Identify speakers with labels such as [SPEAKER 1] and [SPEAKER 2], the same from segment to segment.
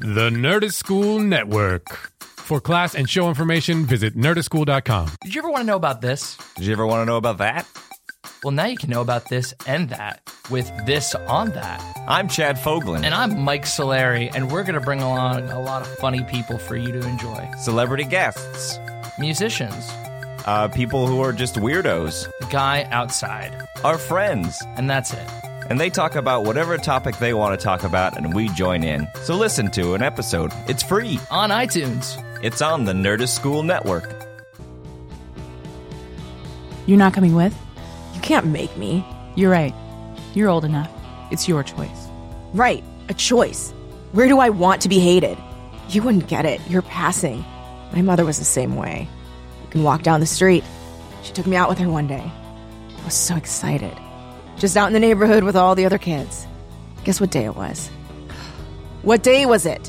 [SPEAKER 1] The Nerdist School Network. For class and show information, visit nerdistschool.com.
[SPEAKER 2] Did you ever want to know about this?
[SPEAKER 3] Did you ever want to know about that?
[SPEAKER 2] Well, now you can know about this and that with this on that.
[SPEAKER 3] I'm Chad Foglin.
[SPEAKER 2] And I'm Mike Soleri, and we're going to bring along a lot of funny people for you to enjoy.
[SPEAKER 3] Celebrity guests,
[SPEAKER 2] Musicians,
[SPEAKER 3] uh, people who are just weirdos,
[SPEAKER 2] the guy outside,
[SPEAKER 3] our friends,
[SPEAKER 2] and that's it.
[SPEAKER 3] and they talk about whatever topic they want to talk about, and we join in. So listen to an episode. It's free.
[SPEAKER 2] On iTunes.
[SPEAKER 3] It's on the Nerdist School Network.
[SPEAKER 4] You're not coming with?
[SPEAKER 5] You can't make me.
[SPEAKER 4] You're right. You're old enough. It's your choice.
[SPEAKER 5] Right, a choice. Where do I want to be hated? You wouldn't get it. You're passing. My mother was the same way. You can walk down the street. She took me out with her one day. I was so excited. Just out in the neighborhood with all the other kids. Guess what day it was? What day was it?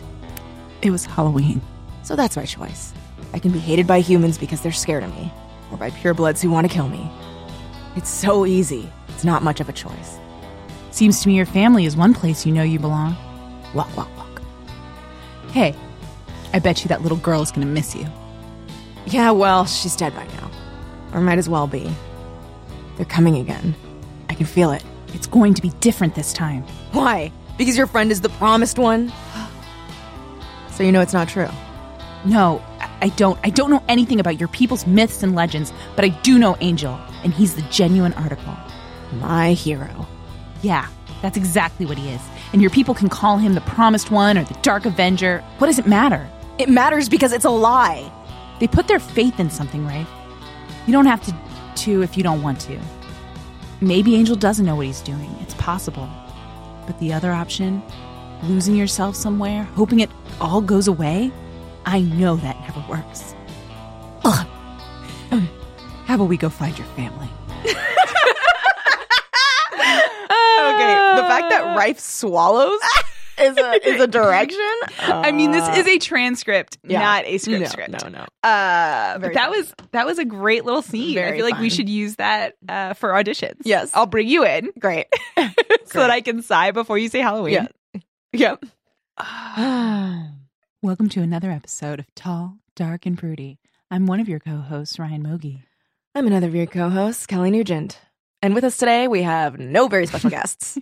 [SPEAKER 4] It was Halloween.
[SPEAKER 5] So that's my choice. I can be hated by humans because they're scared of me, or by purebloods who want to kill me. It's so easy. It's not much of a choice.
[SPEAKER 4] Seems to me your family is one place you know you belong.
[SPEAKER 5] Walk, walk, walk.
[SPEAKER 4] Hey, I bet you that little girl is going to miss you.
[SPEAKER 5] Yeah, well, she's dead by now. Or might as well be. They're coming again. I can feel it.
[SPEAKER 4] It's going to be different this time.
[SPEAKER 5] Why? Because your friend is the promised one? so you know it's not true.
[SPEAKER 4] No, I- I don't. I don't know anything about your people's myths and legends, but I do know Angel, and he's the genuine article.
[SPEAKER 5] My hero.
[SPEAKER 4] Yeah, that's exactly what he is. And your people can call him the Promised One or the Dark Avenger. What does it matter?
[SPEAKER 5] It matters because it's a lie.
[SPEAKER 4] They put their faith in something, right? You don't have to to if you don't want to. Maybe Angel doesn't know what he's doing. It's possible. But the other option, losing yourself somewhere, hoping it all goes away, I know that never works. Ugh. How about we go find your family?
[SPEAKER 5] Okay, the fact that Rife swallows is a, is a direction.
[SPEAKER 6] I mean, this is a transcript,
[SPEAKER 5] Uh, yeah.
[SPEAKER 6] not a script.
[SPEAKER 5] No,
[SPEAKER 6] script.
[SPEAKER 5] no, no.
[SPEAKER 6] Uh, but
[SPEAKER 5] Very
[SPEAKER 6] that
[SPEAKER 5] fun.
[SPEAKER 6] was that was a great little scene. I
[SPEAKER 5] Very
[SPEAKER 6] feel like we
[SPEAKER 5] fun.
[SPEAKER 6] should use that uh, for auditions.
[SPEAKER 5] Yes.
[SPEAKER 6] I'll bring you in
[SPEAKER 5] Great.
[SPEAKER 6] so that I can sigh before you say Halloween.
[SPEAKER 5] Yeah. Yep.
[SPEAKER 4] Welcome to another episode of Tall, Dark, and Prudy. I'm one of your co-hosts, Ryan Mogi.
[SPEAKER 5] I'm another of your co host, Kelly Nugent. And with us today, we have no very special guests.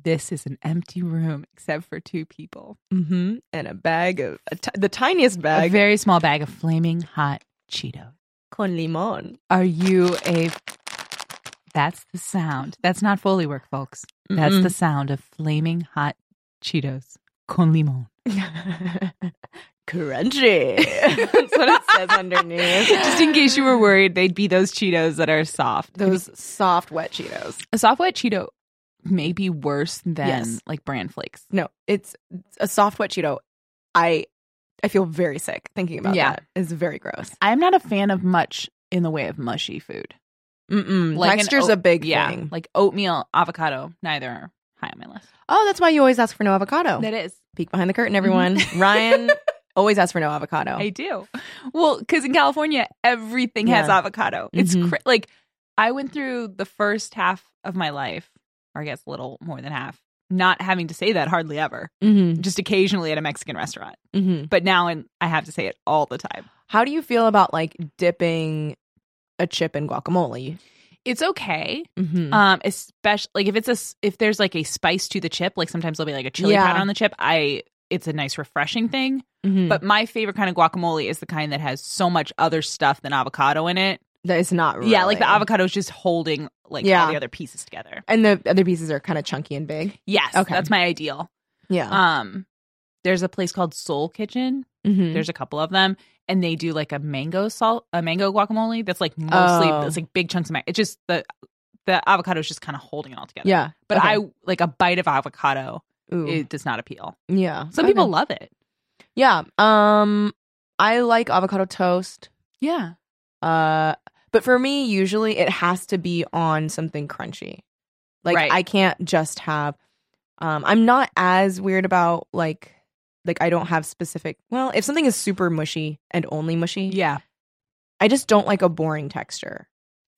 [SPEAKER 4] This is an empty room except for two people.
[SPEAKER 5] mm-hmm.
[SPEAKER 6] and a bag of a t- the tiniest
[SPEAKER 4] A very small bag of flaming hot Cheetos.
[SPEAKER 6] con limon.
[SPEAKER 4] Are you a. That's the sound. That's not Foley work, folks. That's the sound of flaming hot Cheetos con limon.
[SPEAKER 5] Crunchy. That's what it says underneath.
[SPEAKER 6] Just in case you were worried, they'd be those Cheetos that are soft.
[SPEAKER 5] Those soft, wet Cheetos.
[SPEAKER 4] A soft wet Cheeto may be worse than
[SPEAKER 5] Yes.
[SPEAKER 4] like bran flakes.
[SPEAKER 5] No, it's a soft, wet Cheeto. I I feel very sick thinking about
[SPEAKER 4] Yeah.
[SPEAKER 5] that. It's very gross.
[SPEAKER 4] I'm not a fan of much in the way of mushy food.
[SPEAKER 5] Mm-mm.
[SPEAKER 4] Like an
[SPEAKER 5] Texture's
[SPEAKER 4] oat-
[SPEAKER 5] a big
[SPEAKER 4] yeah,
[SPEAKER 5] thing.
[SPEAKER 4] like oatmeal, avocado, neither are high on my list.
[SPEAKER 5] oh, that's why you always ask for no avocado.
[SPEAKER 4] That is.
[SPEAKER 5] Peek behind the curtain, everyone. Ryan always asks for no avocado.
[SPEAKER 6] I do. Well, because in California, everything has
[SPEAKER 5] Yeah.
[SPEAKER 6] avocado. It's
[SPEAKER 5] Mhm.
[SPEAKER 6] cra- like I went through the first half of my life, or I guess a little more than half, not having to say that hardly ever,
[SPEAKER 5] Mm-hmm.
[SPEAKER 6] just occasionally at a Mexican restaurant.
[SPEAKER 5] Mm-hmm.
[SPEAKER 6] But now and I have to say it all the time.
[SPEAKER 5] How do you feel about like dipping a chip in guacamole?
[SPEAKER 4] It's okay.
[SPEAKER 5] Mm-hmm.
[SPEAKER 4] Um, especially like if it's a s- if there's like a spice to the chip, like sometimes there'll be like a chili
[SPEAKER 5] Yeah.
[SPEAKER 4] powder on the chip. I it's a nice refreshing thing.
[SPEAKER 5] Mm.
[SPEAKER 4] But my favorite kind of guacamole is the kind that has so much other stuff than avocado in it.
[SPEAKER 5] that is not really.
[SPEAKER 4] Yeah, like the avocado is just holding like all
[SPEAKER 5] Yeah.
[SPEAKER 4] the other pieces together.
[SPEAKER 5] And the other pieces are kind of chunky and big.
[SPEAKER 4] Yes,
[SPEAKER 5] Okay. Oh.
[SPEAKER 4] that's my ideal.
[SPEAKER 5] Yeah.
[SPEAKER 4] Um, there's a place called Soul Kitchen.
[SPEAKER 5] Mhm.
[SPEAKER 4] There's a couple of them, and they do like a mango salt, a mango guacamole that's like mostly
[SPEAKER 5] Oh.
[SPEAKER 4] it's like big chunks of mango. It's just the the avocado is just kind of holding it all together.
[SPEAKER 5] Yeah.
[SPEAKER 4] But
[SPEAKER 5] okay.
[SPEAKER 4] I like a bite of avocado.
[SPEAKER 5] Ooh.
[SPEAKER 4] It does not appeal.
[SPEAKER 5] yeah.
[SPEAKER 4] Some
[SPEAKER 5] Okay.
[SPEAKER 4] people love it.
[SPEAKER 5] Yeah. Um I like avocado toast.
[SPEAKER 4] Yeah.
[SPEAKER 5] Uh but for me usually it has to be on something crunchy. Like
[SPEAKER 4] Right.
[SPEAKER 5] I can't just have um I'm not as weird about like like I don't have specific well, if something is super mushy and only mushy,
[SPEAKER 4] Yeah.
[SPEAKER 5] I just don't like a boring texture.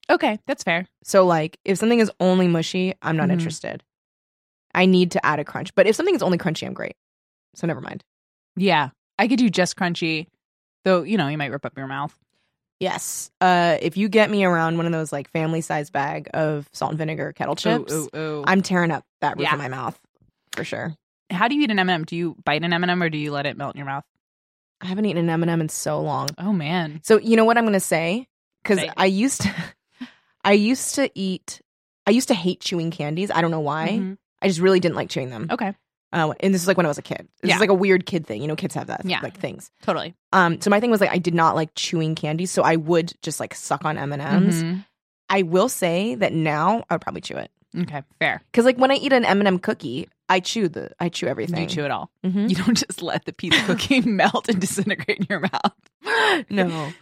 [SPEAKER 4] Okay, that's fair.
[SPEAKER 5] So like if something is only mushy, I'm not
[SPEAKER 4] Mhm.
[SPEAKER 5] interested. I need to add a crunch. But if something is only crunchy, I'm great. So never mind.
[SPEAKER 4] Yeah. I could do just crunchy, though, you know, you might rip up your mouth.
[SPEAKER 5] Yes. Uh, if you get me around one of those like family size bag of salt and vinegar kettle chips,
[SPEAKER 4] Ooh, ooh, ooh.
[SPEAKER 5] I'm tearing up that roof
[SPEAKER 4] Yeah.
[SPEAKER 5] of my mouth for sure.
[SPEAKER 4] How do you eat an M&M? Do you bite an M&M or do you let it melt in your mouth?
[SPEAKER 5] I haven't eaten an M&M in so long.
[SPEAKER 4] Oh, man.
[SPEAKER 5] So you know what I'm going to say because
[SPEAKER 4] Say.
[SPEAKER 5] I used to, I used to eat, I used to hate chewing candies. I don't know why.
[SPEAKER 4] Mhm.
[SPEAKER 5] I just really didn't like chewing them.
[SPEAKER 4] Okay.
[SPEAKER 5] Uh, and this is like when I was a kid. This
[SPEAKER 4] Yeah.
[SPEAKER 5] is like a weird kid thing. You know, kids have that
[SPEAKER 4] Yeah.
[SPEAKER 5] like things.
[SPEAKER 4] Totally.
[SPEAKER 5] Um, so my thing was like I did not like chewing candies, so I would just like suck on M and M's.
[SPEAKER 4] Mhm.
[SPEAKER 5] I will say that now I would probably chew it
[SPEAKER 4] Okay. Fair.
[SPEAKER 5] because like when I eat an M and m cookie, I chew the I chew everything.
[SPEAKER 4] You chew it all.
[SPEAKER 5] Mhm.
[SPEAKER 4] You don't just let the pizza cookie melt and disintegrate in your mouth.
[SPEAKER 5] No.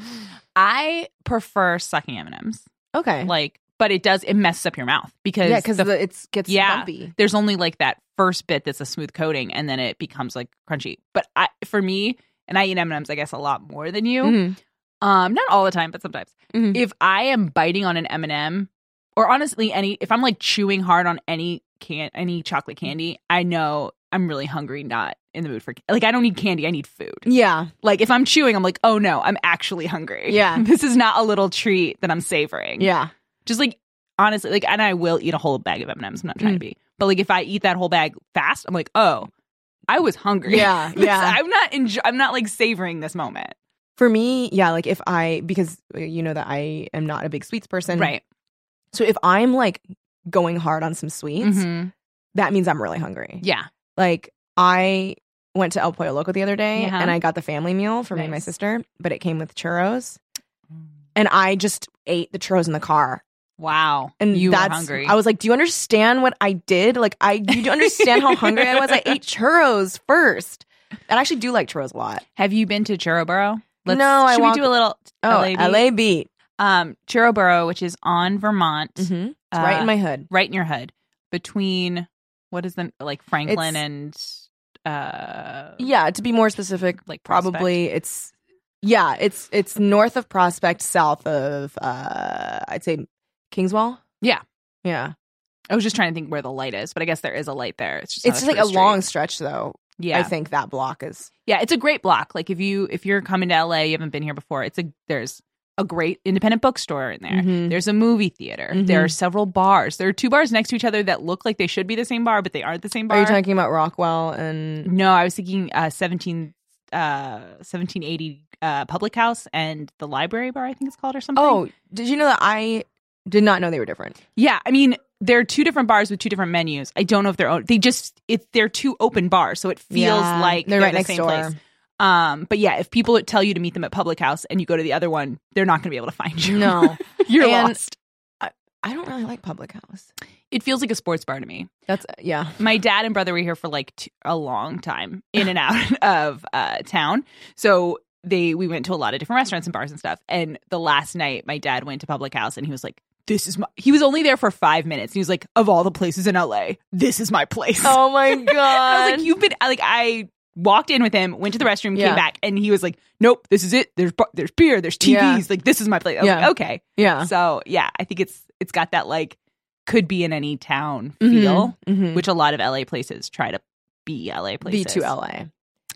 [SPEAKER 4] I prefer sucking M&Ms.
[SPEAKER 5] Okay.
[SPEAKER 4] Like, but it does, it messes up your mouth because
[SPEAKER 5] yeah, because
[SPEAKER 4] the
[SPEAKER 5] it gets
[SPEAKER 4] Yeah.
[SPEAKER 5] bumpy.
[SPEAKER 4] there's only like that first bit that's a smooth coating and then it becomes like crunchy but i for me and i eat m&ms i guess a lot more than you
[SPEAKER 5] Mhm.
[SPEAKER 4] um not all the time but sometimes
[SPEAKER 5] Mhm.
[SPEAKER 4] if i am biting on an m&m or honestly any if i'm like chewing hard on any can any chocolate candy i know i'm really hungry not in the mood for like i don't need candy i need food
[SPEAKER 5] Yeah.
[SPEAKER 4] like if i'm chewing i'm like oh no i'm actually hungry
[SPEAKER 5] Yeah.
[SPEAKER 4] this is not a little treat that i'm savoring
[SPEAKER 5] Yeah.
[SPEAKER 4] just like honestly like and i will eat a whole bag of m&ms i'm not trying to
[SPEAKER 5] Mm.
[SPEAKER 4] be but like if i eat that whole bag fast i'm like oh i was hungry
[SPEAKER 5] Yeah.
[SPEAKER 4] This-
[SPEAKER 5] Yeah.
[SPEAKER 4] i'm not enjoy- i'm not like savoring this moment
[SPEAKER 5] For me, yeah, like if I because uh, you know that I am not a big sweets person.
[SPEAKER 4] right
[SPEAKER 5] So if I'm like going hard on some sweets,
[SPEAKER 4] Mhm.
[SPEAKER 5] that means I'm really hungry.
[SPEAKER 4] yeah
[SPEAKER 5] Like I went to El Pollo Loco the other day
[SPEAKER 4] Uh-huh.
[SPEAKER 5] and I got the family meal for me and my
[SPEAKER 4] Nice. Mm.
[SPEAKER 5] sister, but it came with churros. And I just ate the churros in the car.
[SPEAKER 4] wow
[SPEAKER 5] And
[SPEAKER 4] you
[SPEAKER 5] that's
[SPEAKER 4] were hungry
[SPEAKER 5] I was like, Do you understand what I did? Like I do you understand how hungry I was? I ate churros first. And I actually do like churros a lot.
[SPEAKER 4] have you been to churro burrow
[SPEAKER 5] No, I
[SPEAKER 4] should
[SPEAKER 5] walk-
[SPEAKER 4] we do a little
[SPEAKER 5] Oh,
[SPEAKER 4] LA?
[SPEAKER 5] LA beat.
[SPEAKER 4] um churro burrow which is on vermont
[SPEAKER 5] Mm-hmm. It's right
[SPEAKER 4] uh,
[SPEAKER 5] in my hood.
[SPEAKER 4] right in your hood between what is the like franklin and uh
[SPEAKER 5] Yeah, to be more specific,
[SPEAKER 4] like Prospect.
[SPEAKER 5] probably it's yeah it's it's north of prospect south of uh i'd say kingswell
[SPEAKER 4] Yeah.
[SPEAKER 5] yeah
[SPEAKER 4] I was just trying to think where the light is, but I guess there is a light there. It's just
[SPEAKER 5] it's
[SPEAKER 4] not
[SPEAKER 5] just like a
[SPEAKER 4] true street.
[SPEAKER 5] long stretch though
[SPEAKER 4] yeah,
[SPEAKER 5] i think that block is
[SPEAKER 4] yeah. It's a great block. Like if you if you're coming to LA, you haven't been here before. It's a there's a great independent bookstore in there.
[SPEAKER 5] Mhm.
[SPEAKER 4] There's a movie theater. There
[SPEAKER 5] Mhm.
[SPEAKER 4] are several bars. There are two bars next to each other that look like they should be the same bar, but they aren't the same bar. Mm-hmm.
[SPEAKER 5] are you talking about rockwell and
[SPEAKER 4] no, I was thinking uh, seventeen uh 1780 uh public house and the library bar i think it's called or something
[SPEAKER 5] oh did you know that i did not know they were different
[SPEAKER 4] Yeah, I mean, there are two different bars with two different menus. I don't know if they're own. They just it's they're two open bars, so it feels
[SPEAKER 5] Yeah,
[SPEAKER 4] like
[SPEAKER 5] they're
[SPEAKER 4] they're,
[SPEAKER 5] right
[SPEAKER 4] the
[SPEAKER 5] next
[SPEAKER 4] same
[SPEAKER 5] door.
[SPEAKER 4] place. Um, but yeah, if people tell you to meet them at Public House and you go to the other one, they're not going to be able to find you. you're
[SPEAKER 5] And-
[SPEAKER 4] lost.
[SPEAKER 5] i don't really like public house
[SPEAKER 4] It feels like a sports bar to me.
[SPEAKER 5] that's uh, yeah
[SPEAKER 4] My dad and brother were here for like t- a long time, in and out of uh, town. So they we went to a lot of different restaurants and bars and stuff. And the last night, my dad went to Public House and he was like. This is my. He was only there for five minutes. And he was like, "Of all the places in LA, this is my place."
[SPEAKER 5] oh my god
[SPEAKER 4] I was like, you've been like I walked in with him, went to the restroom,
[SPEAKER 5] Yeah.
[SPEAKER 4] came back, and he was like, "Nope, this is it. There's bu- there's beer, there's TVs.
[SPEAKER 5] Yeah.
[SPEAKER 4] Like this is my place." I was
[SPEAKER 5] Yeah.
[SPEAKER 4] like, okay,
[SPEAKER 5] yeah
[SPEAKER 4] so yeah, I think it's it's got that like could be in any town
[SPEAKER 5] Mhm.
[SPEAKER 4] feel,
[SPEAKER 5] Mhm.
[SPEAKER 4] which a lot of LA places try to Mm-hmm. be LA places.
[SPEAKER 5] b to la
[SPEAKER 4] and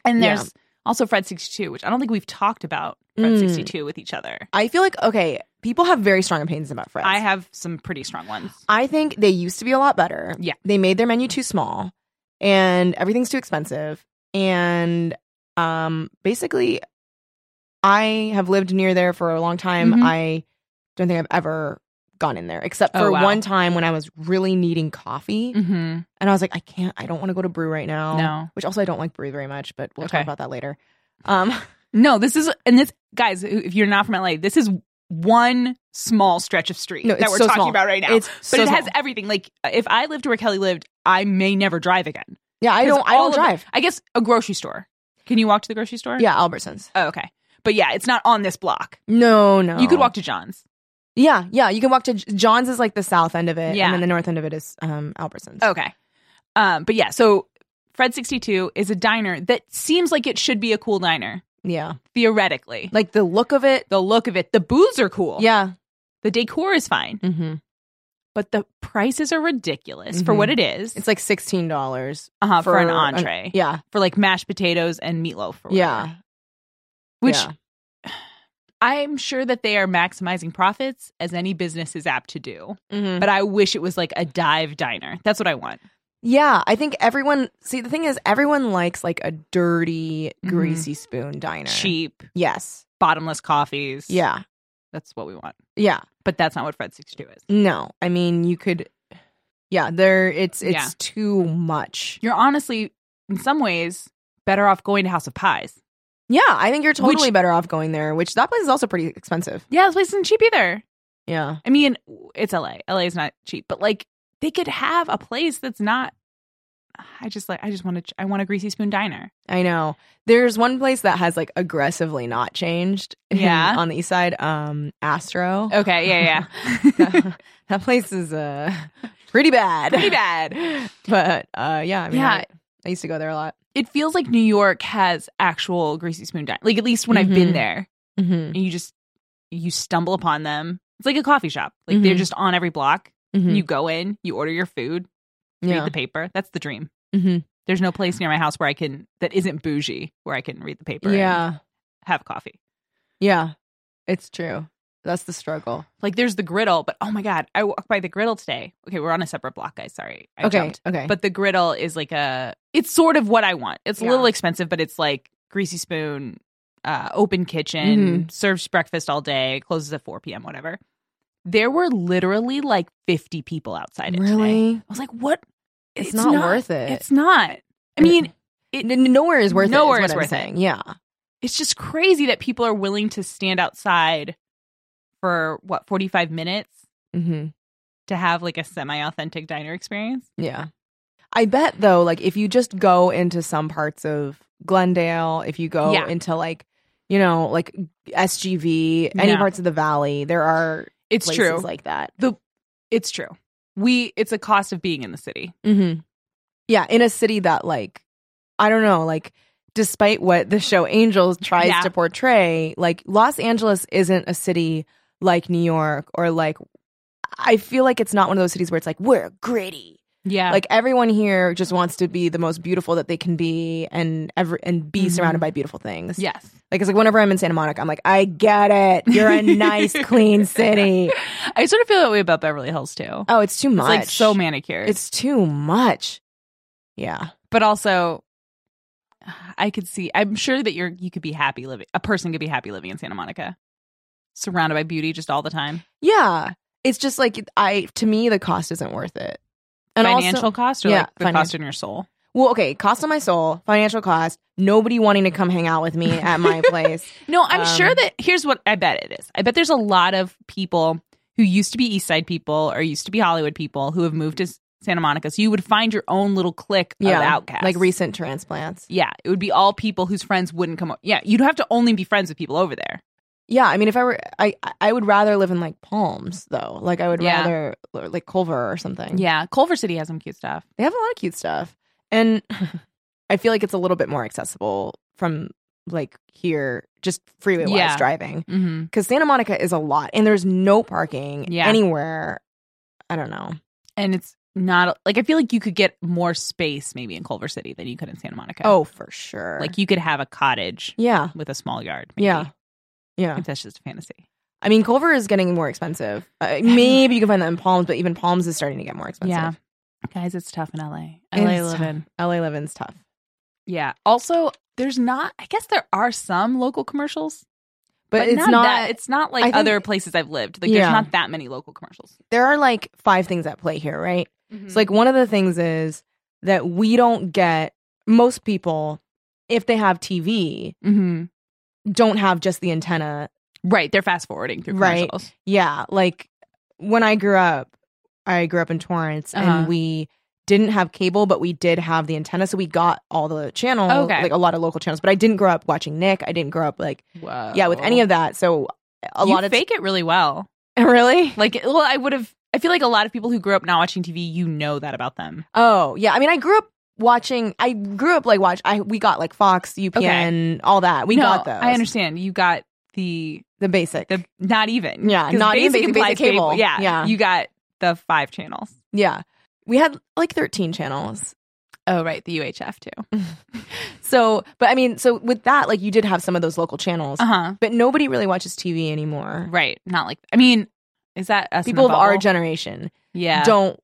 [SPEAKER 5] Yeah.
[SPEAKER 4] there's also Fred 62, which I don't think we've talked about Fred
[SPEAKER 5] Mm.
[SPEAKER 4] 62 with each other.
[SPEAKER 5] i feel like okay people have very strong opinions about fred's
[SPEAKER 4] I have some pretty strong ones.
[SPEAKER 5] I think they used to be a lot better.
[SPEAKER 4] Yeah.
[SPEAKER 5] They made their menu too small and everything's too expensive. And um basically I have lived near there for a long time.
[SPEAKER 4] Mhm.
[SPEAKER 5] I don't think I've ever gone in there except
[SPEAKER 4] Oh,
[SPEAKER 5] for
[SPEAKER 4] wow.
[SPEAKER 5] one time when I was really needing coffee
[SPEAKER 4] Mm-hmm.
[SPEAKER 5] and I was like I can't I don't want to go to brew right now.
[SPEAKER 4] No.
[SPEAKER 5] Which also I don't like brew very much, but we'll
[SPEAKER 4] Okay.
[SPEAKER 5] talk about that later. Um
[SPEAKER 4] No, this is and this guys, if you're not from LA, this is one small stretch of street
[SPEAKER 5] No,
[SPEAKER 4] that
[SPEAKER 5] it's
[SPEAKER 4] we're
[SPEAKER 5] so
[SPEAKER 4] talking
[SPEAKER 5] small.
[SPEAKER 4] about right now.
[SPEAKER 5] it's
[SPEAKER 4] but
[SPEAKER 5] so
[SPEAKER 4] it has
[SPEAKER 5] small.
[SPEAKER 4] everything. Like if I lived where Kelly lived, I may never drive again.
[SPEAKER 5] Yeah, I
[SPEAKER 4] 'Cause
[SPEAKER 5] don't I
[SPEAKER 4] all
[SPEAKER 5] don't
[SPEAKER 4] of-
[SPEAKER 5] drive.
[SPEAKER 4] I guess a grocery store. Can you walk to the grocery store?
[SPEAKER 5] Yeah, Albertsons.
[SPEAKER 4] Oh, okay. But yeah, it's not on this block.
[SPEAKER 5] No, no.
[SPEAKER 4] You could walk to John's.
[SPEAKER 5] Yeah, yeah. You can walk to John's is like the south end of it,
[SPEAKER 4] Yeah. Oh.
[SPEAKER 5] and then the north end of it is um, Albertsons.
[SPEAKER 4] Okay. Um, but yeah, so Fred 62 is a diner that seems like it should be a cool diner,
[SPEAKER 5] yeah,
[SPEAKER 4] theoretically. Like
[SPEAKER 5] like the look of it.
[SPEAKER 4] the look of it, the booths are cool.
[SPEAKER 5] Yeah,
[SPEAKER 4] The decor is fine.
[SPEAKER 5] mm-hmm.
[SPEAKER 4] but the prices are ridiculous for
[SPEAKER 5] Mhm.
[SPEAKER 4] what it is.
[SPEAKER 5] It's like sixteen dollars
[SPEAKER 4] uh-huh, for, an entree.
[SPEAKER 5] yeah,
[SPEAKER 4] For like mashed potatoes and meatloaf. Or
[SPEAKER 5] yeah,
[SPEAKER 4] whatever. Which
[SPEAKER 5] yeah.
[SPEAKER 4] I'm sure that they are maximizing profits as any business is apt to do.
[SPEAKER 5] Mhm.
[SPEAKER 4] But I wish it was like a dive diner. That's what I want.
[SPEAKER 5] Yeah, I think everyone. See, the thing is, everyone likes like a dirty, greasy spoon diner.
[SPEAKER 4] Mm-hmm. Cheap,
[SPEAKER 5] Yes.
[SPEAKER 4] bottomless coffees.
[SPEAKER 5] Yeah.
[SPEAKER 4] That's what we want.
[SPEAKER 5] Yeah.
[SPEAKER 4] But that's not what Fred 62 is.
[SPEAKER 5] No, I mean you could. Yeah, there. It's it's
[SPEAKER 4] Yeah.
[SPEAKER 5] too much.
[SPEAKER 4] You're honestly, in some ways, better off going to House of Pies.
[SPEAKER 5] Yeah, I think you're totally
[SPEAKER 4] Which-
[SPEAKER 5] better off going there. Which that place is also pretty expensive.
[SPEAKER 4] Yeah, this place isn't cheap either.
[SPEAKER 5] Yeah.
[SPEAKER 4] I mean, it's LA. LA is not cheap, but like they could have a place that's not. I just like I just want to I want a greasy spoon diner.
[SPEAKER 5] I know. There's one place that has like aggressively not changed.
[SPEAKER 4] Yeah.
[SPEAKER 5] on the east side, um, Astro.
[SPEAKER 4] Okay, yeah,
[SPEAKER 5] that, that place is uh pretty bad.
[SPEAKER 4] Oh. Pretty bad.
[SPEAKER 5] But uh, yeah, I mean,
[SPEAKER 4] Yeah.
[SPEAKER 5] I, I used to go there a lot.
[SPEAKER 4] It feels like New York has actual greasy spoon diner. Like at least when I've been
[SPEAKER 5] Mhm.
[SPEAKER 4] there,
[SPEAKER 5] Mm-hmm.
[SPEAKER 4] and you just you stumble upon them. It's like a coffee shop. Like they're
[SPEAKER 5] Mhm.
[SPEAKER 4] just on every block. You go in, you order your food, read
[SPEAKER 5] mm-hmm. yeah.
[SPEAKER 4] the paper. That's the dream.
[SPEAKER 5] Mhm.
[SPEAKER 4] There's no place near my house where I can that isn't bougie where I can read the paper. and
[SPEAKER 5] yeah.
[SPEAKER 4] have coffee.
[SPEAKER 5] Yeah. It's true. That's the struggle.
[SPEAKER 4] Like there's the griddle, but oh my god, I walked by the griddle today. Okay, we're on a separate block, guys. Sorry, I
[SPEAKER 5] okay.
[SPEAKER 4] jumped.
[SPEAKER 5] Okay.
[SPEAKER 4] But the griddle is like a. It's sort of what I want. It's a
[SPEAKER 5] Yeah.
[SPEAKER 4] little expensive, but it's like greasy spoon, uh, open
[SPEAKER 5] Mm-hmm.
[SPEAKER 4] kitchen, serves breakfast all day, closes at four p.m. Whatever. There were literally like fifty people outside. It today.
[SPEAKER 5] really,
[SPEAKER 4] I was like, what?
[SPEAKER 5] It's not worth it.
[SPEAKER 4] It's not. I mean, it-
[SPEAKER 5] N- nowhere is worth
[SPEAKER 4] Nowhere
[SPEAKER 5] it.
[SPEAKER 4] is
[SPEAKER 5] what I'm
[SPEAKER 4] worth it.
[SPEAKER 5] saying. Yeah.
[SPEAKER 4] it's just crazy that people are willing to stand outside for what forty five minutes
[SPEAKER 5] hmm
[SPEAKER 4] to have like a semi authentic diner experience.
[SPEAKER 5] Yeah. I bet though, like if you just go into some parts of Glendale, if you go
[SPEAKER 4] Yeah.
[SPEAKER 5] into like, you know, like SGV, any
[SPEAKER 4] Yeah.
[SPEAKER 5] parts of the valley, there are
[SPEAKER 4] It's
[SPEAKER 5] places
[SPEAKER 4] true.
[SPEAKER 5] like that.
[SPEAKER 4] it's true. We it's a cost of being in the city.
[SPEAKER 5] Mm-hmm. Yeah, in a city that, like, I don't know, like, despite what the show Angels tries
[SPEAKER 4] Yeah.
[SPEAKER 5] to portray, like, Los Angeles isn't a city like New York or like, I feel like it's not one of those cities where it's like, we're gritty.
[SPEAKER 4] Yeah. Like
[SPEAKER 5] Like, everyone here just wants to be the most beautiful that they can be and every, and be
[SPEAKER 4] Mhm.
[SPEAKER 5] surrounded by beautiful things.
[SPEAKER 4] yes.
[SPEAKER 5] Like, it's like whenever I'm in Santa Monica, I'm like, I get it. You're a nice, clean city.
[SPEAKER 4] I sort of feel that way about Beverly Hills too.
[SPEAKER 5] Oh, it's too
[SPEAKER 4] It's
[SPEAKER 5] much.
[SPEAKER 4] like so manicured.
[SPEAKER 5] It's too much. Yeah.
[SPEAKER 4] but also I could see I'm sure that you're you could be happy living a person could be happy living in Santa Monica. Surrounded by beauty just all the time.
[SPEAKER 5] Yeah. It's just like I to me the cost isn't worth it. And
[SPEAKER 4] financial
[SPEAKER 5] also,
[SPEAKER 4] cost or
[SPEAKER 5] yeah,
[SPEAKER 4] like the
[SPEAKER 5] finan-
[SPEAKER 4] cost in your soul.
[SPEAKER 5] well, okay, cost on my soul, financial cost, nobody wanting to come hang out with me at my place.
[SPEAKER 4] No, I'm
[SPEAKER 5] Um,
[SPEAKER 4] sure that here's what I bet it is. I bet there's a lot of people who used to be East Side people or used to be Hollywood people who have moved to S- Santa Monica. So you would find your own little clique
[SPEAKER 5] Yeah,
[SPEAKER 4] of outcasts.
[SPEAKER 5] like recent transplants.
[SPEAKER 4] Yeah, it would be all people whose friends wouldn't come. o- Yeah, you'd have to only be friends with people over there.
[SPEAKER 5] Yeah, I mean if I were I I would rather live in like Palms though. Like I would
[SPEAKER 4] Yeah.
[SPEAKER 5] rather or, like Culver or something.
[SPEAKER 4] Yeah, Culver City has some cute stuff.
[SPEAKER 5] They have a lot of cute stuff. And I feel like it's a little bit more accessible from like here just freeway wise
[SPEAKER 4] Yeah.
[SPEAKER 5] driving.
[SPEAKER 4] Mm-hmm.
[SPEAKER 5] Cuz Santa Monica is a lot and there's no parking
[SPEAKER 4] Yeah.
[SPEAKER 5] anywhere. I don't know.
[SPEAKER 4] And it's not like I feel like you could get more space maybe in Culver City than you could in Santa Monica.
[SPEAKER 5] Oh, for sure.
[SPEAKER 4] like you could have a cottage
[SPEAKER 5] yeah,
[SPEAKER 4] with a small yard. Maybe.
[SPEAKER 5] Yeah.
[SPEAKER 4] I
[SPEAKER 5] yeah.
[SPEAKER 4] think that's just a fantasy.
[SPEAKER 5] I mean, Culver is getting more expensive. Uh, maybe you can find that in Palms, but even Palms is starting to get more expensive.
[SPEAKER 4] Yeah. Guys, it's tough in LA.
[SPEAKER 5] It
[SPEAKER 4] LA
[SPEAKER 5] is tough.
[SPEAKER 4] living.
[SPEAKER 5] LA living's tough.
[SPEAKER 4] Yeah. Also, there's not I guess there are some local commercials,
[SPEAKER 5] But, it's not,
[SPEAKER 4] that it's not like
[SPEAKER 5] I think-
[SPEAKER 4] other places I've lived. Like
[SPEAKER 5] Yeah.
[SPEAKER 4] there's not that many local commercials.
[SPEAKER 5] there are like five things at play here, right?
[SPEAKER 4] It's
[SPEAKER 5] So like one of the things is that we don't get most people if they have TV
[SPEAKER 4] mm-hmm.
[SPEAKER 5] don't have just the antenna.
[SPEAKER 4] right, they're fast forwarding through
[SPEAKER 5] Right.
[SPEAKER 4] commercials.
[SPEAKER 5] Yeah, like when I grew up, I grew up in Torrance
[SPEAKER 4] Uh-huh.
[SPEAKER 5] and we didn't have cable, but we did have the antenna, so we got all the channels,
[SPEAKER 4] Okay.
[SPEAKER 5] like a lot of local channels. But I didn't grow up watching Nick. I didn't grow up like
[SPEAKER 4] Wow.
[SPEAKER 5] yeah with any of that so a lot of
[SPEAKER 4] Oh. fake it really well.
[SPEAKER 5] really
[SPEAKER 4] Like well, I would have I feel like a lot of people who grew up not watching TV, you know that about them.
[SPEAKER 5] oh yeah i mean i grew up watching i grew up like watch i we got like fox upn all that we
[SPEAKER 4] No,
[SPEAKER 5] got those
[SPEAKER 4] I understand. You got the
[SPEAKER 5] the basic
[SPEAKER 4] the not even
[SPEAKER 5] Yeah,
[SPEAKER 4] 'Cause
[SPEAKER 5] not even basic, basic
[SPEAKER 4] implies
[SPEAKER 5] cable.
[SPEAKER 4] Yeah,
[SPEAKER 5] Yeah.
[SPEAKER 4] You got the five channels.
[SPEAKER 5] Yeah. We had like 13 channels.
[SPEAKER 4] Oh, right. The UHF too.
[SPEAKER 5] So, but I mean, so with that, like you did have some of those local channels,
[SPEAKER 4] Uh huh.
[SPEAKER 5] but nobody really watches TV anymore.
[SPEAKER 4] Right. Not like, I mean, is that us? in a
[SPEAKER 5] People of our
[SPEAKER 4] bubble?
[SPEAKER 5] generation
[SPEAKER 4] Yeah.
[SPEAKER 5] don't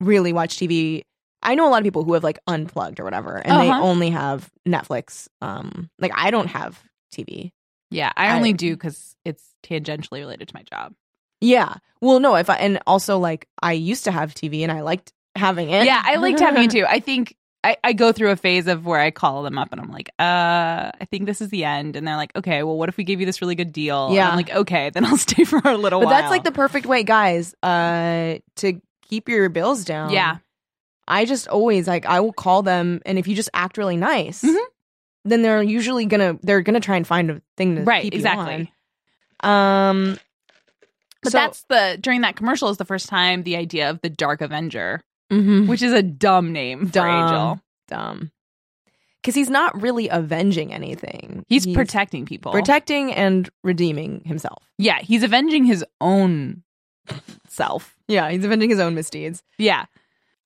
[SPEAKER 5] really watch TV. I know a lot of people who have like unplugged or whatever, and they
[SPEAKER 4] Uh-huh.
[SPEAKER 5] only have Netflix. Um, like I don't have TV.
[SPEAKER 4] Yeah. I
[SPEAKER 5] I-
[SPEAKER 4] only do 'cause do because it's tangentially related to my job.
[SPEAKER 5] Yeah. Well, no. If I and also like I used to have TV and I liked having it.
[SPEAKER 4] yeah, I liked having you too. I think I, I go through a phase of where I call them up and I'm like, uh, I think this is the end. And they're like, okay, well, what if we give you this really good deal? And
[SPEAKER 5] Yeah.
[SPEAKER 4] I'm like, okay, then I'll stay for a little
[SPEAKER 5] But
[SPEAKER 4] while.
[SPEAKER 5] that's like the perfect way, guys, uh, to keep your bills down.
[SPEAKER 4] Yeah.
[SPEAKER 5] I just always like I will call them, and if you just act really nice,
[SPEAKER 4] Mhm.
[SPEAKER 5] then they're usually gonna they're gonna try and find a thing to
[SPEAKER 4] right,
[SPEAKER 5] keep you
[SPEAKER 4] exactly.
[SPEAKER 5] on. Um,
[SPEAKER 4] But
[SPEAKER 5] So-
[SPEAKER 4] that's the during that commercial is the first time the idea of the Dark Avenger,
[SPEAKER 5] mhm.
[SPEAKER 4] which is a dumb name for
[SPEAKER 5] Dumb.
[SPEAKER 4] Angel.
[SPEAKER 5] dumb because he's not really avenging anything.
[SPEAKER 4] He's, protecting people.
[SPEAKER 5] protecting and redeeming himself.
[SPEAKER 4] yeah, he's avenging his own self.
[SPEAKER 5] Yeah, he's avenging his own misdeeds.
[SPEAKER 4] Yeah.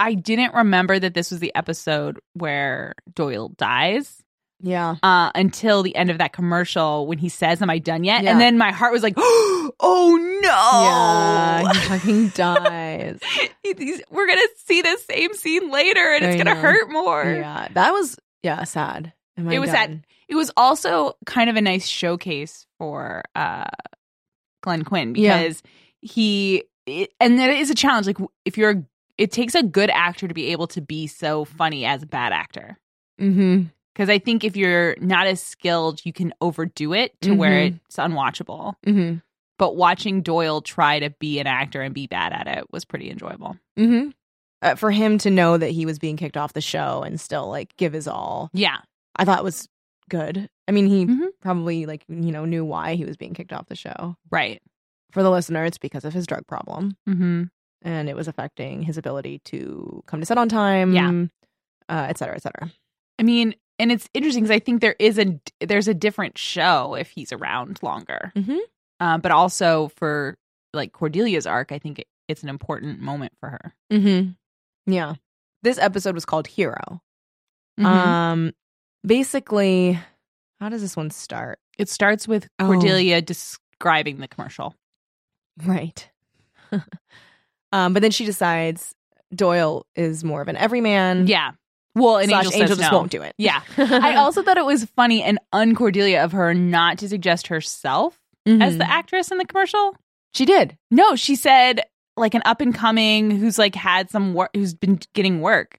[SPEAKER 4] I didn't remember that this was the episode where Doyle dies.
[SPEAKER 5] Yeah,
[SPEAKER 4] uh, until the end of that commercial when he says, "Am I done yet?"
[SPEAKER 5] Yeah.
[SPEAKER 4] And then my heart was like, "Oh
[SPEAKER 5] yeah, he fucking dies.
[SPEAKER 4] no! He- he's- We're gonna see this same scene later, and
[SPEAKER 5] I
[SPEAKER 4] it's gonna
[SPEAKER 5] know.
[SPEAKER 4] hurt more."
[SPEAKER 5] yeah, that was yeah sad. Am I
[SPEAKER 4] It was
[SPEAKER 5] done?
[SPEAKER 4] It was also kind of a nice showcase for uh, Glenn Quinn
[SPEAKER 5] Yeah.
[SPEAKER 4] because he it, and that is a challenge. Like if you're, a- it takes a good actor to be able to be so funny as a bad actor.
[SPEAKER 5] Mm-hmm.
[SPEAKER 4] Because I think if you're not as skilled, you can overdo it to where it's unwatchable.
[SPEAKER 5] Mm-hmm.
[SPEAKER 4] but watching Doyle try to be an actor and be bad at it was pretty enjoyable.
[SPEAKER 5] Mm-hmm. Uh, for him to know that he was being kicked off the show and still like give his all,
[SPEAKER 4] Yeah.
[SPEAKER 5] I thought was good. I mean, he
[SPEAKER 4] Mhm.
[SPEAKER 5] probably like you know knew why he was being kicked off the show.
[SPEAKER 4] Right.
[SPEAKER 5] For the listener, it's because of his drug problem.
[SPEAKER 4] Mm-hmm.
[SPEAKER 5] and it was affecting his ability to come to set on time.
[SPEAKER 4] Yeah.
[SPEAKER 5] Uh, et cetera, et cetera.
[SPEAKER 4] I mean, and it's interesting because I think there is a there's a different show if he's around longer.
[SPEAKER 5] Mhm.
[SPEAKER 4] Uh, but also for like Cordelia's arc, I think it, it's an important moment for her.
[SPEAKER 5] Mm-hmm. Yeah. This episode was called Hero.
[SPEAKER 4] Uh,
[SPEAKER 5] Um, basically, how does this one start?
[SPEAKER 4] it starts with
[SPEAKER 5] Oh.
[SPEAKER 4] Cordelia describing the commercial.
[SPEAKER 5] Right. um, but then she decides Doyle is more of an everyman.
[SPEAKER 4] Yeah. Well, and
[SPEAKER 5] Mm-hmm. Slash
[SPEAKER 4] Angel,
[SPEAKER 5] Angel
[SPEAKER 4] says
[SPEAKER 5] just
[SPEAKER 4] no.
[SPEAKER 5] won't do it.
[SPEAKER 4] Yeah. I also thought it was funny and uncordelia of her not to suggest herself as
[SPEAKER 5] Mhm.
[SPEAKER 4] the actress in the commercial.
[SPEAKER 5] she did.
[SPEAKER 4] No, she said like an up and coming who's like had some work, who's been getting work.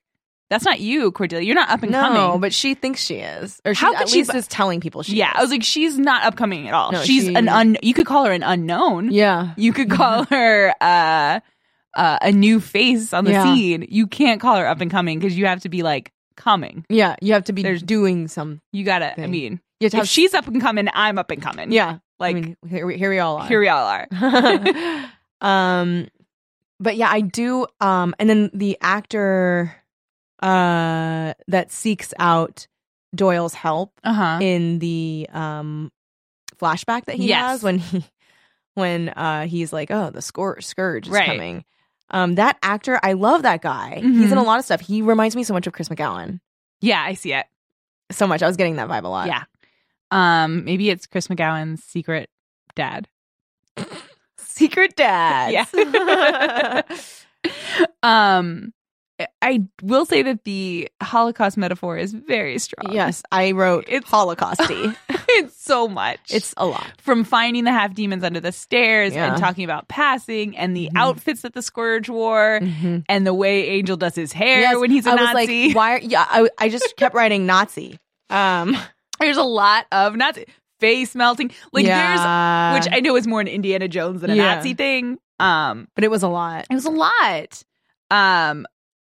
[SPEAKER 4] That's not you, Cordelia. You're not up and
[SPEAKER 5] no,
[SPEAKER 4] coming.
[SPEAKER 5] but she thinks she is, or she
[SPEAKER 4] How could
[SPEAKER 5] at
[SPEAKER 4] she
[SPEAKER 5] least
[SPEAKER 4] bu-
[SPEAKER 5] is telling people she.
[SPEAKER 4] yeah, I
[SPEAKER 5] is.
[SPEAKER 4] was like, she's not upcoming at all.
[SPEAKER 5] No,
[SPEAKER 4] she's
[SPEAKER 5] she-
[SPEAKER 4] an un. You could call her an unknown.
[SPEAKER 5] yeah, Mm-hmm.
[SPEAKER 4] You could call her uh, uh, a new face on the
[SPEAKER 5] Yeah.
[SPEAKER 4] scene. You can't call her up and coming because you have to be like coming.
[SPEAKER 5] yeah. You have to be
[SPEAKER 4] There's-
[SPEAKER 5] doing some.
[SPEAKER 4] You gotta. I
[SPEAKER 5] Thing.
[SPEAKER 4] mean,
[SPEAKER 5] You have to
[SPEAKER 4] if
[SPEAKER 5] have
[SPEAKER 4] she's up and coming, I'm up and coming.
[SPEAKER 5] yeah.
[SPEAKER 4] like
[SPEAKER 5] I mean, here, we, here we all are.
[SPEAKER 4] here we all are.
[SPEAKER 5] um but yeah i do um and then the actor uh that seeks out doyle's help
[SPEAKER 4] Uh huh.
[SPEAKER 5] in the um flashback that he
[SPEAKER 4] Yes.
[SPEAKER 5] has when he when uh he's like oh the scour- scourge is
[SPEAKER 4] Right.
[SPEAKER 5] coming um that actor i love that guy he's in a
[SPEAKER 4] Mhm.
[SPEAKER 5] lot of stuff he reminds me so much of chris mcgowan
[SPEAKER 4] Yeah, I see it.
[SPEAKER 5] so much i was getting that vibe a lot
[SPEAKER 4] Yeah. Um, maybe it's Chris McGowan's secret dad.
[SPEAKER 5] secret dads
[SPEAKER 4] Yeah. um, I- I will say that the Holocaust metaphor is very strong.
[SPEAKER 5] yes i wrote
[SPEAKER 4] It's-
[SPEAKER 5] holocausty
[SPEAKER 4] it's so much.
[SPEAKER 5] It's a lot.
[SPEAKER 4] from finding the half demons under the stairs
[SPEAKER 5] Yeah.
[SPEAKER 4] and talking about passing and the
[SPEAKER 5] Mhm.
[SPEAKER 4] outfits that the Scourge wore and the way Angel does his hair
[SPEAKER 5] Mm. Mm-hmm. Yes,
[SPEAKER 4] when he's a
[SPEAKER 5] I was
[SPEAKER 4] Nazi.
[SPEAKER 5] like, why? Are, yeah, I, I just kept writing Nazi. Um,
[SPEAKER 4] there's a lot of Nazi face melting. Like
[SPEAKER 5] yeah.
[SPEAKER 4] there's, which I know is more an Indiana Jones than a
[SPEAKER 5] Yeah.
[SPEAKER 4] Nazi thing. Um,
[SPEAKER 5] but it was a lot.
[SPEAKER 4] It was a lot. Um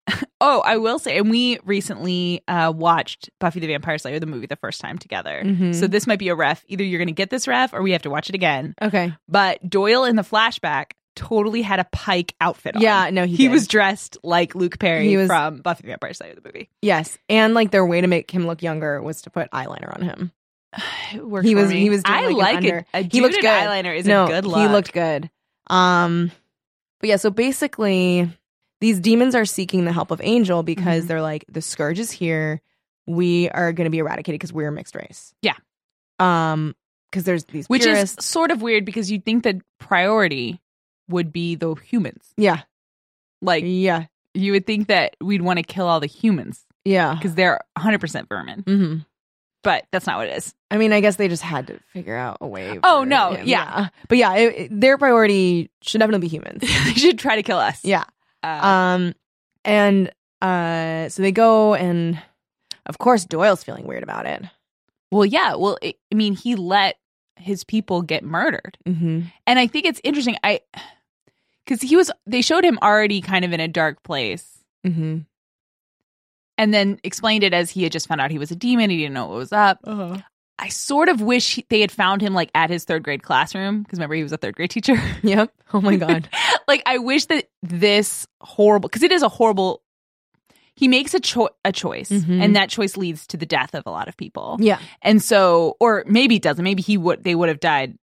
[SPEAKER 4] oh, I will say, and we recently uh watched Buffy the Vampire Slayer, the movie, the first time together.
[SPEAKER 5] Mhm.
[SPEAKER 4] So this might be a ref. Either you're gonna get this ref or we have to watch it again.
[SPEAKER 5] Okay.
[SPEAKER 4] But Doyle in the flashback totally had a pike outfit on.
[SPEAKER 5] Yeah. No, he,
[SPEAKER 4] He
[SPEAKER 5] did.
[SPEAKER 4] was dressed like Luke Perry
[SPEAKER 5] He was-
[SPEAKER 4] from Buffy the Vampire Slayer, the movie.
[SPEAKER 5] yes, and like their way to make him look younger was to put eyeliner on him.
[SPEAKER 4] It worked
[SPEAKER 5] He
[SPEAKER 4] for
[SPEAKER 5] was-
[SPEAKER 4] me.
[SPEAKER 5] he was doing
[SPEAKER 4] I
[SPEAKER 5] like an
[SPEAKER 4] like
[SPEAKER 5] under-
[SPEAKER 4] it. A
[SPEAKER 5] He looked
[SPEAKER 4] dude in
[SPEAKER 5] good.
[SPEAKER 4] Eyeliner is
[SPEAKER 5] no,
[SPEAKER 4] a good look.
[SPEAKER 5] he looked good. Um, But yeah, so basically, these demons are seeking the help of Angel because
[SPEAKER 4] Mm-hmm.
[SPEAKER 5] they're like, the scourge is here. We are going to be eradicated because we're a mixed race.
[SPEAKER 4] Yeah.
[SPEAKER 5] Um, because there's these
[SPEAKER 4] which
[SPEAKER 5] purists.
[SPEAKER 4] is sort of weird because you'd think that priority would be the humans.
[SPEAKER 5] yeah,
[SPEAKER 4] Like
[SPEAKER 5] yeah,
[SPEAKER 4] you would think that we'd want to kill all the humans
[SPEAKER 5] yeah.
[SPEAKER 4] because they're 100% vermin,
[SPEAKER 5] hmm
[SPEAKER 4] but that's not what it is.
[SPEAKER 5] I mean, I guess they just had to figure out a way.
[SPEAKER 4] Oh,
[SPEAKER 5] for
[SPEAKER 4] no,
[SPEAKER 5] him.
[SPEAKER 4] yeah.
[SPEAKER 5] but yeah, it, it- their priority should definitely be humans.
[SPEAKER 4] they should try to kill us.
[SPEAKER 5] yeah.
[SPEAKER 4] Uh,
[SPEAKER 5] Um, and uh, so they go, and of course Doyle's feeling weird about it.
[SPEAKER 4] well, yeah. Well, it, I mean, he let his people get murdered.
[SPEAKER 5] Mm-hmm.
[SPEAKER 4] and I think it's interesting. I because he was they showed him already kind of in a dark place,
[SPEAKER 5] Mm-hmm.
[SPEAKER 4] and then explained it as he had just found out he was a demon. He didn't know what was up. I sort of wish he- they had found him like at his third grade classroom because remember he was a third grade teacher.
[SPEAKER 5] Yep. Oh my god.
[SPEAKER 4] like I wish that this horrible because it is a horrible. He makes a cho- a choice,
[SPEAKER 5] Mhm.
[SPEAKER 4] and that choice leads to the death of a lot of people.
[SPEAKER 5] yeah.
[SPEAKER 4] And so, or maybe it doesn't. Maybe he would they would have died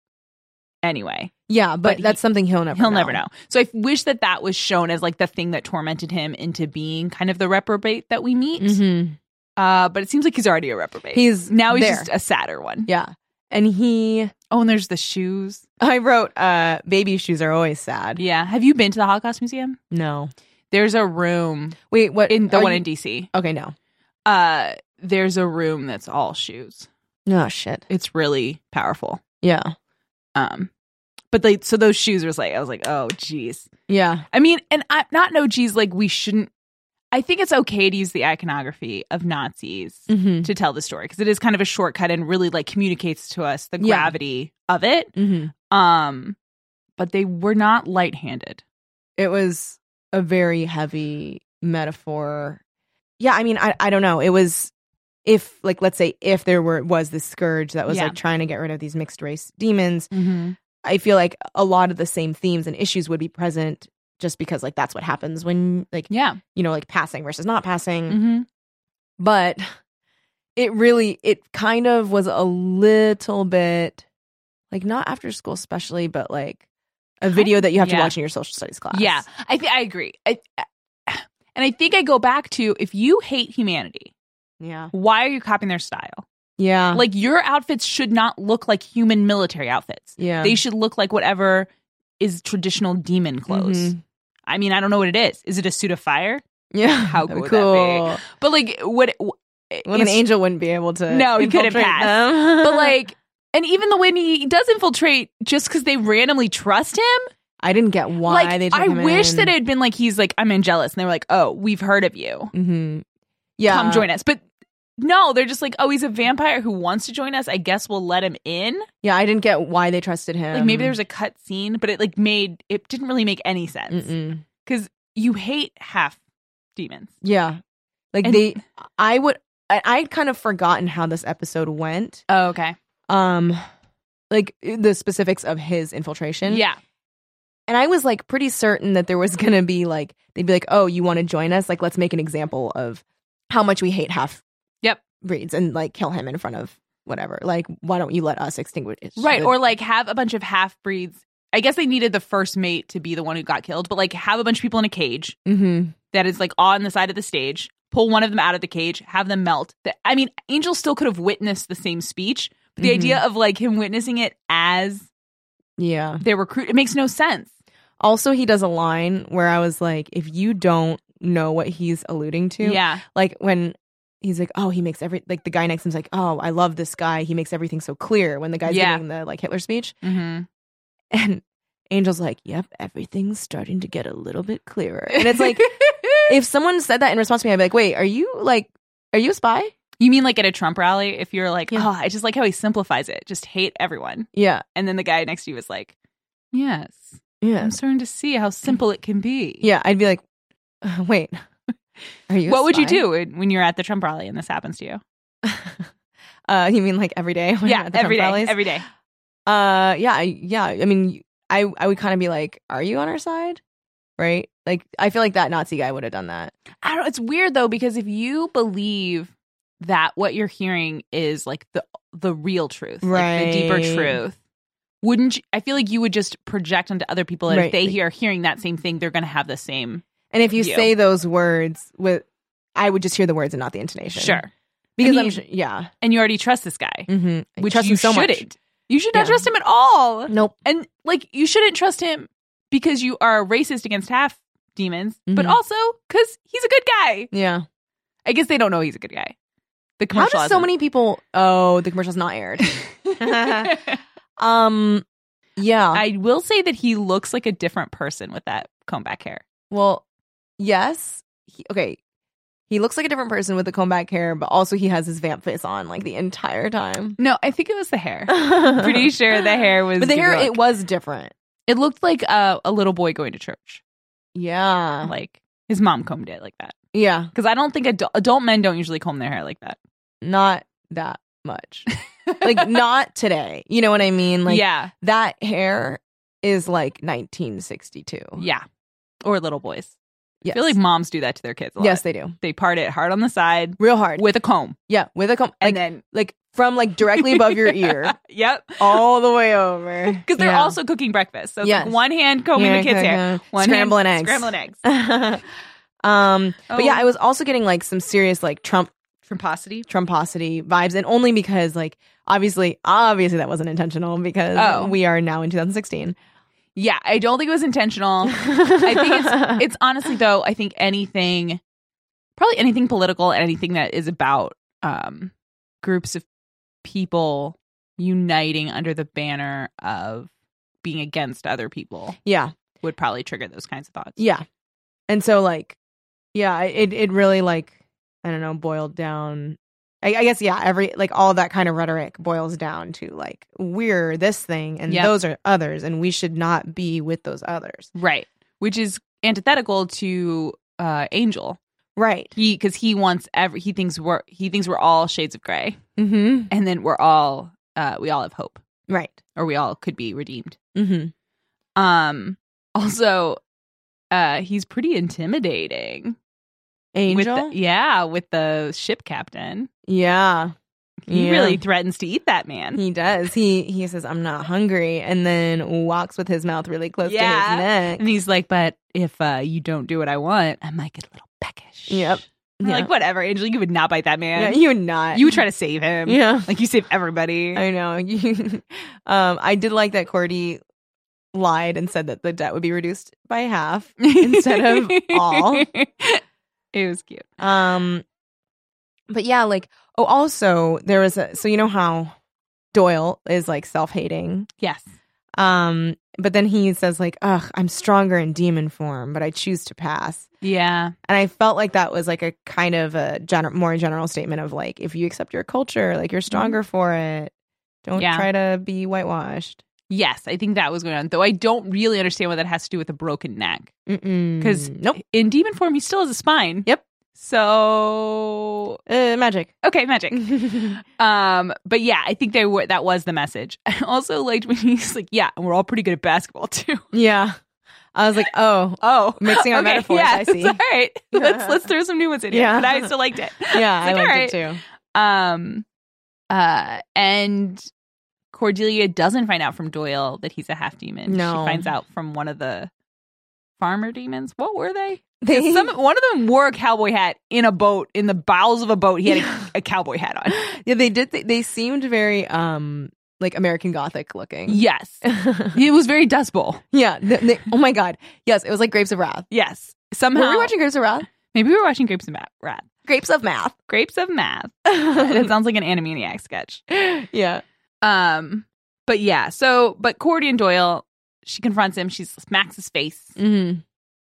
[SPEAKER 4] anyway.
[SPEAKER 5] Yeah, but,
[SPEAKER 4] But he-
[SPEAKER 5] that's something he'll never.
[SPEAKER 4] he'll never know. So I wish that that was shown as like the thing that tormented him into being kind of the reprobate that we meet.
[SPEAKER 5] Mm-hmm.
[SPEAKER 4] Uh, but it seems like he's already a reprobate.
[SPEAKER 5] He's
[SPEAKER 4] now he's
[SPEAKER 5] there.
[SPEAKER 4] just a sadder one.
[SPEAKER 5] Yeah, and he.
[SPEAKER 4] Oh, and there's the shoes.
[SPEAKER 5] I wrote, uh, "Baby shoes are always sad."
[SPEAKER 4] Yeah. Have you been to the Holocaust Museum?
[SPEAKER 5] No.
[SPEAKER 4] There's a room
[SPEAKER 5] Wait, what?
[SPEAKER 4] in the
[SPEAKER 5] are
[SPEAKER 4] one
[SPEAKER 5] Oh, you-
[SPEAKER 4] in DC.
[SPEAKER 5] Okay, no.
[SPEAKER 4] Uh, there's a room that's all shoes.
[SPEAKER 5] No Oh, shit.
[SPEAKER 4] It's really powerful.
[SPEAKER 5] Yeah.
[SPEAKER 4] Um, but like, so those shoes was like, I was like, oh, geez.
[SPEAKER 5] Yeah.
[SPEAKER 4] I mean, and I'm not no geez. Like we shouldn't. I think it's okay to use the iconography of Nazis
[SPEAKER 5] Mm-hmm.
[SPEAKER 4] to tell the story because it is kind of a shortcut and really like communicates to us the
[SPEAKER 5] Yeah.
[SPEAKER 4] gravity of it
[SPEAKER 5] Mm-hmm.
[SPEAKER 4] um but they were not light-handed
[SPEAKER 5] it was a very heavy metaphor yeah i mean i, I don't know it was if like let's say if there were was this scourge that was
[SPEAKER 4] Yeah.
[SPEAKER 5] like trying to get rid of these mixed race demons
[SPEAKER 4] mm-hmm.
[SPEAKER 5] i feel like a lot of the same themes and issues would be present just because like that's what happens when like
[SPEAKER 4] yeah
[SPEAKER 5] you know like passing versus not passing
[SPEAKER 4] mm-hmm.
[SPEAKER 5] but it really it kind of was a little bit like not after school especially but like a video that you have
[SPEAKER 4] yeah.
[SPEAKER 5] to watch in your social studies class
[SPEAKER 4] yeah i think i agree I, I- and i think i go back to if you hate humanity
[SPEAKER 5] yeah
[SPEAKER 4] why are you copying their style
[SPEAKER 5] yeah
[SPEAKER 4] like your outfits should not look like human military outfits
[SPEAKER 5] Yeah.
[SPEAKER 4] they should look like whatever is traditional demon clothes
[SPEAKER 5] Mhm.
[SPEAKER 4] i mean i don't know what it is is it a suit of fire
[SPEAKER 5] Yeah.
[SPEAKER 4] How
[SPEAKER 5] That'd be
[SPEAKER 4] cool would but like what
[SPEAKER 5] When an
[SPEAKER 4] it's-
[SPEAKER 5] angel wouldn't be able to.
[SPEAKER 4] No, he couldn't
[SPEAKER 5] infiltrate
[SPEAKER 4] pass.
[SPEAKER 5] them.
[SPEAKER 4] but like and even the when he does infiltrate just because they randomly trust him
[SPEAKER 5] I didn't get why
[SPEAKER 4] like
[SPEAKER 5] they. Took
[SPEAKER 4] i wish that it had been like he's like i'm angelus and they were like oh we've heard of you
[SPEAKER 5] hmm Yeah.
[SPEAKER 4] come join us but no they're just like oh he's a vampire who wants to join us i guess we'll let him in
[SPEAKER 5] Yeah, I didn't get why they trusted him.
[SPEAKER 4] like maybe there was a cut scene but it like made it didn't really make any sense
[SPEAKER 5] Mm-mm.
[SPEAKER 4] because you hate half demons
[SPEAKER 5] Yeah, like
[SPEAKER 4] And-
[SPEAKER 5] they. I would. I, I'd kind of forgotten how this episode went.
[SPEAKER 4] oh, okay
[SPEAKER 5] Um, like the specifics of his infiltration.
[SPEAKER 4] yeah
[SPEAKER 5] and I was like pretty certain that there was gonna be like they'd be like, oh, you want to join us? Like, let's make an example of how much we hate half.
[SPEAKER 4] Yep.
[SPEAKER 5] breeds and like kill him in front of whatever. Like, why don't you let us extinguish?
[SPEAKER 4] right
[SPEAKER 5] the-
[SPEAKER 4] or like have a bunch of half breeds i guess they needed the first mate to be the one who got killed but like have a bunch of people in a cage
[SPEAKER 5] Mhm.
[SPEAKER 4] that is like on the side of the stage, pull one of them out of the cage, have them melt. That I mean, Angel still could have witnessed the same speech, but the
[SPEAKER 5] Mhm.
[SPEAKER 4] idea of like him witnessing it as
[SPEAKER 5] yeah.
[SPEAKER 4] their recruit, it makes no sense.
[SPEAKER 5] Also, he does a line where I was like, if you don't know what he's alluding to,
[SPEAKER 4] Yeah.
[SPEAKER 5] like when. He's like, oh, he makes every like the guy next to him's like, oh, I love this guy. He makes everything so clear when the guy's
[SPEAKER 4] Yeah.
[SPEAKER 5] giving the like Hitler speech,
[SPEAKER 4] Mm-hmm.
[SPEAKER 5] and Angel's like, yep, everything's starting to get a little bit clearer, and it's like, if someone said that in response to me, I'd be like, wait, are you like, are you a spy?
[SPEAKER 4] you mean like at a Trump rally, if you're like,
[SPEAKER 5] Yeah.
[SPEAKER 4] oh, I just like how he simplifies it, just hate everyone.
[SPEAKER 5] Yeah,
[SPEAKER 4] And then the guy next to you is like, yes,
[SPEAKER 5] yeah,
[SPEAKER 4] I'm starting to see how simple it can be.
[SPEAKER 5] yeah. I'd be like, uh, wait, are you? a
[SPEAKER 4] What would you
[SPEAKER 5] spy?
[SPEAKER 4] do when when you're at the Trump rally and this happens to you?
[SPEAKER 5] uh, you mean like every day? when I'm
[SPEAKER 4] yeah,
[SPEAKER 5] at the Trump
[SPEAKER 4] every day,
[SPEAKER 5] rallies?
[SPEAKER 4] every day.
[SPEAKER 5] uh, yeah, I- yeah. I mean, I I would kind of be like, are you on our side? Right? Like, I feel like that Nazi guy would have done that.
[SPEAKER 4] I don't. It's weird though because if you believe that what you're hearing is like the the real truth, like the deeper
[SPEAKER 5] Right.
[SPEAKER 4] truth, wouldn't you, I feel like you would just project onto other people, and if
[SPEAKER 5] Right.
[SPEAKER 4] they hear hearing that same thing, they're going to have the same.
[SPEAKER 5] And if you
[SPEAKER 4] You.
[SPEAKER 5] say those words with, I would just hear the words and not the intonation.
[SPEAKER 4] Sure, I
[SPEAKER 5] because I am
[SPEAKER 4] mean-
[SPEAKER 5] sure, yeah.
[SPEAKER 4] and you already trust this guy,
[SPEAKER 5] Mm-hmm.
[SPEAKER 4] which you shouldn't. You should not
[SPEAKER 5] Yeah.
[SPEAKER 4] trust him at all.
[SPEAKER 5] Nope.
[SPEAKER 4] And like, you shouldn't trust him because you are racist against half demons, but
[SPEAKER 5] Mhm.
[SPEAKER 4] also because he's a good guy.
[SPEAKER 5] Yeah.
[SPEAKER 4] I guess they don't know he's a good guy. The
[SPEAKER 5] How
[SPEAKER 4] commercial
[SPEAKER 5] does so many people? Oh, the commercial's not aired.
[SPEAKER 4] hasn't.
[SPEAKER 5] um. Yeah.
[SPEAKER 4] I will say that he looks like a different person with that comb back hair.
[SPEAKER 5] well, yes. He, okay. He looks like a different person with the comb back hair, but also he has his vamp face on like the entire time.
[SPEAKER 4] No, I think it was the hair. Pretty
[SPEAKER 5] Pretty
[SPEAKER 4] sure the hair was.
[SPEAKER 5] But the hair,
[SPEAKER 4] look.
[SPEAKER 5] it was different.
[SPEAKER 4] It looked like uh, a, a little boy going to church.
[SPEAKER 5] Yeah.
[SPEAKER 4] Like his mom combed it like that.
[SPEAKER 5] Yeah.
[SPEAKER 4] Because I don't think adult, adult men don't usually comb their hair like that.
[SPEAKER 5] Not that much. like not today. You know what I mean? Like
[SPEAKER 4] yeah,
[SPEAKER 5] that hair is like 1962.
[SPEAKER 4] yeah, or little boys.
[SPEAKER 5] Oh
[SPEAKER 4] I
[SPEAKER 5] Yes.
[SPEAKER 4] feel like moms do that to their kids. A lot.
[SPEAKER 5] yes, they do.
[SPEAKER 4] they part it hard on the side
[SPEAKER 5] Real hard.
[SPEAKER 4] with a comb,
[SPEAKER 5] yeah, with a comb. Like,
[SPEAKER 4] and then
[SPEAKER 5] like from like directly above your ear
[SPEAKER 4] yep,
[SPEAKER 5] all the way over.
[SPEAKER 4] because they're
[SPEAKER 5] Yeah.
[SPEAKER 4] also cooking breakfast. So it's
[SPEAKER 5] Yes.
[SPEAKER 4] like one hand combing
[SPEAKER 5] Yeah,
[SPEAKER 4] the kids'
[SPEAKER 5] yeah,
[SPEAKER 4] hair,
[SPEAKER 5] yeah.
[SPEAKER 4] one hand
[SPEAKER 5] Scrambling eggs.
[SPEAKER 4] scrambling eggs,
[SPEAKER 5] um, but yeah,
[SPEAKER 4] Oh.
[SPEAKER 5] I was also getting like some serious like Trump
[SPEAKER 4] tromposity.
[SPEAKER 5] Trumposity vibes, and only because like obviously, obviously that wasn't intentional because
[SPEAKER 4] Oh.
[SPEAKER 5] we are now in 2016.
[SPEAKER 4] Yeah, I don't think it was intentional.
[SPEAKER 5] I
[SPEAKER 4] think it's honestly though i think anything probably anything political and anything that is about um groups of people uniting under the banner of being against other people
[SPEAKER 5] yeah.
[SPEAKER 4] would probably trigger those kinds of thoughts
[SPEAKER 5] Yeah. And so like yeah, I- it it really like I don't know, boiled down I, I guess yeah, every like all that kind of rhetoric boils down to like we're this thing and
[SPEAKER 4] Yep.
[SPEAKER 5] those are others and we should not be with those others.
[SPEAKER 4] right which is antithetical to uh angel
[SPEAKER 5] Right.
[SPEAKER 4] he because he wants every he thinks we're he thinks we're all shades of gray
[SPEAKER 5] Mhm.
[SPEAKER 4] and then we're all uh we all have hope
[SPEAKER 5] Right.
[SPEAKER 4] or we all could be redeemed
[SPEAKER 5] Mhm.
[SPEAKER 4] Um also uh he's pretty intimidating.
[SPEAKER 5] Angel?
[SPEAKER 4] With the, yeah, with the ship captain.
[SPEAKER 5] yeah.
[SPEAKER 4] He
[SPEAKER 5] Yeah.
[SPEAKER 4] really threatens to eat that man.
[SPEAKER 5] He does. He he says I'm not hungry and then walks with his mouth really close to
[SPEAKER 4] Yeah.
[SPEAKER 5] his neck.
[SPEAKER 4] and he's like, "But if uh, you don't do what I want, I might get a little peckish."
[SPEAKER 5] Yep.
[SPEAKER 4] I'm
[SPEAKER 5] Yeah.
[SPEAKER 4] Like whatever, Angel, you would not bite that
[SPEAKER 5] yeah,
[SPEAKER 4] man.
[SPEAKER 5] you're not.
[SPEAKER 4] you would try to save him.
[SPEAKER 5] Yeah.
[SPEAKER 4] Like you save everybody.
[SPEAKER 5] I know. You- um, I did like that Cordy lied and said that the debt would be reduced by half instead of all.
[SPEAKER 4] It was cute.
[SPEAKER 5] Um, but yeah, like oh, also there was a so you know how Doyle is like self hating.
[SPEAKER 4] Yes.
[SPEAKER 5] Um, but then he says like, "Ugh, I'm stronger in demon form, but I choose to pass."
[SPEAKER 4] Yeah.
[SPEAKER 5] And I felt like that was like a kind of a gener- more general statement of like, if you accept your culture, like you're stronger for it. Don't
[SPEAKER 4] Yeah.
[SPEAKER 5] try to be whitewashed.
[SPEAKER 4] Yes, I think that was going on. Though I don't really understand what that has to do with a broken neck.
[SPEAKER 5] Because
[SPEAKER 4] 'Cause-
[SPEAKER 5] Mm, nope,
[SPEAKER 4] in demon form, he still has a spine.
[SPEAKER 5] Yep.
[SPEAKER 4] So
[SPEAKER 5] uh, magic.
[SPEAKER 4] okay, magic.
[SPEAKER 5] Mm-hmm.
[SPEAKER 4] um, but yeah, I think they were that was the message. I also liked when he's like, yeah, and we're all pretty good at basketball too.
[SPEAKER 5] yeah, I was like, oh,
[SPEAKER 4] Oh,
[SPEAKER 5] Mixing our metaphors,
[SPEAKER 4] Yeah,
[SPEAKER 5] I see.
[SPEAKER 4] All right, let's let's throw some new ones in here.
[SPEAKER 5] Yeah.
[SPEAKER 4] But I still liked it.
[SPEAKER 5] yeah, I
[SPEAKER 4] It's like,
[SPEAKER 5] liked
[SPEAKER 4] all
[SPEAKER 5] it too.
[SPEAKER 4] Um, uh, and Cordelia doesn't find out from Doyle that he's a half demon.
[SPEAKER 5] No.
[SPEAKER 4] she finds out from one of the farmer demons. What were they?
[SPEAKER 5] They,
[SPEAKER 4] Some one of them wore a cowboy hat in a boat in the bowels of a boat. He had
[SPEAKER 5] Yeah.
[SPEAKER 4] a, a cowboy hat on.
[SPEAKER 5] yeah, they did. They, they seemed very um like American Gothic looking.
[SPEAKER 4] Yes,
[SPEAKER 5] Yeah,
[SPEAKER 4] it was very Dust Bowl.
[SPEAKER 5] th- they- oh my god, yes, it was like Grapes of Wrath.
[SPEAKER 4] Yes, somehow
[SPEAKER 5] Were we watching Grapes of Wrath?
[SPEAKER 4] Maybe we were watching Grapes of Ma- Wrath.
[SPEAKER 5] Grapes of Math.
[SPEAKER 4] Grapes of Math. it sounds like an Animaniac sketch.
[SPEAKER 5] yeah,
[SPEAKER 4] Um, but yeah. So, but Cordy and Doyle, she confronts him. She smacks his face,
[SPEAKER 5] mm-hmm.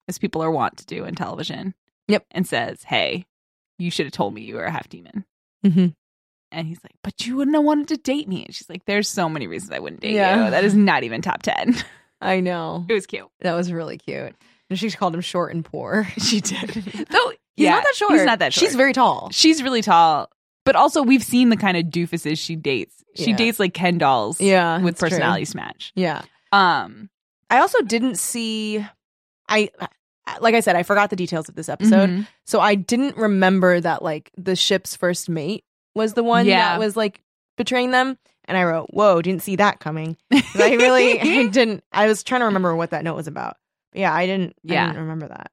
[SPEAKER 4] as people are wont to do in television.
[SPEAKER 5] Yep.
[SPEAKER 4] And says, "Hey, you should have told me you were a half demon."
[SPEAKER 5] Mhm.
[SPEAKER 4] And he's like, "But you wouldn't have wanted to date me." And she's like, "There's so many reasons I wouldn't date
[SPEAKER 5] Yeah.
[SPEAKER 4] you. That is not even top ten.
[SPEAKER 5] I know
[SPEAKER 4] it was cute.
[SPEAKER 5] that was really cute. And she called him short and poor.
[SPEAKER 4] She did. Though he's
[SPEAKER 5] He's not that short.
[SPEAKER 4] He's not that short.
[SPEAKER 5] She's very tall.
[SPEAKER 4] she's really tall. But also, we've seen the kind of doofuses she dates. She
[SPEAKER 5] Yeah.
[SPEAKER 4] dates like Ken dolls,
[SPEAKER 5] Yeah,
[SPEAKER 4] with
[SPEAKER 5] that's true.
[SPEAKER 4] personality smash.
[SPEAKER 5] Yeah.
[SPEAKER 4] Um,
[SPEAKER 5] I also didn't see I like I said I forgot the details of this episode.
[SPEAKER 4] mhm.
[SPEAKER 5] So I didn't remember that like the ship's first mate was the one
[SPEAKER 4] Yeah.
[SPEAKER 5] that was like betraying them And I wrote, Whoa, didn't see that coming. 'Cause I really I didn't. I was trying to remember what that note was about. But yeah, I didn't,
[SPEAKER 4] Yeah.
[SPEAKER 5] I didn't remember that.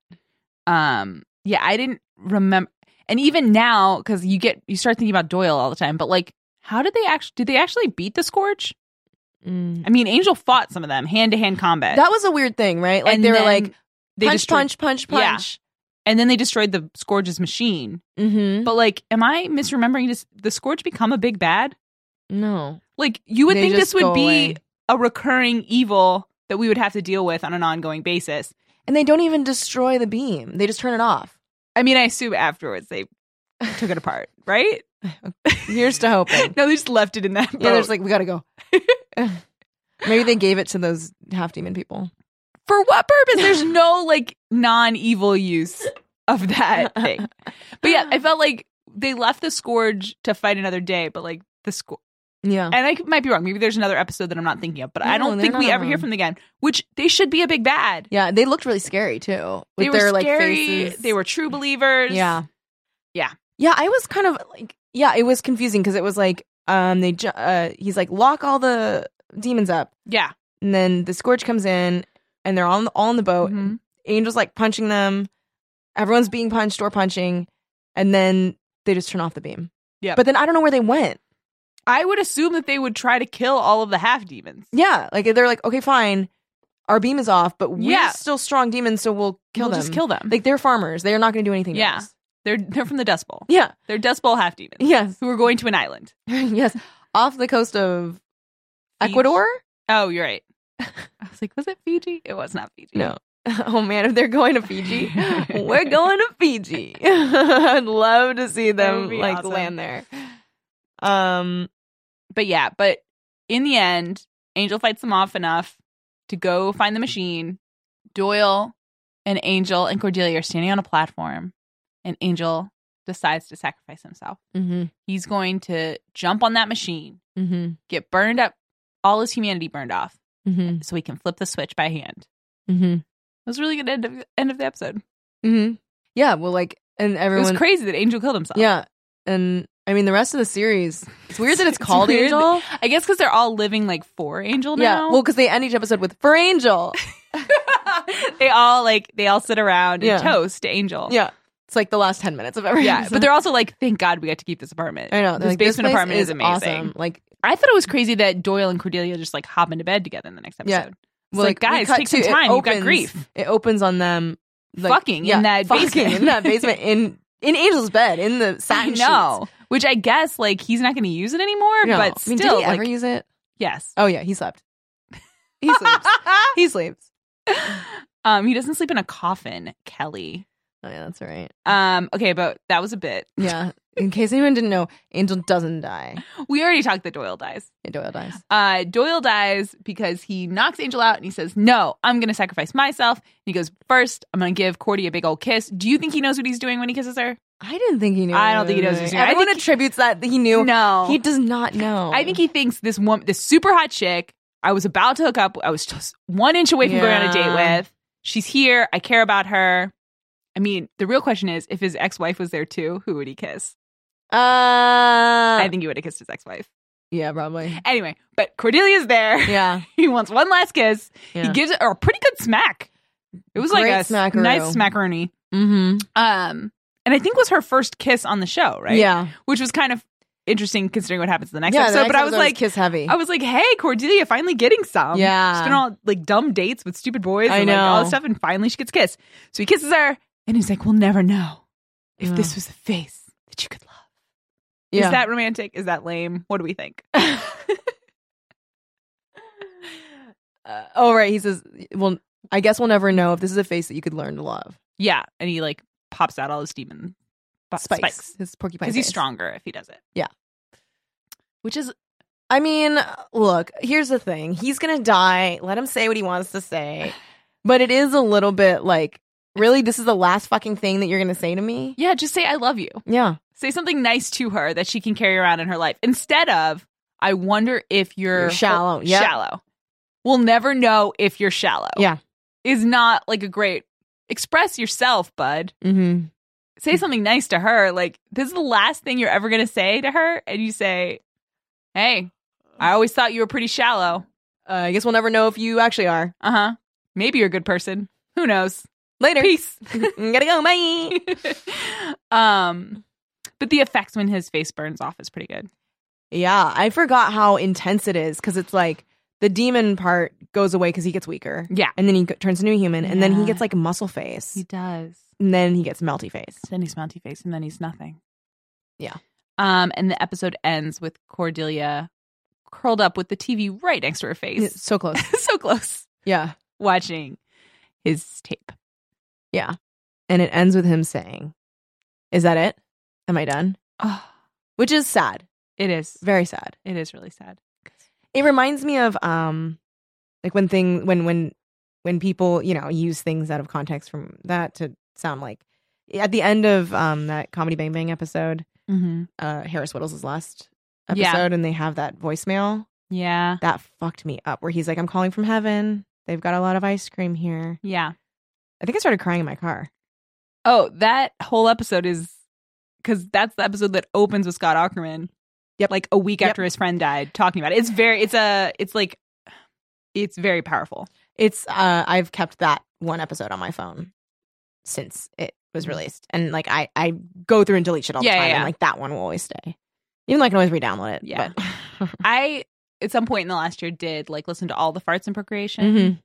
[SPEAKER 4] um yeah i didn't remember and even now because you get you start thinking about doyle all the time but like how did they actually did they actually beat the scourge
[SPEAKER 5] Mm.
[SPEAKER 4] i mean angel fought some of them hand-to-hand combat
[SPEAKER 5] That was a weird thing, right? Like
[SPEAKER 4] And
[SPEAKER 5] they were
[SPEAKER 4] then
[SPEAKER 5] like,
[SPEAKER 4] they
[SPEAKER 5] punch,
[SPEAKER 4] destroyed-
[SPEAKER 5] punch, punch,
[SPEAKER 4] Yeah.
[SPEAKER 5] punch,
[SPEAKER 4] and then they destroyed the scourge's machine
[SPEAKER 5] Mm-hmm.
[SPEAKER 4] but like am i misremembering does the scourge become a big bad
[SPEAKER 5] No.
[SPEAKER 4] like you would
[SPEAKER 5] They
[SPEAKER 4] think
[SPEAKER 5] just
[SPEAKER 4] this would
[SPEAKER 5] go
[SPEAKER 4] be
[SPEAKER 5] away.
[SPEAKER 4] a recurring evil that we would have to deal with on an ongoing basis
[SPEAKER 5] And they don't even destroy the beam. They just turn it off.
[SPEAKER 4] i mean i assume afterwards they took it apart right
[SPEAKER 5] Here's to hoping.
[SPEAKER 4] no they just left it in that
[SPEAKER 5] yeah,
[SPEAKER 4] boat.
[SPEAKER 5] they're just like, we gotta go. Maybe they gave it to those half demon people.
[SPEAKER 4] for what purpose? There's no like non evil use of that thing. But yeah, I felt like they left the Scourge to fight another day, but like the Scourge,
[SPEAKER 5] Yeah.
[SPEAKER 4] and I might be wrong. Maybe there's another episode that I'm not thinking of, but I
[SPEAKER 5] Oh. No,
[SPEAKER 4] don't
[SPEAKER 5] they're
[SPEAKER 4] think we
[SPEAKER 5] not
[SPEAKER 4] ever hear
[SPEAKER 5] wrong.
[SPEAKER 4] from them again, which they should be a big bad.
[SPEAKER 5] Yeah, they looked really scary too. With
[SPEAKER 4] they were
[SPEAKER 5] their, like,
[SPEAKER 4] scary.
[SPEAKER 5] faces.
[SPEAKER 4] They were true believers.
[SPEAKER 5] Yeah.
[SPEAKER 4] Yeah.
[SPEAKER 5] Yeah, I was kind of like yeah, it was confusing because it was like um they ju- uh he's like lock all the demons up
[SPEAKER 4] Yeah.
[SPEAKER 5] and then the scourge comes in and they're all in the, all in the boat.
[SPEAKER 4] Mhm.
[SPEAKER 5] Angel's like punching them. Everyone's being punched or punching and then they just turn off the beam.
[SPEAKER 4] Yep.
[SPEAKER 5] But then I don't know where they went.
[SPEAKER 4] I would assume that they would try to kill all of the half demons.
[SPEAKER 5] Yeah, like they're like okay, fine. Our beam is off, but we're
[SPEAKER 4] Yeah.
[SPEAKER 5] still strong demons, so we'll kill
[SPEAKER 4] We'll
[SPEAKER 5] them.
[SPEAKER 4] Just kill them.
[SPEAKER 5] Like they're farmers. They are not going to do anything. to
[SPEAKER 4] Yeah.
[SPEAKER 5] us.
[SPEAKER 4] they're they're from the Dust Bowl.
[SPEAKER 5] Yeah.
[SPEAKER 4] They're Dust Bowl half demons
[SPEAKER 5] Yes.
[SPEAKER 4] who are going to an island.
[SPEAKER 5] yes, off the coast of
[SPEAKER 4] Fiji?
[SPEAKER 5] Ecuador.
[SPEAKER 4] Oh, you're right. I was like, was it Fiji? It was not Fiji.
[SPEAKER 5] No. Oh man, if they're going to Fiji, we're going to Fiji. I'd love to see
[SPEAKER 4] That would
[SPEAKER 5] them
[SPEAKER 4] be
[SPEAKER 5] like
[SPEAKER 4] awesome.
[SPEAKER 5] land there. Um,
[SPEAKER 4] But yeah, but in the end, Angel fights them off enough to go find the machine. Doyle and Angel and Cordelia are standing on a platform, and Angel decides to sacrifice himself.
[SPEAKER 5] mm-hmm,
[SPEAKER 4] He's going to jump on that machine,
[SPEAKER 5] mm-hmm,
[SPEAKER 4] get burned up, all his humanity burned off,
[SPEAKER 5] mm-hmm,
[SPEAKER 4] so he can flip the switch by hand.
[SPEAKER 5] mm-hmm,
[SPEAKER 4] It was a really good end of, end of the episode.
[SPEAKER 5] mm-hmm. Yeah, well, like, and
[SPEAKER 4] it
[SPEAKER 5] everyone.
[SPEAKER 4] was crazy that Angel killed himself.
[SPEAKER 5] Yeah, and I mean the rest of the series. It's weird that it's
[SPEAKER 4] It's
[SPEAKER 5] called
[SPEAKER 4] weird
[SPEAKER 5] Angel.
[SPEAKER 4] I guess because they're all living like for Angel now.
[SPEAKER 5] Yeah, well, because they end each episode with for Angel.
[SPEAKER 4] they all like they all sit around and
[SPEAKER 5] Yeah.
[SPEAKER 4] toast to Angel.
[SPEAKER 5] yeah, it's like the last ten minutes of every.
[SPEAKER 4] Yeah,
[SPEAKER 5] episode.
[SPEAKER 4] but they're also like, thank God we got to keep this apartment.
[SPEAKER 5] I know
[SPEAKER 4] this
[SPEAKER 5] they're like,
[SPEAKER 4] basement
[SPEAKER 5] place
[SPEAKER 4] apartment is, amazing.
[SPEAKER 5] Awesome. Like
[SPEAKER 4] I thought it was crazy that Doyle and Cordelia just like hop into bed together in the next episode.
[SPEAKER 5] Yeah.
[SPEAKER 4] It's
[SPEAKER 5] Well,
[SPEAKER 4] like,
[SPEAKER 5] like, we
[SPEAKER 4] guys,
[SPEAKER 5] cut
[SPEAKER 4] take some
[SPEAKER 5] to- it
[SPEAKER 4] time. You've got
[SPEAKER 5] opens-
[SPEAKER 4] grief.
[SPEAKER 5] it opens on them like,
[SPEAKER 4] Fucking in that
[SPEAKER 5] fucking
[SPEAKER 4] basement.
[SPEAKER 5] in that basement in in Angel's bed in the
[SPEAKER 4] I
[SPEAKER 5] satin sheets.
[SPEAKER 4] know. Which I guess like he's not going to use it anymore,
[SPEAKER 5] No.
[SPEAKER 4] but
[SPEAKER 5] I
[SPEAKER 4] still,
[SPEAKER 5] mean, did he
[SPEAKER 4] like,
[SPEAKER 5] ever use it?
[SPEAKER 4] yes.
[SPEAKER 5] Oh yeah, he slept. He sleeps. he sleeps.
[SPEAKER 4] um, he doesn't sleep in a coffin, Kelly.
[SPEAKER 5] Oh yeah, that's right.
[SPEAKER 4] Um, okay, but that was a bit.
[SPEAKER 5] Yeah. In case anyone didn't know, Angel doesn't die.
[SPEAKER 4] We already talked that Doyle dies.
[SPEAKER 5] Yeah, Doyle dies.
[SPEAKER 4] Uh, Doyle dies because he knocks Angel out and he says, No, I'm going to sacrifice myself. And he goes, First, I'm going to give Cordy a big old kiss. Do you think he knows what he's doing when he kisses her?
[SPEAKER 5] I didn't think he knew.
[SPEAKER 4] I don't think he knows he's doing it. I
[SPEAKER 5] Everyone
[SPEAKER 4] think he-
[SPEAKER 5] attributes that he knew.
[SPEAKER 4] No.
[SPEAKER 5] He does not know.
[SPEAKER 4] Oh. I think he thinks this woman, this super hot chick, I was about to hook up. I was just one inch away from going on a date
[SPEAKER 5] Yeah.
[SPEAKER 4] with. She's here. I care about her. I mean, the real question is if his ex wife was there too, who would he kiss?
[SPEAKER 5] Uh,
[SPEAKER 4] I think he would have kissed his ex wife.
[SPEAKER 5] yeah, probably.
[SPEAKER 4] Anyway, but Cordelia's there.
[SPEAKER 5] Yeah.
[SPEAKER 4] he wants one last kiss.
[SPEAKER 5] Yeah.
[SPEAKER 4] He gives her a pretty good smack. It was like
[SPEAKER 5] Great
[SPEAKER 4] a s-
[SPEAKER 5] smackaroo.
[SPEAKER 4] nice smackaroni.
[SPEAKER 5] Mm-hmm.
[SPEAKER 4] Um, and I think was her first kiss on the show, right?
[SPEAKER 5] Yeah.
[SPEAKER 4] which was kind of interesting considering what happens in the next
[SPEAKER 5] yeah. the
[SPEAKER 4] episode.
[SPEAKER 5] next
[SPEAKER 4] but I was
[SPEAKER 5] episode
[SPEAKER 4] like, oh,
[SPEAKER 5] kiss heavy.
[SPEAKER 4] I was like, hey, Cordelia, finally getting some.
[SPEAKER 5] Yeah.
[SPEAKER 4] she's been on like dumb dates with stupid boys.
[SPEAKER 5] I
[SPEAKER 4] and, like, all
[SPEAKER 5] know.
[SPEAKER 4] this stuff, and finally she gets kissed. So he kisses her, and he's like, we'll never know if
[SPEAKER 5] Yeah.
[SPEAKER 4] this was the face that you could love.
[SPEAKER 5] yeah.
[SPEAKER 4] Is that romantic? Is that lame? What do we think?
[SPEAKER 5] Uh, oh right, he says. Well, I guess we'll never know if this is a face that you could learn to love.
[SPEAKER 4] yeah, and he like pops out all his demon bu-
[SPEAKER 5] Spikes,
[SPEAKER 4] spikes.
[SPEAKER 5] his porcupine.
[SPEAKER 4] because he's
[SPEAKER 5] face.
[SPEAKER 4] stronger if he does it.
[SPEAKER 5] Yeah.
[SPEAKER 4] which is
[SPEAKER 5] I mean, look. Here's the thing. He's gonna die. Let him say what he wants to say. But it is a little bit like, really, this is the last fucking thing that you're gonna say to me.
[SPEAKER 4] yeah. Just say I love you.
[SPEAKER 5] Yeah.
[SPEAKER 4] Say something nice to her that she can carry around in her life instead of I wonder if you're,
[SPEAKER 5] You're shallow. Yep.
[SPEAKER 4] Shallow. We'll never know if you're shallow.
[SPEAKER 5] Yeah.
[SPEAKER 4] is not like a great express yourself, bud.
[SPEAKER 5] Mm-hmm.
[SPEAKER 4] Say something nice to her. Like this is the last thing you're ever gonna say to her, and you say, "Hey, I always thought you were pretty shallow.
[SPEAKER 5] Uh, I guess we'll never know if you actually are.
[SPEAKER 4] Uh huh. Maybe you're a good person. Who knows?
[SPEAKER 5] Later.
[SPEAKER 4] Peace.
[SPEAKER 5] Gotta go. Bye.
[SPEAKER 4] um, but the effects when his face burns off is pretty good.
[SPEAKER 5] Yeah, I forgot how intense it is because it's like the demon part goes away because he gets weaker.
[SPEAKER 4] Yeah.
[SPEAKER 5] And then he g- turns into a human, and then he
[SPEAKER 4] Yeah.
[SPEAKER 5] gets like muscle face,
[SPEAKER 4] does.
[SPEAKER 5] and then he gets melty face.
[SPEAKER 4] Then he's mounty face, and then he's nothing.
[SPEAKER 5] Yeah.
[SPEAKER 4] Um, and the episode ends with Cordelia curled up with the TV right next to her
[SPEAKER 5] Yeah,
[SPEAKER 4] face,
[SPEAKER 5] So close.
[SPEAKER 4] so close,
[SPEAKER 5] Yeah,
[SPEAKER 4] watching his tape.
[SPEAKER 5] yeah. And it ends with him saying, "Is that it? Am I done?"
[SPEAKER 4] Oh,
[SPEAKER 5] Which is sad,
[SPEAKER 4] it is.
[SPEAKER 5] very sad.
[SPEAKER 4] It is really sad.
[SPEAKER 5] It reminds me of um, like when thing when when when people you know use things out of context from that to sound like at the end of um that comedy Bang Bang episode.
[SPEAKER 4] Mm-hmm.
[SPEAKER 5] uh Harris Whittles' last episode
[SPEAKER 4] Yeah.
[SPEAKER 5] and they have that voicemail.
[SPEAKER 4] Yeah.
[SPEAKER 5] That fucked me up where he's like, I'm calling from heaven. They've got a lot of ice cream here.
[SPEAKER 4] Yeah.
[SPEAKER 5] I think I started crying in my car.
[SPEAKER 4] Oh, that whole episode is because that's the episode that opens with Scott Ackerman.
[SPEAKER 5] Yep.
[SPEAKER 4] Like a week
[SPEAKER 5] Yep.
[SPEAKER 4] after his friend died, talking about it. It's very, it's a, it's like, it's very powerful.
[SPEAKER 5] It's uh I've kept that one episode on my phone since it was released. And like I, I go through and delete shit all the
[SPEAKER 4] Mm. Yeah,
[SPEAKER 5] time.
[SPEAKER 4] yeah,
[SPEAKER 5] And
[SPEAKER 4] yeah.
[SPEAKER 5] like that one will always stay. Even though I can always re download it.
[SPEAKER 4] Yeah.
[SPEAKER 5] But Mm-hmm.
[SPEAKER 4] I, at some point in the last year, did like listen to all the farts and procreation
[SPEAKER 5] Mhm.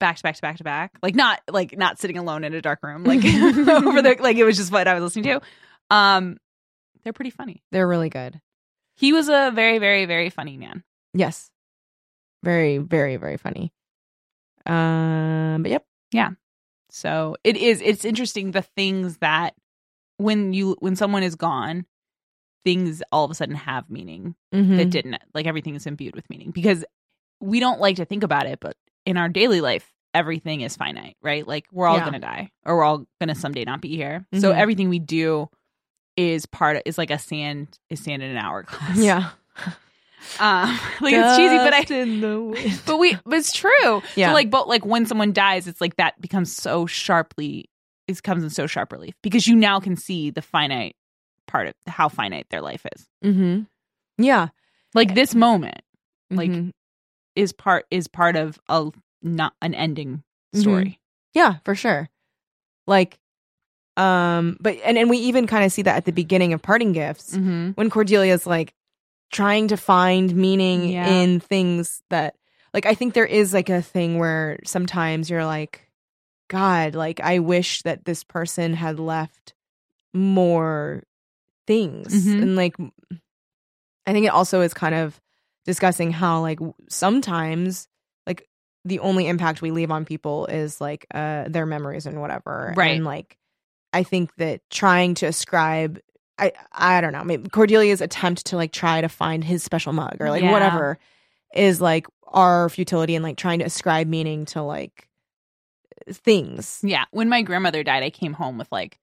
[SPEAKER 4] back to back to back to back. Like, not, like, not sitting alone in a dark room, like, over the, like, it was just what I was listening to. Um, they're pretty funny.
[SPEAKER 5] they're really good.
[SPEAKER 4] He was a very, very, very funny man.
[SPEAKER 5] Yes. Very, very, very funny. Um but yep.
[SPEAKER 4] So it is. It's interesting the things that when you when someone is gone, things all of a sudden have meaning
[SPEAKER 5] Mhm.
[SPEAKER 4] that didn't. Like everything is imbued with meaning because we don't like to think about it, but in our daily life, everything is finite, right? Like we're all
[SPEAKER 5] Yeah.
[SPEAKER 4] gonna die, or we're all gonna someday not be here. So
[SPEAKER 5] Mhm.
[SPEAKER 4] everything we do is part of, is like a sand is sand in an hourglass.
[SPEAKER 5] Yeah.
[SPEAKER 4] um, like it's cheesy, but I
[SPEAKER 5] Dust in the wind.
[SPEAKER 4] but we but it's true.
[SPEAKER 5] Yeah.
[SPEAKER 4] So like but like when someone dies, it's like that becomes so sharply it comes in so sharp relief because you now can see the finite part of how finite their life is.
[SPEAKER 5] Mm-hmm. Yeah.
[SPEAKER 4] Like this moment
[SPEAKER 5] Like
[SPEAKER 4] Mhm. is part is part of a not an ending story.
[SPEAKER 5] yeah, for sure. Like um but and and we even kind of see that at the beginning of parting gifts
[SPEAKER 4] Mm-hmm.
[SPEAKER 5] when Cordelia's like trying to find meaning
[SPEAKER 4] Yeah.
[SPEAKER 5] in things that like I think there is like a thing where sometimes you're like god, like I wish that this person had left more things
[SPEAKER 4] Mhm.
[SPEAKER 5] and like I think it also is kind of discussing how like w- sometimes like the only impact we leave on people is like uh their memories and whatever.
[SPEAKER 4] Right.
[SPEAKER 5] And like I think that trying to ascribe I I don't know, maybe Cordelia's attempt to like try to find his special mug or like
[SPEAKER 4] Yeah.
[SPEAKER 5] whatever is like our futility and like trying to ascribe meaning to like things.
[SPEAKER 4] Yeah. When my grandmother died, I came home with like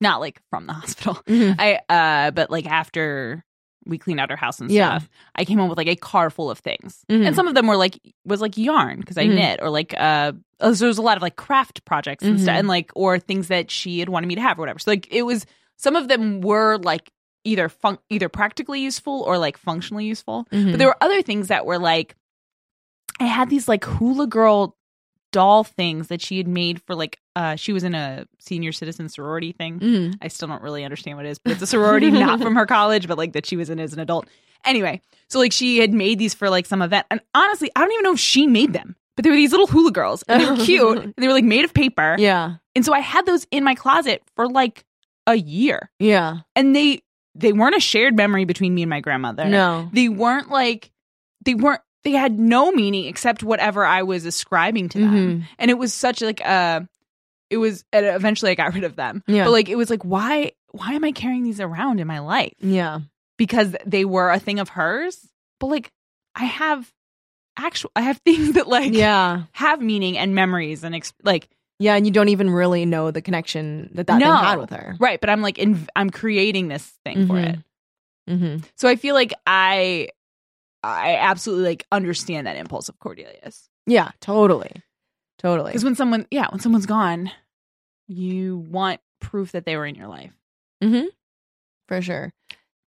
[SPEAKER 4] not like from the hospital.
[SPEAKER 5] Mhm.
[SPEAKER 4] I uh but like after we cleaned out our house and
[SPEAKER 5] Yeah.
[SPEAKER 4] stuff, I came home with like a car full of things.
[SPEAKER 5] Mhm.
[SPEAKER 4] And some of them were like was like yarn because I
[SPEAKER 5] Mhm.
[SPEAKER 4] knit or like uh oh, so there was a lot of like craft projects and stuff
[SPEAKER 5] Mhm.
[SPEAKER 4] and like or things that she had wanted me to have or whatever. So like it was some of them were like either fun- either practically useful or like functionally useful.
[SPEAKER 5] Mm-hmm.
[SPEAKER 4] But there were other things that were like I had these like hula girl doll things that she had made for like uh she was in a senior citizen sorority thing.
[SPEAKER 5] Mhm.
[SPEAKER 4] I still don't really understand what it is, but it's a sorority not from her college, but like that she was in as an adult. Anyway, so like she had made these for like some event. And honestly, I don't even know if she made them, but they were these little hula girls and they were cute and they were like made of paper.
[SPEAKER 5] Yeah.
[SPEAKER 4] And so I had those in my closet for like a year.
[SPEAKER 5] Yeah.
[SPEAKER 4] And they they weren't a shared memory between me and my grandmother.
[SPEAKER 5] No.
[SPEAKER 4] They weren't like they weren't they had no meaning except whatever I was ascribing to them
[SPEAKER 5] Mhm.
[SPEAKER 4] and it was such like a it was and eventually i got rid of them
[SPEAKER 5] Yeah.
[SPEAKER 4] but like it was like why why am i carrying these around in my life
[SPEAKER 5] Yeah.
[SPEAKER 4] because they were a thing of hers but like i have actual i have things that like
[SPEAKER 5] Yeah.
[SPEAKER 4] have meaning and memories and exp- like
[SPEAKER 5] Yeah, and you don't even really know the connection that that
[SPEAKER 4] No.
[SPEAKER 5] thing had with her.
[SPEAKER 4] right but i'm like in, i'm creating this thing for
[SPEAKER 5] Mhm.
[SPEAKER 4] it
[SPEAKER 5] Mm-hmm.
[SPEAKER 4] so i feel like i i absolutely like understand that impulse of cordelia's
[SPEAKER 5] Yeah, totally. Totally.
[SPEAKER 4] because when someone yeah when someone's gone you want proof that they were in your life
[SPEAKER 5] For sure.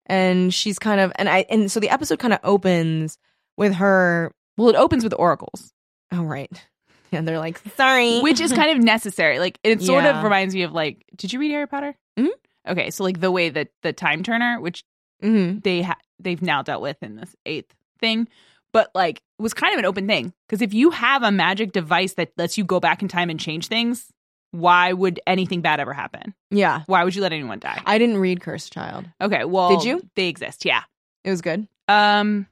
[SPEAKER 5] and she's kind of and I and so the episode kind of opens with her.
[SPEAKER 4] Well, it opens with oracles,
[SPEAKER 5] Oh right, and they're like, sorry,
[SPEAKER 4] which is kind of necessary. Like it sort
[SPEAKER 5] Yeah.
[SPEAKER 4] of reminds me of like, did you read Harry Potter?
[SPEAKER 5] Mhm.
[SPEAKER 4] Okay, so like the way that the time turner, which
[SPEAKER 5] Mhm.
[SPEAKER 4] they ha- they've now dealt with in this eighth thing, but like was kind of an open thing because if you have a magic device that lets you go back in time and change things, why would anything bad ever happen?
[SPEAKER 5] yeah.
[SPEAKER 4] Why would you let anyone die?
[SPEAKER 5] I didn't read Cursed Child.
[SPEAKER 4] Okay, well,
[SPEAKER 5] Did you?
[SPEAKER 4] They exist, yeah.
[SPEAKER 5] It was good.
[SPEAKER 4] um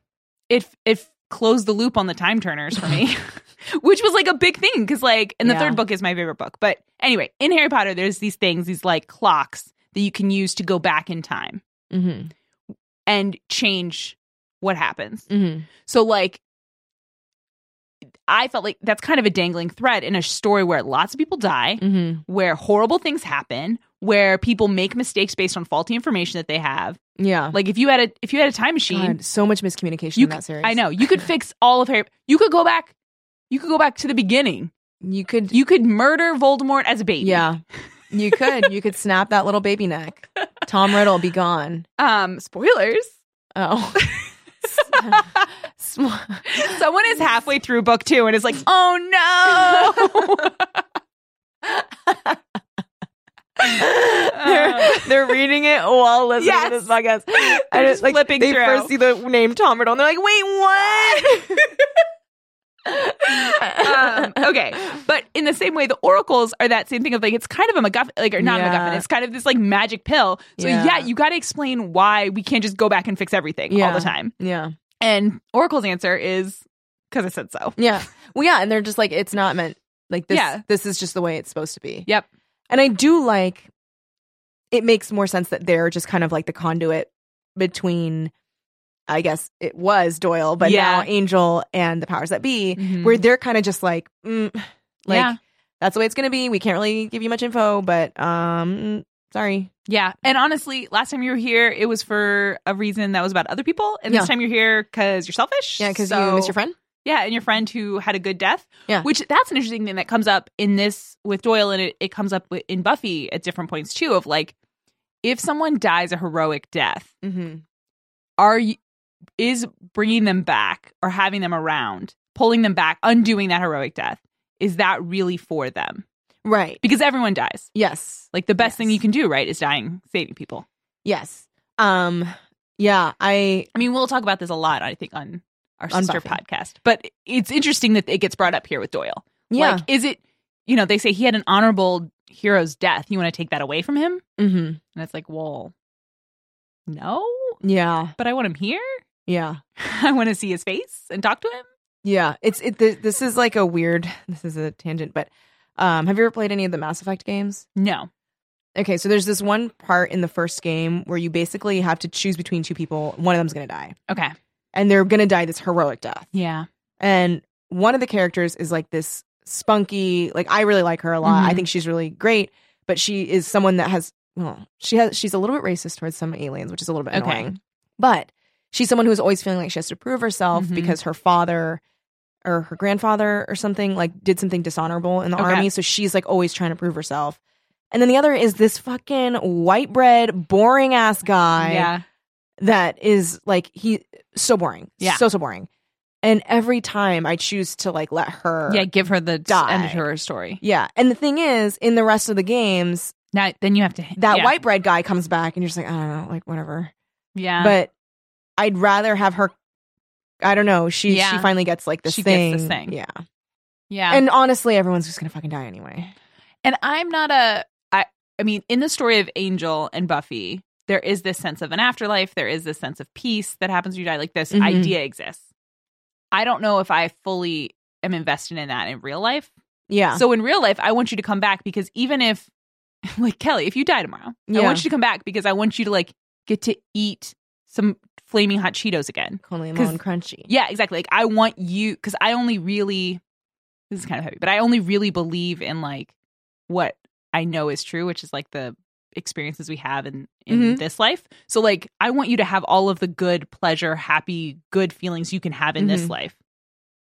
[SPEAKER 4] it it closed the loop on the time turners for me which was like a big thing because like and the
[SPEAKER 5] Yeah.
[SPEAKER 4] third book is my favorite book but anyway in harry potter there's these things these like clocks that you can use to go back in time
[SPEAKER 5] Mm-hmm.
[SPEAKER 4] and change what happens
[SPEAKER 5] Mm-hmm.
[SPEAKER 4] so like i felt like that's kind of a dangling thread in a story where lots of people die
[SPEAKER 5] Mm-hmm.
[SPEAKER 4] where horrible things happen where people make mistakes based on faulty information that they have
[SPEAKER 5] Yeah.
[SPEAKER 4] like if you had a if you had a time machine
[SPEAKER 5] God, so much miscommunication
[SPEAKER 4] You
[SPEAKER 5] in that
[SPEAKER 4] could-
[SPEAKER 5] series.
[SPEAKER 4] I know. You could fix all of Harry. You could go back. You could go back to the beginning.
[SPEAKER 5] You could.
[SPEAKER 4] You could murder Voldemort as a baby.
[SPEAKER 5] yeah. You could. You could snap that little baby neck. Tom Riddle be gone.
[SPEAKER 4] Um. Spoilers.
[SPEAKER 5] Oh. Sm-
[SPEAKER 4] Someone is halfway through book two and is like, "Oh no!"
[SPEAKER 5] they're, they're reading it while listening
[SPEAKER 4] Yes.
[SPEAKER 5] to this podcast.
[SPEAKER 4] They're just flipping
[SPEAKER 5] they
[SPEAKER 4] through.
[SPEAKER 5] first see the name Tom Riddle and they're like, wait, what?
[SPEAKER 4] um, okay, but in the same way, the oracles are that same thing of like it's kind of a MacGuffin, like or not a
[SPEAKER 5] Yeah.
[SPEAKER 4] MacGuffin. It's kind of this like magic pill. So
[SPEAKER 5] Yeah.
[SPEAKER 4] yeah, you got to explain why we can't just go back and fix everything all
[SPEAKER 5] Yeah.
[SPEAKER 4] the time.
[SPEAKER 5] yeah.
[SPEAKER 4] And Oracle's answer is because I said so.
[SPEAKER 5] Yeah. Well, yeah. And they're just like, it's not meant like this.
[SPEAKER 4] Yeah.
[SPEAKER 5] This is just the way it's supposed to be.
[SPEAKER 4] Yep.
[SPEAKER 5] And I do like it makes more sense that they're just kind of like the conduit between I guess it was Doyle, but
[SPEAKER 4] Yeah. Mm-hmm.
[SPEAKER 5] now Angel and the powers that be, where they're kind of just like, mm, like
[SPEAKER 4] Yeah.
[SPEAKER 5] that's the way it's gonna be. We can't really give you much info, but um sorry.
[SPEAKER 4] Yeah. And honestly, last time you were here, it was for a reason that was about other people. And
[SPEAKER 5] Yeah.
[SPEAKER 4] this time you're here because you're selfish.
[SPEAKER 5] Yeah, because
[SPEAKER 4] So-
[SPEAKER 5] you missed your friend.
[SPEAKER 4] Yeah. And your friend who had a good death.
[SPEAKER 5] Yeah.
[SPEAKER 4] Which that's an interesting thing that comes up in this with Doyle and it, it comes up wi- in Buffy at different points too of like, if someone dies a heroic death,
[SPEAKER 5] Mm-hmm.
[SPEAKER 4] are you, is bringing them back or having them around, pulling them back, undoing that heroic death, is that really for them?
[SPEAKER 5] Right.
[SPEAKER 4] Because everyone dies.
[SPEAKER 5] Yes.
[SPEAKER 4] Like the best
[SPEAKER 5] Yes.
[SPEAKER 4] thing you can do, right, is dying, saving people.
[SPEAKER 5] Yes. Um yeah, I
[SPEAKER 4] I mean, we'll talk about this a lot, I think, on our
[SPEAKER 5] On
[SPEAKER 4] sister
[SPEAKER 5] Buffy.
[SPEAKER 4] podcast. But it's interesting that it gets brought up here with Doyle.
[SPEAKER 5] yeah.
[SPEAKER 4] Like, is it, you know, they say he had an honorable hero's death. You want to take that away from him?
[SPEAKER 5] mm-hmm.
[SPEAKER 4] And it's like, well, no,
[SPEAKER 5] Yeah.
[SPEAKER 4] but I want him here.
[SPEAKER 5] Yeah.
[SPEAKER 4] I want to see his face and talk to him.
[SPEAKER 5] Yeah, it's it. Th- this is like a weird. This is a tangent, but um, have you ever played any of the Mass Effect games?
[SPEAKER 4] No.
[SPEAKER 5] Okay, so there's this one part in the first game where you basically have to choose between two people. One of them's gonna die,
[SPEAKER 4] Okay.
[SPEAKER 5] and they're gonna die this heroic death.
[SPEAKER 4] Yeah.
[SPEAKER 5] And one of the characters is like this spunky. Like I really like her a lot. I
[SPEAKER 4] Mhm.
[SPEAKER 5] think she's really great, but she is someone that has. Well, she has. She's a little bit racist towards some aliens, which is a little bit
[SPEAKER 4] Okay.
[SPEAKER 5] annoying. But she's someone who's always feeling like she has to prove herself
[SPEAKER 4] Mhm.
[SPEAKER 5] because her father or her grandfather or something like did something dishonorable in the
[SPEAKER 4] Okay.
[SPEAKER 5] army. So she's like always trying to prove herself. And then the other is this fucking white bread, boring ass guy
[SPEAKER 4] yeah.
[SPEAKER 5] that is like he so boring.
[SPEAKER 4] Yeah.
[SPEAKER 5] So so boring. And every time I choose to like let her
[SPEAKER 4] Yeah. Give her the
[SPEAKER 5] er Die.
[SPEAKER 4] end of her story.
[SPEAKER 5] Yeah. And the thing is, in the rest of the games,
[SPEAKER 4] Now, then you have to
[SPEAKER 5] that
[SPEAKER 4] yeah.
[SPEAKER 5] white bread guy comes back and you're just like, I don't know, like whatever.
[SPEAKER 4] Yeah.
[SPEAKER 5] but I'd rather have her I don't know, she she
[SPEAKER 4] Yeah.
[SPEAKER 5] finally gets like this
[SPEAKER 4] She
[SPEAKER 5] thing.
[SPEAKER 4] gets this thing.
[SPEAKER 5] Yeah.
[SPEAKER 4] yeah.
[SPEAKER 5] And honestly, everyone's just gonna fucking die anyway.
[SPEAKER 4] And I'm not a I I mean, in the story of Angel and Buffy, there is this sense of an afterlife, there is this sense of peace that happens when you die. Like this
[SPEAKER 5] Mhm.
[SPEAKER 4] idea exists. I don't know if I fully am invested in that in real life.
[SPEAKER 5] Yeah.
[SPEAKER 4] So in real life, I want you to come back because even if like Kelly, if you die tomorrow,
[SPEAKER 5] Yeah.
[SPEAKER 4] I want you to come back because I want you to like get to eat some flaming hot Cheetos again.
[SPEAKER 5] Coney
[SPEAKER 4] 'cause-
[SPEAKER 5] Malone crunchy.
[SPEAKER 4] Yeah, exactly. Like I want you because I only really this is kind of heavy, but I only really believe in like what I know is true, which is like the experiences we have in in
[SPEAKER 5] Mhm.
[SPEAKER 4] this life. So like I want you to have all of the good pleasure, happy, good feelings you can have in this
[SPEAKER 5] Mhm.
[SPEAKER 4] life.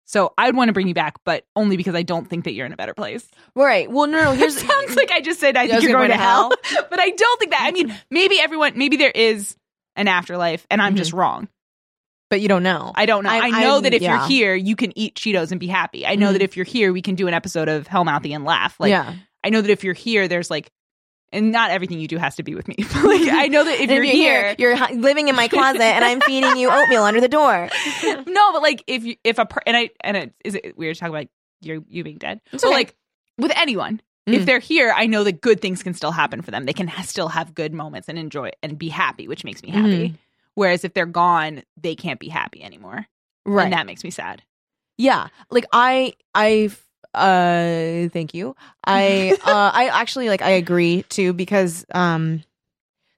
[SPEAKER 4] So I'd want to bring you back, but only because I don't think that you're in a better place.
[SPEAKER 5] Right. Well, no, no
[SPEAKER 4] It
[SPEAKER 5] here's
[SPEAKER 4] sounds like I just said I
[SPEAKER 5] Yeah, I
[SPEAKER 4] think
[SPEAKER 5] was
[SPEAKER 4] you're
[SPEAKER 5] gonna
[SPEAKER 4] going
[SPEAKER 5] go
[SPEAKER 4] to
[SPEAKER 5] to hell.
[SPEAKER 4] hell, but I don't think that. I mean, maybe everyone, maybe there is an afterlife and I'm just wrong.
[SPEAKER 5] But you don't know.
[SPEAKER 4] I don't know. I,
[SPEAKER 5] I-
[SPEAKER 4] know
[SPEAKER 5] I'm-
[SPEAKER 4] that if
[SPEAKER 5] yeah.
[SPEAKER 4] you're here, you can eat Cheetos and be happy. I know
[SPEAKER 5] Mhm.
[SPEAKER 4] that if you're here, we can do an episode of Hellmouthy and laugh. Like
[SPEAKER 5] yeah.
[SPEAKER 4] I know that if you're here, there's like, and not everything you do has to be with me. But, like I know that if you're, here,
[SPEAKER 5] you're hi- living in my closet, and I'm feeding you oatmeal under the door.
[SPEAKER 4] no, but like if you, if a per- and I and it, is it weird to talk about you you being dead?
[SPEAKER 5] It's
[SPEAKER 4] So
[SPEAKER 5] okay.
[SPEAKER 4] like with anyone,
[SPEAKER 5] Mm.
[SPEAKER 4] if they're here, I know that good things can still happen for them. They can ha- still have good moments and enjoy and be happy, which makes me happy.
[SPEAKER 5] Mm-hmm.
[SPEAKER 4] Whereas if they're gone, they can't be happy anymore, and that makes me sad.
[SPEAKER 5] Yeah. Like I I uh thank you. I uh I actually like I agree too because um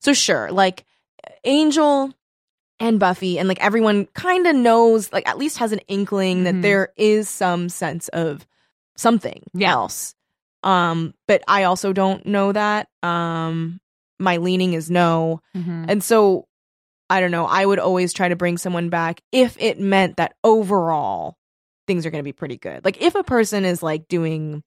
[SPEAKER 5] so sure, like Angel and Buffy and like everyone kind of knows like at least has an inkling that
[SPEAKER 4] Mhm.
[SPEAKER 5] there is some sense of something
[SPEAKER 4] Yeah.
[SPEAKER 5] else. Um but I also don't know that. Um my leaning is no.
[SPEAKER 4] Mm-hmm.
[SPEAKER 5] And so I don't know, I would always try to bring someone back if it meant that overall things are going to be pretty good. Like if a person is like doing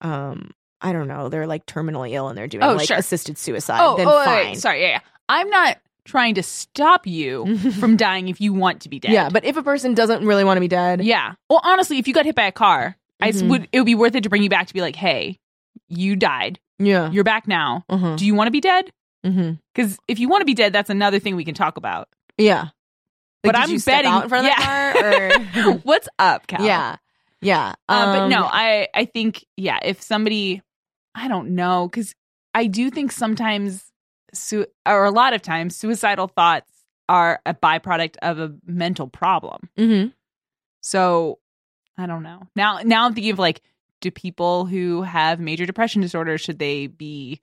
[SPEAKER 5] um I don't know, they're like terminally ill and they're doing
[SPEAKER 4] Oh,
[SPEAKER 5] like
[SPEAKER 4] sure.
[SPEAKER 5] assisted suicide,
[SPEAKER 4] Oh,
[SPEAKER 5] uh, then
[SPEAKER 4] oh, wait,
[SPEAKER 5] fine.
[SPEAKER 4] wait, sorry, yeah, yeah. I'm not trying to stop you from dying if you want to be dead.
[SPEAKER 5] Yeah, but if a person doesn't really want to be dead,
[SPEAKER 4] Yeah. Well, honestly, if you got hit by a car, I s-
[SPEAKER 5] Mhm.
[SPEAKER 4] would. It would be worth it to bring you back to be like, hey, you died.
[SPEAKER 5] yeah.
[SPEAKER 4] You're back now.
[SPEAKER 5] Uh-huh.
[SPEAKER 4] Do you want to be dead?
[SPEAKER 5] Mm-hmm.
[SPEAKER 4] Because if you want to be dead, that's another thing we can talk about.
[SPEAKER 5] Yeah.
[SPEAKER 4] But
[SPEAKER 5] Like, did
[SPEAKER 4] I'm
[SPEAKER 5] you step
[SPEAKER 4] betting-
[SPEAKER 5] out in front of the car or
[SPEAKER 4] What's up, Cal?
[SPEAKER 5] Yeah. Yeah.
[SPEAKER 4] Uh, but
[SPEAKER 5] Um,
[SPEAKER 4] no, I I think yeah. If somebody, I don't know, because I do think sometimes, su- or a lot of times, suicidal thoughts are a byproduct of a mental problem.
[SPEAKER 5] mhm.
[SPEAKER 4] So I don't know. Now now I'm thinking of like, do people who have major depression disorder should they be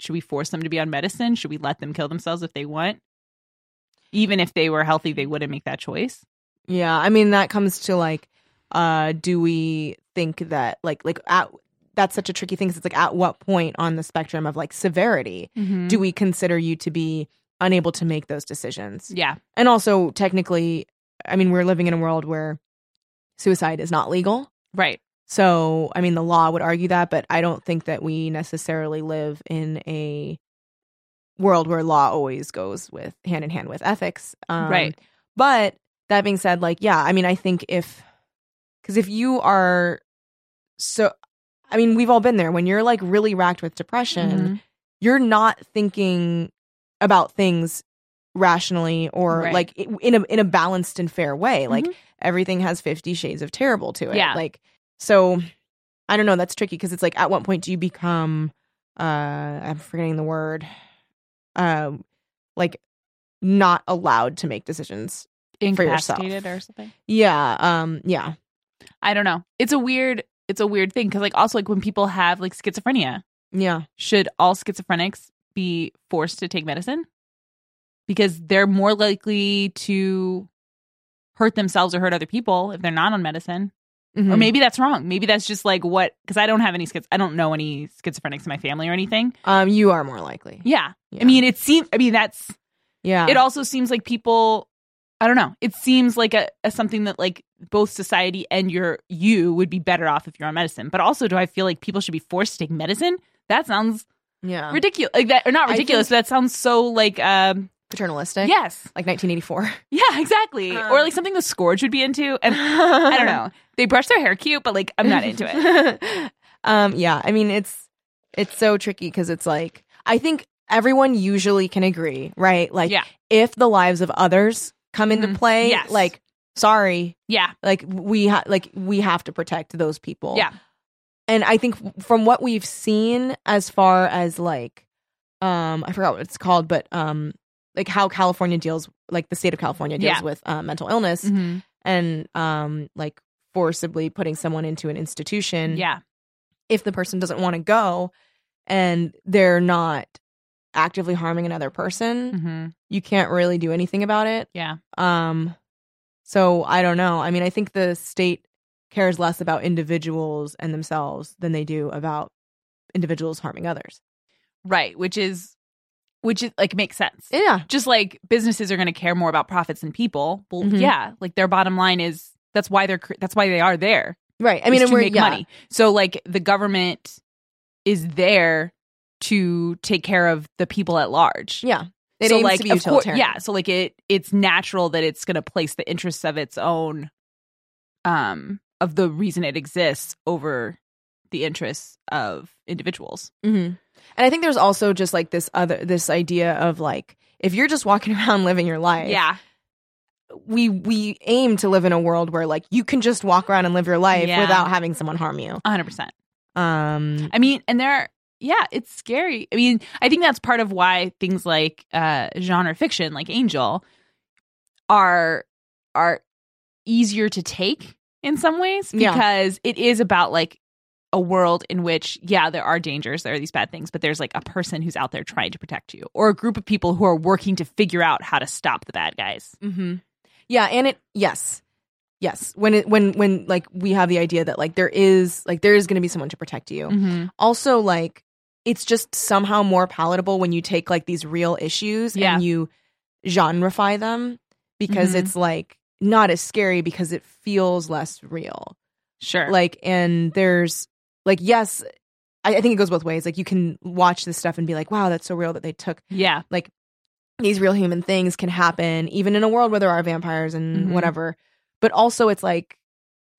[SPEAKER 4] should we force them to be on medicine? Should we let them kill themselves if they want? Even if they were healthy, they wouldn't make that choice.
[SPEAKER 5] Yeah, I mean that comes to like, uh, do we think that like like at that's such a tricky thing 'cause it's like at what point on the spectrum of like severity
[SPEAKER 4] Mm-hmm.
[SPEAKER 5] do we consider you to be unable to make those decisions?
[SPEAKER 4] yeah.
[SPEAKER 5] And also technically, I mean we're living in a world where suicide is not legal,
[SPEAKER 4] Right.
[SPEAKER 5] so I mean the law would argue that, but I don't think that we necessarily live in a world where law always goes with hand in hand with ethics, um,
[SPEAKER 4] right.
[SPEAKER 5] but that being said, like, yeah, I mean, I think if, because if you are so, I mean, we've all been there when you're like really racked with depression, you're not thinking about things rationally or
[SPEAKER 4] Right.
[SPEAKER 5] like i- in a in a balanced and fair way. Like
[SPEAKER 4] Mhm.
[SPEAKER 5] everything has 50 shades of terrible to it.
[SPEAKER 4] Yeah.
[SPEAKER 5] Like so I don't know, that's tricky because it's like at what point do you become uh I'm forgetting the word um like not allowed to make decisions. for yourself.
[SPEAKER 4] Mm-hmm. Incapacitated or something.
[SPEAKER 5] Yeah, um yeah.
[SPEAKER 4] I don't know. It's a weird it's a weird thing because like also like when people have like schizophrenia,
[SPEAKER 5] Yeah.
[SPEAKER 4] should all schizophrenics be forced to take medicine? Because they're more likely to hurt themselves or hurt other people if they're not on medicine. Or
[SPEAKER 5] Mhm.
[SPEAKER 4] maybe that's wrong. Maybe that's just like what because I don't have any schiz I don't know any schizophrenics in my family or anything.
[SPEAKER 5] um you are more likely.
[SPEAKER 4] Yeah.
[SPEAKER 5] Yeah.
[SPEAKER 4] I mean it seems I mean that's
[SPEAKER 5] yeah.
[SPEAKER 4] it also seems like people I don't know. It seems like a, a something that like both society and your you would be better off if you're on medicine. But also do I feel like people should be forced to take medicine? That sounds
[SPEAKER 5] yeah.
[SPEAKER 4] ridiculous like that or not
[SPEAKER 5] Um, I
[SPEAKER 4] ridiculous but that sounds so like um
[SPEAKER 5] paternalistic.
[SPEAKER 4] yes
[SPEAKER 5] Like 1984.
[SPEAKER 4] yeah exactly
[SPEAKER 5] Um,
[SPEAKER 4] or like something the scourge would be into and i don't know they brush their hair cute but like i'm not into it
[SPEAKER 5] it. um, yeah, I mean it's it's so tricky because it's like I think everyone usually can agree, right? Like
[SPEAKER 4] Yeah.
[SPEAKER 5] if the lives of others come into
[SPEAKER 4] Mhm.
[SPEAKER 5] play,
[SPEAKER 4] Yes.
[SPEAKER 5] like sorry,
[SPEAKER 4] yeah
[SPEAKER 5] like we ha- like we have to protect those people.
[SPEAKER 4] Yeah.
[SPEAKER 5] and I think from what we've seen as far as like um I forgot what it's called, but um like how California deals like the state of California deals
[SPEAKER 4] Yeah.
[SPEAKER 5] with uh, mental illness and um like forcibly putting someone into an institution
[SPEAKER 4] yeah
[SPEAKER 5] if the person doesn't want to go and they're not actively harming another person
[SPEAKER 4] hmm
[SPEAKER 5] you can't really do anything about it
[SPEAKER 4] yeah
[SPEAKER 5] um so i don't know i mean i think the state cares less about individuals and themselves than they do about individuals harming others
[SPEAKER 4] right which is which is like makes sense
[SPEAKER 5] yeah
[SPEAKER 4] just like businesses are going to care more about profits than people well
[SPEAKER 5] Mhm.
[SPEAKER 4] yeah like their bottom line is that's why they're cr- that's why they are there
[SPEAKER 5] right i
[SPEAKER 4] I
[SPEAKER 5] mean
[SPEAKER 4] mean,
[SPEAKER 5] and
[SPEAKER 4] to
[SPEAKER 5] we're
[SPEAKER 4] make
[SPEAKER 5] yeah.
[SPEAKER 4] money. So like the government is there to take care of the people at large.
[SPEAKER 5] yeah It
[SPEAKER 4] so
[SPEAKER 5] aims
[SPEAKER 4] like
[SPEAKER 5] to be
[SPEAKER 4] of cour-
[SPEAKER 5] utilitarian.
[SPEAKER 4] yeah, so like it it's natural that it's going to place the interests of its own um of the reason it exists over the interests of individuals.
[SPEAKER 5] Mm-hmm. And I think there's also just like this other this idea of like if you're just walking around living your life,
[SPEAKER 4] Yeah.
[SPEAKER 5] we we aim to live in a world where like you can just walk around and live your life
[SPEAKER 4] Yeah.
[SPEAKER 5] without having someone harm you.
[SPEAKER 4] 100%.
[SPEAKER 5] Um,
[SPEAKER 4] I mean, and there are, yeah, it's scary. I mean, I think that's part of why things like uh genre fiction like Angel are are easier to take in some ways
[SPEAKER 5] Yeah.
[SPEAKER 4] because it is about like a world in which yeah, there are dangers, there are these bad things, but there's like a person who's out there trying to protect you or a group of people who are working to figure out how to stop the bad guys.
[SPEAKER 5] mhm. Yeah, and it yes. Yes. When it when when like we have the idea that like there is like there is going to be someone to protect you.
[SPEAKER 4] Mm-hmm.
[SPEAKER 5] also like it's just somehow more palatable when you take like these real issues
[SPEAKER 4] Yeah.
[SPEAKER 5] and you genreify them because
[SPEAKER 4] Mhm.
[SPEAKER 5] it's like not as scary because it feels less real.
[SPEAKER 4] Sure.
[SPEAKER 5] Like and there's like yes, I, I think it goes both ways. Like you can watch this stuff and be like, wow, that's so real that they took
[SPEAKER 4] yeah.
[SPEAKER 5] these real human things can happen even in a world where there are vampires and
[SPEAKER 4] Mhm.
[SPEAKER 5] whatever. But also it's like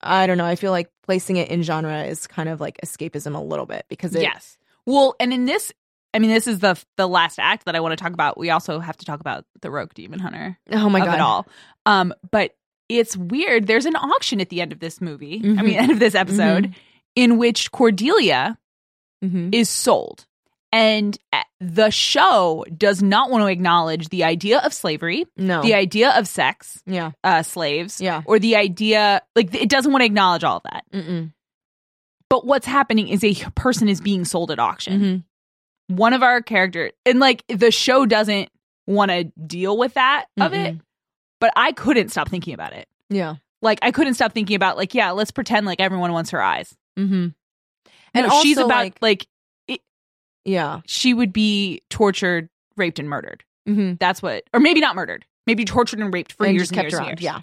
[SPEAKER 5] I don't know, I feel like placing it in genre is kind of like escapism a little bit because it
[SPEAKER 4] yes well and in this i mean this is the the last act that i want to talk about we also have to talk about the rogue demon hunter
[SPEAKER 5] oh my
[SPEAKER 4] of
[SPEAKER 5] god
[SPEAKER 4] it all um but it's weird there's an auction at the end of this movie i
[SPEAKER 5] Mhm.
[SPEAKER 4] mean end of this episode
[SPEAKER 5] Mm-hmm.
[SPEAKER 4] in which cordelia
[SPEAKER 5] Mhm.
[SPEAKER 4] is sold and uh, the show does not want to acknowledge the idea of slavery
[SPEAKER 5] No.
[SPEAKER 4] the idea of sex
[SPEAKER 5] yeah.
[SPEAKER 4] uh slaves
[SPEAKER 5] Yeah.
[SPEAKER 4] or the idea like it doesn't want to acknowledge all of that
[SPEAKER 5] Mm-mm.
[SPEAKER 4] but what's happening is a person is being sold at auction
[SPEAKER 5] Mm-hmm.
[SPEAKER 4] one of our characters and like the show doesn't want to deal with that of it but i couldn't stop thinking about it
[SPEAKER 5] Yeah.
[SPEAKER 4] like i couldn't stop thinking about like yeah let's pretend like everyone wants her eyes
[SPEAKER 5] Mm-hmm.
[SPEAKER 4] and
[SPEAKER 5] And
[SPEAKER 4] she's
[SPEAKER 5] also,
[SPEAKER 4] about like,
[SPEAKER 5] like- Yeah.
[SPEAKER 4] she would be tortured raped and murdered
[SPEAKER 5] Mm-hmm.
[SPEAKER 4] that's what or maybe not murdered maybe tortured and raped for
[SPEAKER 5] and
[SPEAKER 4] years
[SPEAKER 5] just
[SPEAKER 4] and
[SPEAKER 5] kept
[SPEAKER 4] years
[SPEAKER 5] around.
[SPEAKER 4] and years.
[SPEAKER 5] Yeah.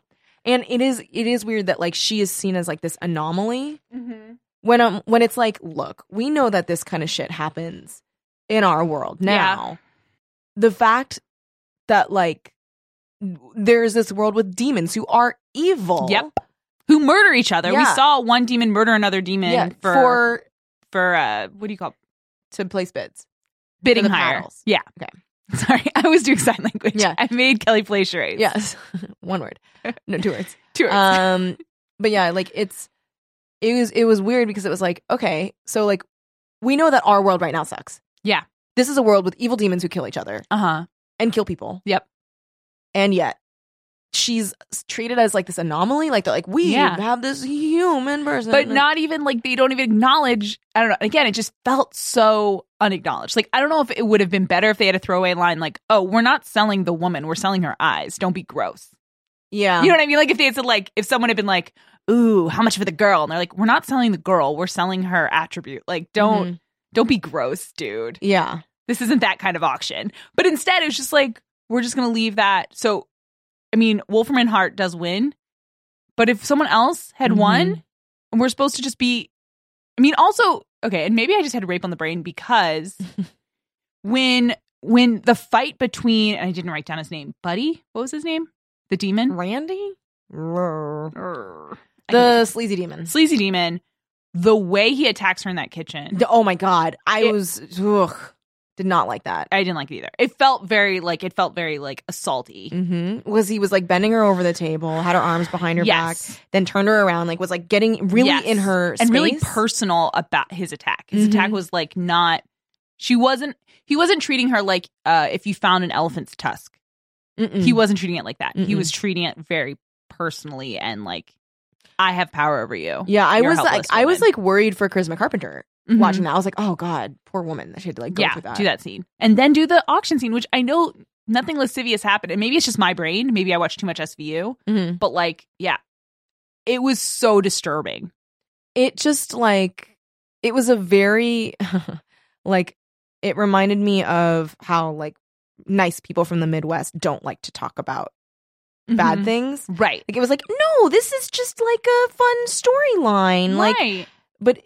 [SPEAKER 5] And it is it is weird that like she is seen as like this anomaly
[SPEAKER 4] Mhm.
[SPEAKER 5] when um when it's like look we know that this kind of shit happens in our world now. The fact that like there is this world with demons who are evil.
[SPEAKER 4] Yep. who murder each other we
[SPEAKER 5] Yeah.
[SPEAKER 4] saw one demon murder another demon
[SPEAKER 5] Yeah.
[SPEAKER 4] for
[SPEAKER 5] For,
[SPEAKER 4] for, uh what do you call it?
[SPEAKER 5] to place bids.
[SPEAKER 4] bidding
[SPEAKER 5] the
[SPEAKER 4] higher
[SPEAKER 5] paddles.
[SPEAKER 4] yeah
[SPEAKER 5] Okay.
[SPEAKER 4] sorry i was doing sign language
[SPEAKER 5] Yeah.
[SPEAKER 4] i made kelly play charades
[SPEAKER 5] Yes. One word. No two words.
[SPEAKER 4] Two words.
[SPEAKER 5] um but yeah like it's it was it was weird because it was like okay so like we know that our world right now sucks
[SPEAKER 4] Yeah.
[SPEAKER 5] this is a world with evil demons who kill each other
[SPEAKER 4] uh-huh
[SPEAKER 5] and kill people
[SPEAKER 4] Yep.
[SPEAKER 5] and yet she's treated as like this anomaly like they're like we
[SPEAKER 4] Yeah.
[SPEAKER 5] have this human person
[SPEAKER 4] but not even like they don't even acknowledge i don't know again it just felt so unacknowledged like i don't know if it would have been better if they had a throwaway line like oh we're not selling the woman we're selling her eyes don't be gross
[SPEAKER 5] yeah
[SPEAKER 4] you know what i mean like if they had said like if someone had been like ooh how much for the girl and they're like we're not selling the girl we're selling her attribute like don't
[SPEAKER 5] Mhm.
[SPEAKER 4] don't be gross dude
[SPEAKER 5] yeah
[SPEAKER 4] this isn't that kind of auction but instead it was just like we're just gonna leave that so i mean wolferman hart does win but if someone else
[SPEAKER 5] Mm-hmm.
[SPEAKER 4] had won and we're supposed to just be i mean also okay and maybe i just had rape on the brain because when when the fight between and i didn't write down his name buddy what was his name the demon
[SPEAKER 5] randy
[SPEAKER 4] Urgh. I can't
[SPEAKER 5] the sleazy demon
[SPEAKER 4] remember. sleazy demon the way he attacks her in that kitchen
[SPEAKER 5] The- oh my god i
[SPEAKER 4] It-
[SPEAKER 5] was ugh, did not like that
[SPEAKER 4] i didn't like it either it felt very like it felt very like assaulty
[SPEAKER 5] hmm was he was like bending her over the table had her arms behind her back then turned her around, like was like getting really
[SPEAKER 4] Yes.
[SPEAKER 5] in her
[SPEAKER 4] and really
[SPEAKER 5] space.
[SPEAKER 4] personal about his attack. His
[SPEAKER 5] Mhm.
[SPEAKER 4] attack was like not she wasn't he wasn't treating her like uh if you found an elephant's tusk.
[SPEAKER 5] Mm-mm.
[SPEAKER 4] He wasn't treating it like that. He
[SPEAKER 5] Mm. Mm-mm.
[SPEAKER 4] was treating it very personally and like I have power over you.
[SPEAKER 5] yeah, I
[SPEAKER 4] You're a
[SPEAKER 5] was like,
[SPEAKER 4] helpless
[SPEAKER 5] I was
[SPEAKER 4] woman.
[SPEAKER 5] like worried for Charisma Carpenter
[SPEAKER 4] Mhm.
[SPEAKER 5] watching that. I was like, oh god, poor woman, that she had to like go
[SPEAKER 4] yeah,
[SPEAKER 5] through that.
[SPEAKER 4] do that scene. And then do the auction scene, which I know nothing lascivious happened. And maybe it's just my brain. Maybe I watched too much SVU.
[SPEAKER 5] Mhm.
[SPEAKER 4] But like, yeah. It was so disturbing.
[SPEAKER 5] It just like it was a very like it reminded me of how like nice people from the Midwest don't like to talk about bad
[SPEAKER 4] Mhm.
[SPEAKER 5] things.
[SPEAKER 4] Right.
[SPEAKER 5] Like it was like, no, this is just like a fun storyline. Like
[SPEAKER 4] right.
[SPEAKER 5] but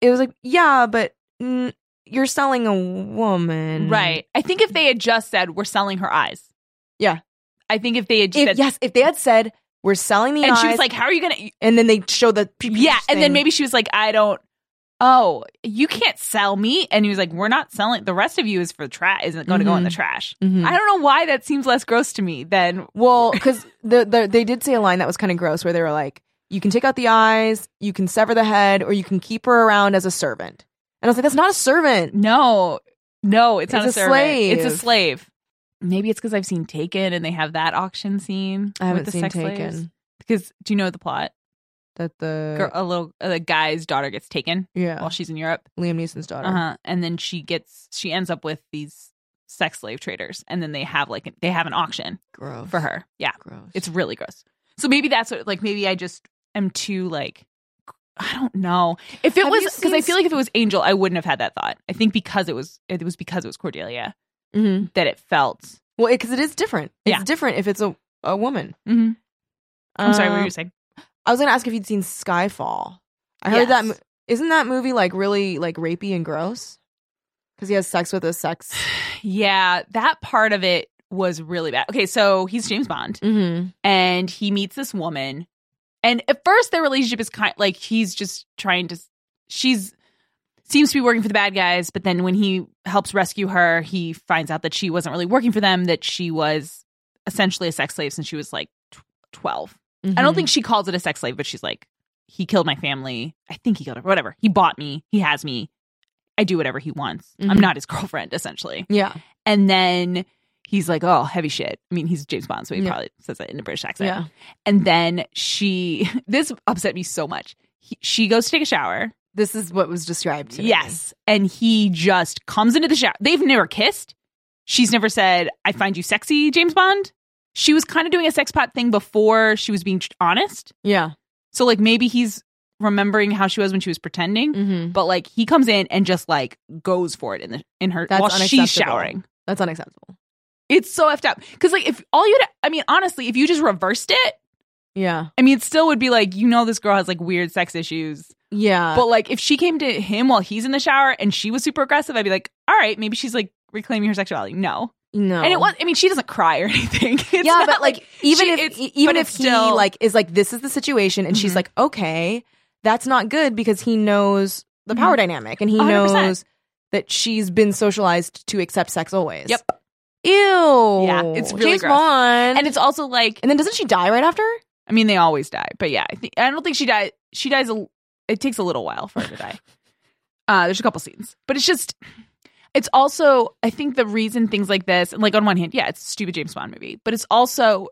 [SPEAKER 5] it was like yeah but mm, you're selling a woman.
[SPEAKER 4] Right. I think if they had just said we're selling her eyes.
[SPEAKER 5] Yeah.
[SPEAKER 4] I think if they had just
[SPEAKER 5] If,
[SPEAKER 4] said,
[SPEAKER 5] yes, if they had said, we're selling the
[SPEAKER 4] and
[SPEAKER 5] eyes.
[SPEAKER 4] she was like, "How are you gonna?"
[SPEAKER 5] and then they show the PPH
[SPEAKER 4] Yeah, and then
[SPEAKER 5] thing.
[SPEAKER 4] maybe she was like, "I don't." Oh, you can't sell me. And he was like, "We're not selling. The rest of you is for trash. Isn't going to go in the trash."
[SPEAKER 5] Mhm.
[SPEAKER 4] I don't know why that seems less gross to me than
[SPEAKER 5] Well, because the, the they did say a line that was kind of gross, where they were like, "You can take out the eyes, you can sever the head, or you can keep her around as a servant." And I was like, "That's not a
[SPEAKER 4] Mm,
[SPEAKER 5] servant."
[SPEAKER 4] no, no. It's, not a,
[SPEAKER 5] It's a
[SPEAKER 4] servant.
[SPEAKER 5] slave.
[SPEAKER 4] It's a slave. Maybe it's because I've seen Taken and they have that auction scene.
[SPEAKER 5] I haven't
[SPEAKER 4] with the
[SPEAKER 5] seen
[SPEAKER 4] sex
[SPEAKER 5] Taken.
[SPEAKER 4] slaves. Because do you know the plot?
[SPEAKER 5] That the
[SPEAKER 4] Girl, a little a guy's daughter gets taken
[SPEAKER 5] yeah
[SPEAKER 4] while she's in Europe.
[SPEAKER 5] Liam Neeson's daughter.
[SPEAKER 4] Uh-huh. And then she gets she ends up with these sex slave traders and then they have like they have an auction
[SPEAKER 5] Gross
[SPEAKER 4] for her. Yeah.
[SPEAKER 5] Gross.
[SPEAKER 4] It's really gross. So maybe that's what like maybe I just am too like I don't know. If it
[SPEAKER 5] Have
[SPEAKER 4] was
[SPEAKER 5] you
[SPEAKER 4] because
[SPEAKER 5] seen
[SPEAKER 4] I feel like if it was Angel, I wouldn't have had that thought. I think because it was it was because it was Cordelia
[SPEAKER 5] Mhm.
[SPEAKER 4] that it felt.
[SPEAKER 5] well because it is different. It's
[SPEAKER 4] Yeah.
[SPEAKER 5] different if it's a a woman.
[SPEAKER 4] Mhm. I'm sorry, what were
[SPEAKER 5] Um,
[SPEAKER 4] you saying?
[SPEAKER 5] I was gonna ask if you'd seen Skyfall. I heard that
[SPEAKER 4] Yes.
[SPEAKER 5] mo- isn't that movie like really like rapey and gross because he has sex with a sex.
[SPEAKER 4] Yeah, that part of it was really bad. Okay, so he's James Bond.
[SPEAKER 5] Mm-hmm.
[SPEAKER 4] and he meets this woman. And at first, their relationship is kind like he's just trying to. She's seems to be working for the bad guys, but then when he helps rescue her, he finds out that she wasn't really working for them; that she was essentially a sex slave since she was like tw- 12
[SPEAKER 5] Mm-hmm.
[SPEAKER 4] I don't think she calls it a sex slave, but she's like, he killed my family. I think he killed her. Whatever. He bought me. He has me. I do whatever he wants.
[SPEAKER 5] Mhm.
[SPEAKER 4] I'm not his girlfriend, essentially.
[SPEAKER 5] Yeah.
[SPEAKER 4] And then he's like, "Oh, heavy shit." I mean, he's James Bond, so he
[SPEAKER 5] Yeah.
[SPEAKER 4] probably says that in a British accent.
[SPEAKER 5] Yeah.
[SPEAKER 4] And then she, this upset me so much. He, she goes to take a shower.
[SPEAKER 5] This is what was described. To me.
[SPEAKER 4] Yes, and he just comes into the shower. They've never kissed. She's never said, "I find you sexy, James Bond." She was kind of doing a sex pot thing before she was being honest.
[SPEAKER 5] Yeah.
[SPEAKER 4] So like maybe he's remembering how she was when she was pretending.
[SPEAKER 5] Mm-hmm.
[SPEAKER 4] But like he comes in and just like goes for it in the in her
[SPEAKER 5] That's
[SPEAKER 4] while
[SPEAKER 5] unacceptable.
[SPEAKER 4] she's showering.
[SPEAKER 5] That's unacceptable.
[SPEAKER 4] It's so effed up. Because like if all you, I mean, honestly, if you just reversed it,
[SPEAKER 5] Yeah.
[SPEAKER 4] I mean, it still would be like you know this girl has like weird sex issues.
[SPEAKER 5] Yeah.
[SPEAKER 4] but like if she came to him while he's in the shower and she was super aggressive, I'd be like, all right, maybe she's like reclaiming her sexuality. No,
[SPEAKER 5] no.
[SPEAKER 4] and it was. I mean, she doesn't cry or anything. It's
[SPEAKER 5] yeah,
[SPEAKER 4] not
[SPEAKER 5] but like, even
[SPEAKER 4] she-
[SPEAKER 5] if
[SPEAKER 4] it's-
[SPEAKER 5] e- even
[SPEAKER 4] but
[SPEAKER 5] if
[SPEAKER 4] it's
[SPEAKER 5] he
[SPEAKER 4] still-
[SPEAKER 5] like is like this is the situation and she's
[SPEAKER 4] Mhm.
[SPEAKER 5] like okay, that's not good because he knows the power
[SPEAKER 4] Mhm.
[SPEAKER 5] dynamic and he
[SPEAKER 4] 100%.
[SPEAKER 5] knows that she's been socialized to accept sex always.
[SPEAKER 4] Yep.
[SPEAKER 5] Ew.
[SPEAKER 4] Yeah, it's really
[SPEAKER 5] James
[SPEAKER 4] gross.
[SPEAKER 5] Bond.
[SPEAKER 4] and it's also like
[SPEAKER 5] and then doesn't she die right after?
[SPEAKER 4] I mean, they always die, but yeah, I think I don't think she dies. She dies. A, it takes a little while for her to die. Uh, there's a couple scenes, but it's just. It's also, I think, the reason things like this, and like on one hand, yeah, it's a stupid James Bond movie, but it's also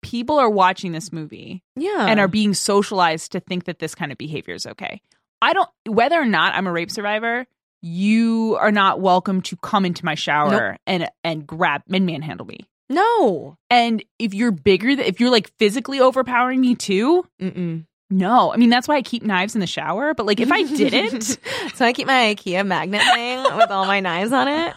[SPEAKER 4] people are watching this movie
[SPEAKER 5] Yeah.
[SPEAKER 4] and are being socialized to think that this kind of behavior is okay. I don't whether or not I'm a rape survivor, you are not welcome to come into my shower and and grab and manhandle me.
[SPEAKER 5] no.
[SPEAKER 4] And if you're bigger than if you're like physically overpowering me too,
[SPEAKER 5] Mm-mm.
[SPEAKER 4] no. I mean that's why I keep knives in the shower, but like if I didn't,
[SPEAKER 5] so I keep my IKEA magnet thing with all my knives on it.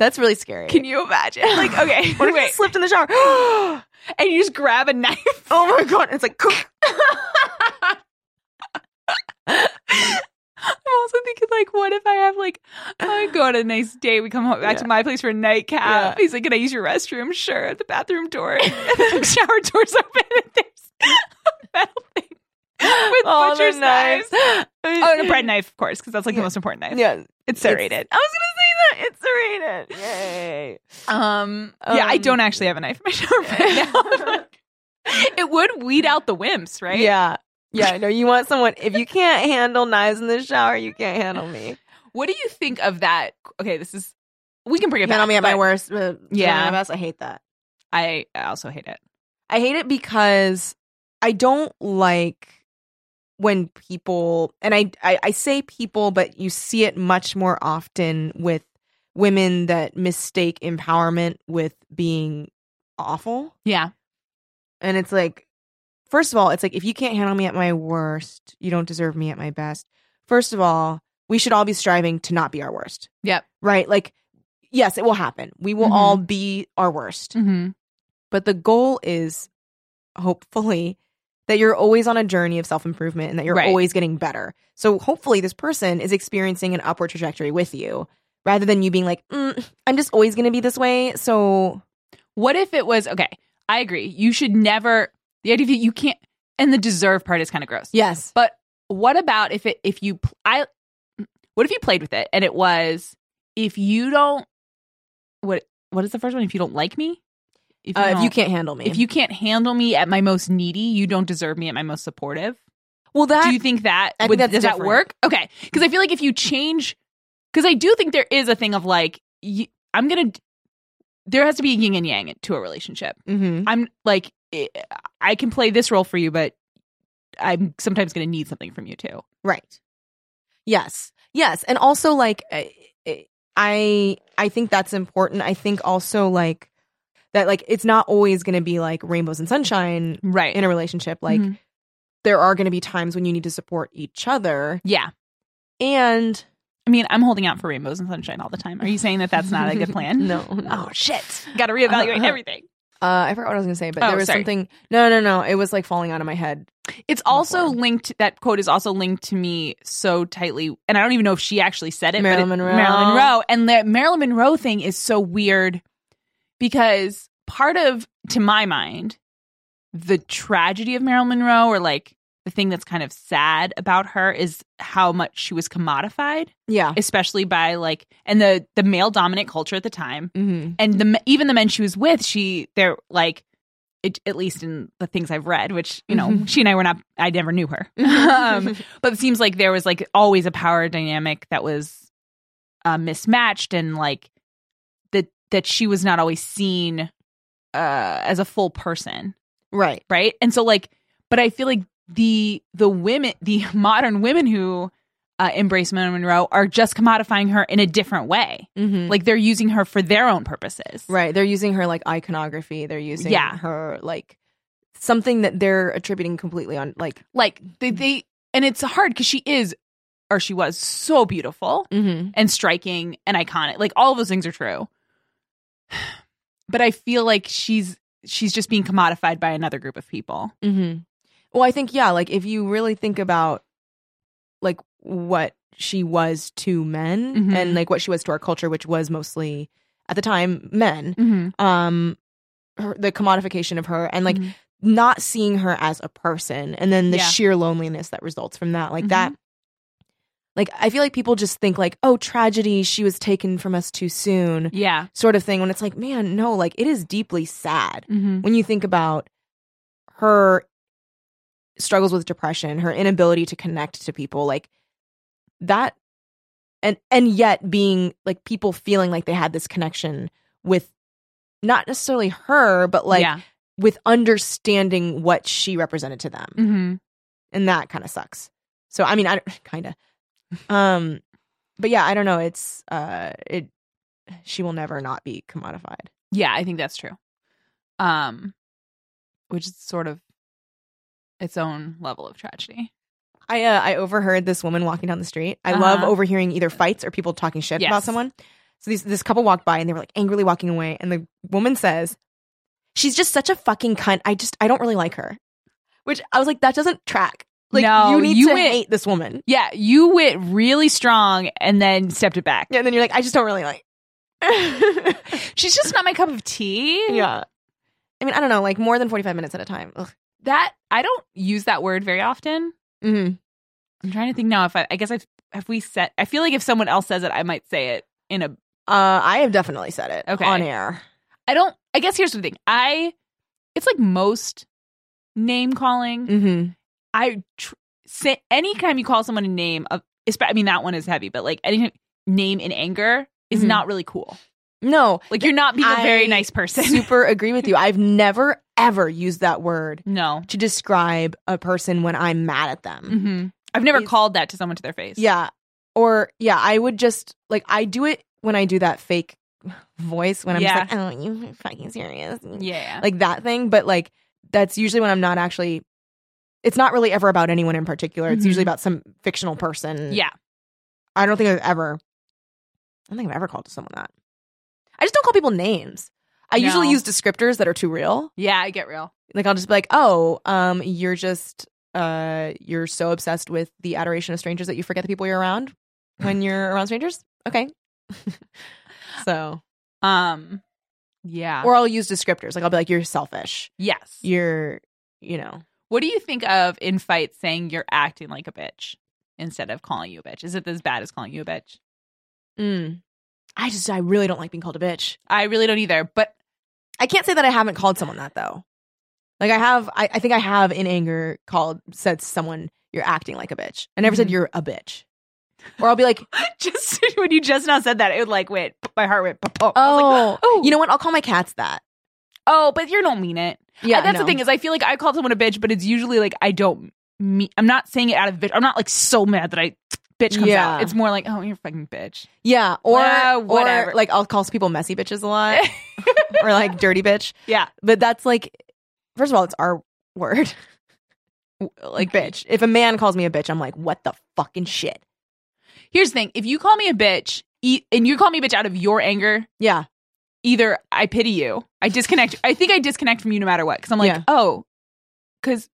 [SPEAKER 5] That's really scary.
[SPEAKER 4] can you imagine? Like okay,
[SPEAKER 5] What if I
[SPEAKER 4] wait.
[SPEAKER 5] slipped in the shower? oh
[SPEAKER 4] and you just grab a knife.
[SPEAKER 5] my god! It's like
[SPEAKER 4] I'm also thinking like, what if I have like, I go on a nice day, we come home back to my place for a nightcap. He's like, can I use your restroom? Sure. The bathroom door, the shower doors open, and there's a metal thing with
[SPEAKER 5] all the
[SPEAKER 4] butcher's knives. Oh, and a bread knife, of course, because that's like
[SPEAKER 5] Yeah.
[SPEAKER 4] the most important knife.
[SPEAKER 5] Yeah,
[SPEAKER 4] It's serrated.
[SPEAKER 5] I was gonna say that it's serrated. Yay!
[SPEAKER 4] Um, yeah, I
[SPEAKER 5] Um,
[SPEAKER 4] don't actually have a knife in my shower right now. it would weed out the wimps, right?
[SPEAKER 5] Yeah, yeah. No, you want someone. If you can't handle knives in the shower, you can't handle me.
[SPEAKER 4] What do you think of that? Okay, this is we can bring it back.
[SPEAKER 5] Handle me at my
[SPEAKER 4] but
[SPEAKER 5] worst. uh,
[SPEAKER 4] Yeah.
[SPEAKER 5] my best. I hate that.
[SPEAKER 4] I I also hate it.
[SPEAKER 5] I hate it because I don't like when people and I, I I say people, but you see it much more often with women that mistake empowerment with being awful.
[SPEAKER 4] Yeah.
[SPEAKER 5] And it's like, first of all, it's like if you can't handle me at my worst, you don't deserve me at my best. First of all, we should all be striving to not be our worst.
[SPEAKER 4] Yep.
[SPEAKER 5] Right? Like, yes, it will happen. We will
[SPEAKER 4] Mhm.
[SPEAKER 5] all be our worst
[SPEAKER 4] Mm-hmm.
[SPEAKER 5] but the goal is hopefully that you're always on a journey of self improvement and that you're
[SPEAKER 4] Right.
[SPEAKER 5] always getting better. So hopefully, this person is experiencing an upward trajectory with you rather than you being like, mm, I'm just always going to be this way. So
[SPEAKER 4] What if it was okay? I agree. You should never the idea that you can't and the deserve part is kind of gross.
[SPEAKER 5] yes,
[SPEAKER 4] But what about if it if you pl- I what if you played with it and it was if you don't what what is the first one? If you don't like me, if
[SPEAKER 5] uh, if you
[SPEAKER 4] don't-
[SPEAKER 5] can't handle me,
[SPEAKER 4] if you can't handle me at my most needy, you don't deserve me at my most supportive.
[SPEAKER 5] well that
[SPEAKER 4] do you think that
[SPEAKER 5] I think
[SPEAKER 4] would,
[SPEAKER 5] that's
[SPEAKER 4] does that
[SPEAKER 5] different.
[SPEAKER 4] work? Okay, because I feel like if you change, because I do think there is a thing of like you, I'm gonna. There has to be yin and yang to a relationship.
[SPEAKER 5] Mhm.
[SPEAKER 4] I'm like I- I can play this role for you, but I'm sometimes gonna need something from you too.
[SPEAKER 5] Right. Yes. Yes, and also like I- I I think that's important. I think also like that like it's not always going to be like rainbows and sunshine
[SPEAKER 4] Right.
[SPEAKER 5] in a relationship. Like
[SPEAKER 4] Mhm.
[SPEAKER 5] there are going to be times when you need to support each other
[SPEAKER 4] yeah.
[SPEAKER 5] and
[SPEAKER 4] I mean, I'm holding out for rainbows and sunshine all the time. Are you saying that that's not a good plan?
[SPEAKER 5] no.
[SPEAKER 4] Oh
[SPEAKER 5] no.
[SPEAKER 4] shit! Got to reevaluate
[SPEAKER 5] Uh-uh.
[SPEAKER 4] everything.
[SPEAKER 5] Uh I forgot what I was going to say, but
[SPEAKER 4] Oh,
[SPEAKER 5] there was
[SPEAKER 4] sorry.
[SPEAKER 5] something No, no, no. It was like falling out of my head.
[SPEAKER 4] It's also
[SPEAKER 5] Before.
[SPEAKER 4] linked. That quote is also linked to me so tightly, and I don't even know if she actually said it.
[SPEAKER 5] Marilyn
[SPEAKER 4] but it-
[SPEAKER 5] Monroe.
[SPEAKER 4] Marilyn Monroe, and the Marilyn Monroe thing is so weird because part of, to my mind, the tragedy of Marilyn Monroe, or like the thing that's kind of sad about her, is how much she was commodified,
[SPEAKER 5] Yeah.
[SPEAKER 4] especially by like and the the male dominant culture at the time
[SPEAKER 5] Mhm.
[SPEAKER 4] and the even the men she was with, she they're like, it, at least in the things I've read, which you know
[SPEAKER 5] Mhm.
[SPEAKER 4] she and I were not, I never knew her, um, but it seems like there was like always a power dynamic that was uh, mismatched and like that that she was not always seen uh, as a full person,
[SPEAKER 5] Right.
[SPEAKER 4] right? And so like, but I feel like the the women, the modern women who uh, embrace Marilyn Monroe are just commodifying her in a different way.
[SPEAKER 5] Mhm.
[SPEAKER 4] Like they're using her for their own purposes.
[SPEAKER 5] Right. They're using her like iconography. They're using
[SPEAKER 4] Yeah.
[SPEAKER 5] her like something that they're attributing completely on like
[SPEAKER 4] Like they, they and it's hard because she is or she was so beautiful and striking and iconic. Like all of those things are true. But I feel like she's she's just being commodified by another group of people.
[SPEAKER 5] Mm-hmm. Well, I think yeah, like if you really think about like what she was to men
[SPEAKER 4] Mhm.
[SPEAKER 5] and like what she was to our culture, which was mostly at the time men,
[SPEAKER 4] Mm-hmm.
[SPEAKER 5] um, her, the commodification of her and like
[SPEAKER 4] Mhm.
[SPEAKER 5] not seeing her as a person, and then the
[SPEAKER 4] Yeah. Mm-hmm.
[SPEAKER 5] sheer loneliness that results from that, like that. Like I feel like people just think like, oh, tragedy, she was taken from us too soon,
[SPEAKER 4] Yeah.
[SPEAKER 5] sort of thing. When it's like, man, no, like it is deeply sad
[SPEAKER 4] Mm-hmm.
[SPEAKER 5] when you think about her struggles with depression, her inability to connect to people, like that and and yet being like people feeling like they had this connection with not necessarily her, but like
[SPEAKER 4] yeah.
[SPEAKER 5] with understanding what she represented to them.
[SPEAKER 4] Mm-hmm.
[SPEAKER 5] And that kind of sucks. So I mean, I kind of um but yeah, I don't know, it's uh it she will never not be commodified.
[SPEAKER 4] Yeah, I think that's true. Um which is sort of its own level of tragedy.
[SPEAKER 5] I uh, I overheard this woman walking down the street. I love
[SPEAKER 4] Uh-huh.
[SPEAKER 5] overhearing either fights or people talking shit
[SPEAKER 4] Yes.
[SPEAKER 5] about someone. So these, this couple walked by and they were like angrily walking away, and the woman says, "She's just such a fucking cunt. I just I don't really like her." Which I was like, that doesn't track. Like
[SPEAKER 4] No,
[SPEAKER 5] you need
[SPEAKER 4] you
[SPEAKER 5] to
[SPEAKER 4] went-
[SPEAKER 5] hate this woman,
[SPEAKER 4] Yeah, you went really strong and then stepped it back.
[SPEAKER 5] Yeah, and then you're like, I just don't really like.
[SPEAKER 4] She's just not my cup of tea.
[SPEAKER 5] yeah, I mean, I don't know, like more than forty five minutes at a time. Ugh.
[SPEAKER 4] That I don't use that word very often. Mm-hmm.
[SPEAKER 5] Mhm.
[SPEAKER 4] I'm trying to think now if I, I guess I've have we said I feel like if someone else says it, I might say it in a
[SPEAKER 5] Uh, I have definitely said it
[SPEAKER 4] Okay.
[SPEAKER 5] on air.
[SPEAKER 4] I don't I guess here's the thing. I it's like most name calling.
[SPEAKER 5] Mm-hmm.
[SPEAKER 4] I tr- say anytime you call someone a name of espe- I mean that one is heavy, but like any name in anger is
[SPEAKER 5] Mhm.
[SPEAKER 4] not really cool.
[SPEAKER 5] No,
[SPEAKER 4] Like you're not being a very
[SPEAKER 5] I
[SPEAKER 4] nice person.
[SPEAKER 5] super agree with you. I've never ever used that word
[SPEAKER 4] no.
[SPEAKER 5] to describe a person when I'm mad at them.
[SPEAKER 4] hmm I've never
[SPEAKER 5] It's-
[SPEAKER 4] called that to someone to their face.
[SPEAKER 5] Yeah. Or yeah, I would just like I do it when I do that fake voice when I'm
[SPEAKER 4] Yeah.
[SPEAKER 5] just like, oh, you fucking serious.
[SPEAKER 4] Yeah.
[SPEAKER 5] Like that thing, but like that's usually when I'm not actually it's not really ever about anyone in particular. It's
[SPEAKER 4] Mhm.
[SPEAKER 5] usually about some fictional person.
[SPEAKER 4] yeah.
[SPEAKER 5] I don't think I've ever I don't think I've ever called someone that. I just don't call people names. I usually
[SPEAKER 4] No.
[SPEAKER 5] use descriptors that are too real.
[SPEAKER 4] Yeah, I get real.
[SPEAKER 5] Like I'll just be like, "Oh, um, you're just uh, you're so obsessed with the adoration of strangers that you forget the people you're around when you're around strangers." Okay. so,
[SPEAKER 4] Um, yeah.
[SPEAKER 5] or I'll use descriptors. Like I'll be like, "You're selfish.
[SPEAKER 4] yes.
[SPEAKER 5] You're, you know."
[SPEAKER 4] What do you think of in fights saying you're acting like a bitch instead of calling you a bitch? Is it as bad as calling you a bitch?
[SPEAKER 5] Mm. I just, I really don't like being called a bitch.
[SPEAKER 4] I really don't either. But
[SPEAKER 5] I can't say that I haven't called someone that though. Like I have, I, I think I have in anger called said someone you're acting like a bitch. I never said
[SPEAKER 4] Mhm.
[SPEAKER 5] you're a bitch, or I'll be like,
[SPEAKER 4] just when you just now said that, it like went. My heart went. pop, pop. I was like,
[SPEAKER 5] oh, you know what? I'll call my cats that.
[SPEAKER 4] oh, but you don't mean it.
[SPEAKER 5] Yeah,
[SPEAKER 4] that's the thing is I feel like I call someone a bitch, but it's usually like I don't mean. I'm not saying it out of bitch. I'm not like so mad that I bitch comes
[SPEAKER 5] Yeah.
[SPEAKER 4] out. It's more like oh, you're a fucking bitch.
[SPEAKER 5] Yeah, or
[SPEAKER 4] Well, whatever.
[SPEAKER 5] or like I'll call people messy bitches a lot, or like dirty bitch.
[SPEAKER 4] Yeah.
[SPEAKER 5] But that's like, first of all, it's our word. like bitch. If a man calls me a bitch, I'm like, what the fucking shit.
[SPEAKER 4] Here's the thing: if you call me a bitch, e- and you call me a bitch out of your anger,
[SPEAKER 5] Yeah,
[SPEAKER 4] either I pity you, I disconnect. I think I disconnect from you no matter what because I'm like,
[SPEAKER 5] Yeah.
[SPEAKER 4] oh, because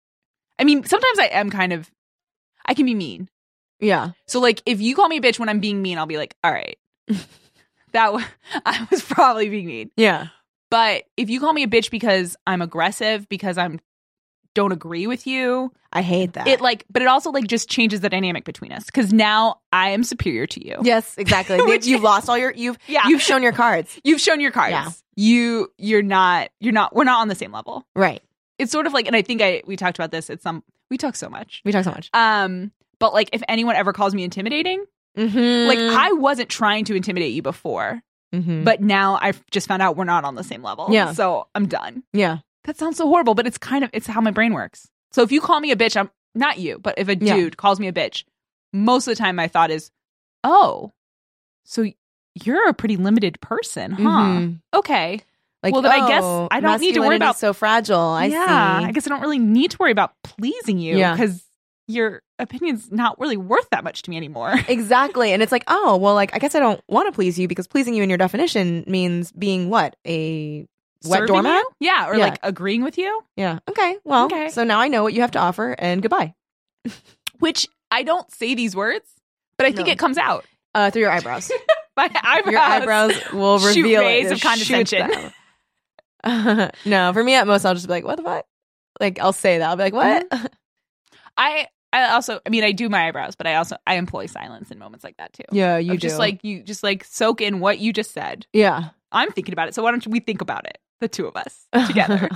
[SPEAKER 4] I mean, sometimes I am kind of, I can be mean.
[SPEAKER 5] yeah,
[SPEAKER 4] So like, if you call me a bitch when I'm being mean, I'll be like, all right, that w- I was probably being mean.
[SPEAKER 5] yeah,
[SPEAKER 4] But if you call me a bitch because I'm aggressive, because I'm don't agree with you,
[SPEAKER 5] I hate that.
[SPEAKER 4] it like, but it also like just changes the dynamic between us because now I am superior to you.
[SPEAKER 5] yes, exactly.
[SPEAKER 4] Oh. Which-
[SPEAKER 5] you've lost all your you've
[SPEAKER 4] Yeah.
[SPEAKER 5] you've shown your cards.
[SPEAKER 4] You've shown your cards.
[SPEAKER 5] Yeah.
[SPEAKER 4] You you're not you're not we're not on the same level.
[SPEAKER 5] Right.
[SPEAKER 4] it's sort of like and i think i we talked about this at some we talk so much
[SPEAKER 5] We talk so much.
[SPEAKER 4] um but like if anyone ever calls me intimidating
[SPEAKER 5] Mm-hmm.
[SPEAKER 4] like i wasn't trying to intimidate you before but now i've just found out we're not on the same level
[SPEAKER 5] Mm. Yeah.
[SPEAKER 4] so i'm done
[SPEAKER 5] yeah,
[SPEAKER 4] that sounds so horrible but it's kind of it's how my brain works so if you call me a bitch i'm not you but if a
[SPEAKER 5] Yeah.
[SPEAKER 4] dude calls me a bitch most of the time my thought is oh so you're a pretty limited person huh
[SPEAKER 5] Mhm.
[SPEAKER 4] okay
[SPEAKER 5] Like,
[SPEAKER 4] Well, then I guess
[SPEAKER 5] oh,
[SPEAKER 4] I don't need to worry
[SPEAKER 5] masculinity's
[SPEAKER 4] about-
[SPEAKER 5] so fragile. I
[SPEAKER 4] yeah,
[SPEAKER 5] see.
[SPEAKER 4] I guess I don't really need to worry about pleasing you
[SPEAKER 5] Yeah.
[SPEAKER 4] because your opinion's not really worth that much to me anymore.
[SPEAKER 5] Exactly. And it's like, oh, well, like, I guess I don't want to please you because pleasing you in your definition means being what? A
[SPEAKER 4] Serving
[SPEAKER 5] wet doormat?
[SPEAKER 4] you? Yeah, or
[SPEAKER 5] Yeah.
[SPEAKER 4] like agreeing with you,
[SPEAKER 5] Yeah. Okay. Well,
[SPEAKER 4] Okay.
[SPEAKER 5] so now I know what you have to offer and goodbye
[SPEAKER 4] which I don't say these words, but I think
[SPEAKER 5] No.
[SPEAKER 4] it comes out.
[SPEAKER 5] uh, through your eyebrows.
[SPEAKER 4] My eyebrows.
[SPEAKER 5] Your eyebrows will
[SPEAKER 4] Shoot
[SPEAKER 5] reveal it.
[SPEAKER 4] rays of
[SPEAKER 5] Just
[SPEAKER 4] condescension.
[SPEAKER 5] shoot them. no, for me at most, I'll just be like, what the fuck? Like, I'll say that. I'll be like, what?
[SPEAKER 4] Uh-huh. I I also I mean I do my eyebrows, but I also I employ silence in moments like that too.
[SPEAKER 5] Yeah, you
[SPEAKER 4] Of just
[SPEAKER 5] do.
[SPEAKER 4] like you just like soak in what you just said.
[SPEAKER 5] yeah.
[SPEAKER 4] I'm thinking about it, so why don't we think about it, the two of us together?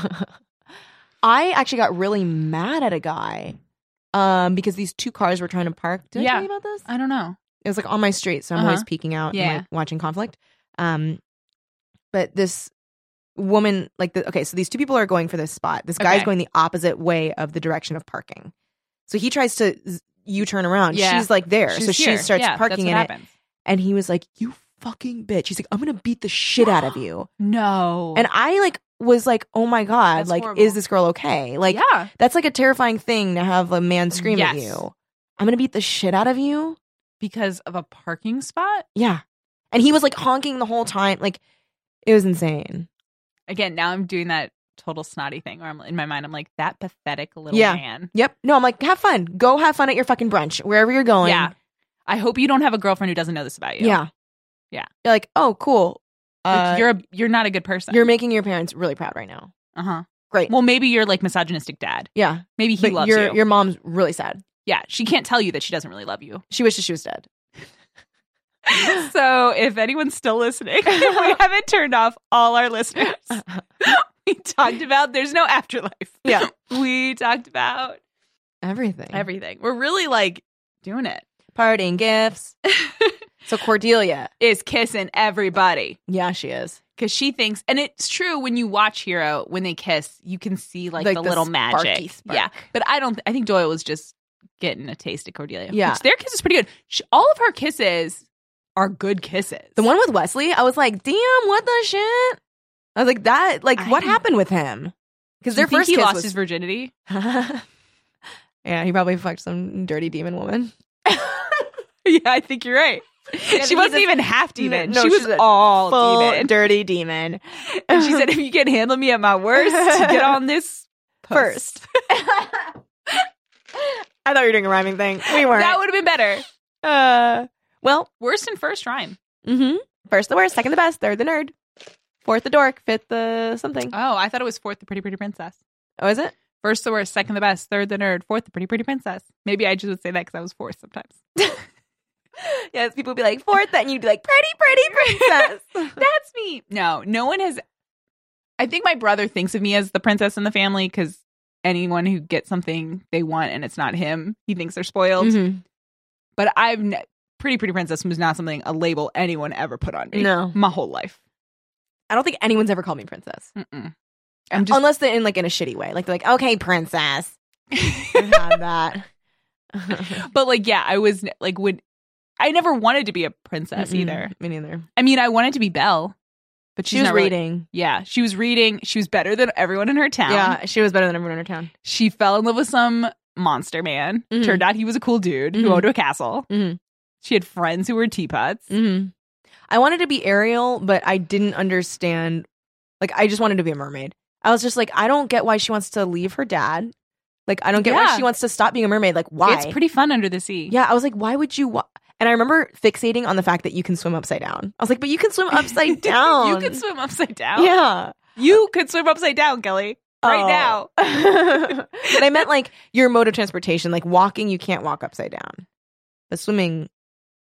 [SPEAKER 5] I actually got really mad at a guy um, because these two cars were trying to park. Did I
[SPEAKER 4] Yeah.
[SPEAKER 5] tell you about this?
[SPEAKER 4] I don't know.
[SPEAKER 5] it was like on my street, so I'm always
[SPEAKER 4] Uh-huh.
[SPEAKER 5] peeking out and
[SPEAKER 4] Yeah.
[SPEAKER 5] like watching conflict. Um, but this woman, like, the, okay, so these two people are going for this spot. This guy's
[SPEAKER 4] Okay.
[SPEAKER 5] going the opposite way of the direction of parking, so he tries to U turn around.
[SPEAKER 4] Yeah.
[SPEAKER 5] She's like there, so
[SPEAKER 4] She's here.
[SPEAKER 5] she starts
[SPEAKER 4] Yeah, that's
[SPEAKER 5] parking
[SPEAKER 4] what
[SPEAKER 5] in it,
[SPEAKER 4] happens.
[SPEAKER 5] and he was like, "You fucking bitch!" He's like, "I'm gonna beat the shit out of you,"
[SPEAKER 4] No.
[SPEAKER 5] and I like was like, "Oh my god,
[SPEAKER 4] That's
[SPEAKER 5] like,
[SPEAKER 4] horrible.
[SPEAKER 5] is this girl okay?" Like,
[SPEAKER 4] yeah.
[SPEAKER 5] that's like a terrifying thing to have a man scream at
[SPEAKER 4] Yes.
[SPEAKER 5] you. I'm gonna beat the shit out of you.
[SPEAKER 4] because of a parking spot.
[SPEAKER 5] Yeah. And he was like honking the whole time. Like it was insane.
[SPEAKER 4] Again, now I'm doing that total snotty thing where I'm in my mind, I'm like that pathetic little
[SPEAKER 5] Yeah.
[SPEAKER 4] man.
[SPEAKER 5] Yep. No, I'm like, have fun. Go have fun at your fucking brunch, wherever you're going.
[SPEAKER 4] Yeah. I hope you don't have a girlfriend who doesn't know this about you.
[SPEAKER 5] Yeah.
[SPEAKER 4] Yeah.
[SPEAKER 5] You're like, oh, cool.
[SPEAKER 4] Like,
[SPEAKER 5] Uh,
[SPEAKER 4] you're a, you're not a good person.
[SPEAKER 5] you're making your parents really proud right now.
[SPEAKER 4] uh huh.
[SPEAKER 5] Great.
[SPEAKER 4] Well, maybe you're like misogynistic dad.
[SPEAKER 5] yeah.
[SPEAKER 4] Maybe he
[SPEAKER 5] but
[SPEAKER 4] loves
[SPEAKER 5] your
[SPEAKER 4] you.
[SPEAKER 5] your mom's really sad.
[SPEAKER 4] yeah, she can't tell you that she doesn't really love you.
[SPEAKER 5] She wishes she was dead.
[SPEAKER 4] so if anyone's still listening, if we haven't turned off all our listeners. We talked about there's no afterlife.
[SPEAKER 5] Yeah.
[SPEAKER 4] we talked about
[SPEAKER 5] Everything.
[SPEAKER 4] everything. We're really like doing it.
[SPEAKER 5] Partying gifts. so Cordelia.
[SPEAKER 4] Is kissing everybody.
[SPEAKER 5] Yeah, she is.
[SPEAKER 4] because she thinks, and it's true when you watch Hero when they kiss, you can see like,
[SPEAKER 5] Like
[SPEAKER 4] the,
[SPEAKER 5] the
[SPEAKER 4] little
[SPEAKER 5] sparky
[SPEAKER 4] magic.
[SPEAKER 5] spark.
[SPEAKER 4] Yeah, but I don't. I think Doyle was just getting a taste of Cordelia.
[SPEAKER 5] Yeah.
[SPEAKER 4] which their kiss is pretty good. She, all of her kisses are good kisses.
[SPEAKER 5] The one with Wesley, I was like, damn, what the shit? I was like, that like
[SPEAKER 4] I-
[SPEAKER 5] what happened with him? Because
[SPEAKER 4] Do you
[SPEAKER 5] their
[SPEAKER 4] think
[SPEAKER 5] first
[SPEAKER 4] he
[SPEAKER 5] kiss
[SPEAKER 4] lost
[SPEAKER 5] was
[SPEAKER 4] his virginity.
[SPEAKER 5] yeah, he probably fucked some dirty demon woman.
[SPEAKER 4] yeah, I think you're right.
[SPEAKER 5] he's
[SPEAKER 4] she wasn't
[SPEAKER 5] a-
[SPEAKER 4] even half demon.
[SPEAKER 5] No,
[SPEAKER 4] she was
[SPEAKER 5] she's a
[SPEAKER 4] all
[SPEAKER 5] Full
[SPEAKER 4] demon.
[SPEAKER 5] dirty demon.
[SPEAKER 4] And she said, "If you can handle me at my worst, get on this post."
[SPEAKER 5] first. I thought you were doing a rhyming thing. We weren't.
[SPEAKER 4] That would have been better.
[SPEAKER 5] uh, well,
[SPEAKER 4] Worst and first rhyme.
[SPEAKER 5] mm-hmm. first the worst, second the best, third the nerd, fourth the dork, fifth the something.
[SPEAKER 4] Oh, I thought it was fourth, the pretty pretty princess.
[SPEAKER 5] Oh, is it?
[SPEAKER 4] First the worst, second the best, third the nerd, fourth the pretty pretty princess. Maybe I just would say that because I was fourth sometimes.
[SPEAKER 5] Yes, people would be like fourth, then you'd be like pretty, pretty princess.
[SPEAKER 4] That's me. No, no one has. I think my brother thinks of me as the princess in the family because anyone who gets something they want and it's not him, he thinks they're spoiled.
[SPEAKER 5] Mm-hmm.
[SPEAKER 4] But I've ne- pretty pretty princess was not something a label anyone ever put on me.
[SPEAKER 5] No.
[SPEAKER 4] my whole life.
[SPEAKER 5] I don't think anyone's ever called me princess,
[SPEAKER 4] Mm-mm. I'm just
[SPEAKER 5] unless they're in like in a shitty way. Like they're like, okay, princess. I've had that.
[SPEAKER 4] but like yeah i was like would i never wanted to be a princess
[SPEAKER 5] Mm-mm,
[SPEAKER 4] either
[SPEAKER 5] Me neither.
[SPEAKER 4] i mean i wanted to be belle but she's
[SPEAKER 5] She was
[SPEAKER 4] not really-
[SPEAKER 5] reading.
[SPEAKER 4] yeah she was reading she was better than everyone in her town
[SPEAKER 5] Yeah, she was better than everyone in her town.
[SPEAKER 4] she fell in love with some monster man
[SPEAKER 5] Mhm.
[SPEAKER 4] turned out he was a cool dude
[SPEAKER 5] Mhm.
[SPEAKER 4] who owned a castle
[SPEAKER 5] Mhm.
[SPEAKER 4] she had friends who were teapots
[SPEAKER 5] hmm I wanted to be Ariel, but I didn't understand. Like, I just wanted to be a mermaid. I was just like, I don't get why she wants to leave her dad. Like, I don't get why
[SPEAKER 4] Yeah.
[SPEAKER 5] she wants to stop being a mermaid. Like, why?
[SPEAKER 4] it's pretty fun under the sea
[SPEAKER 5] Yeah, I was like, why would you? Wa-? And I remember fixating on the fact that you can swim upside down. I was like, but you can swim upside down.
[SPEAKER 4] you could swim upside down
[SPEAKER 5] Yeah.
[SPEAKER 4] you could swim upside down kelly right
[SPEAKER 5] Oh.
[SPEAKER 4] now
[SPEAKER 5] but I meant like your mode of transportation. Like walking, you can't walk upside down, but swimming,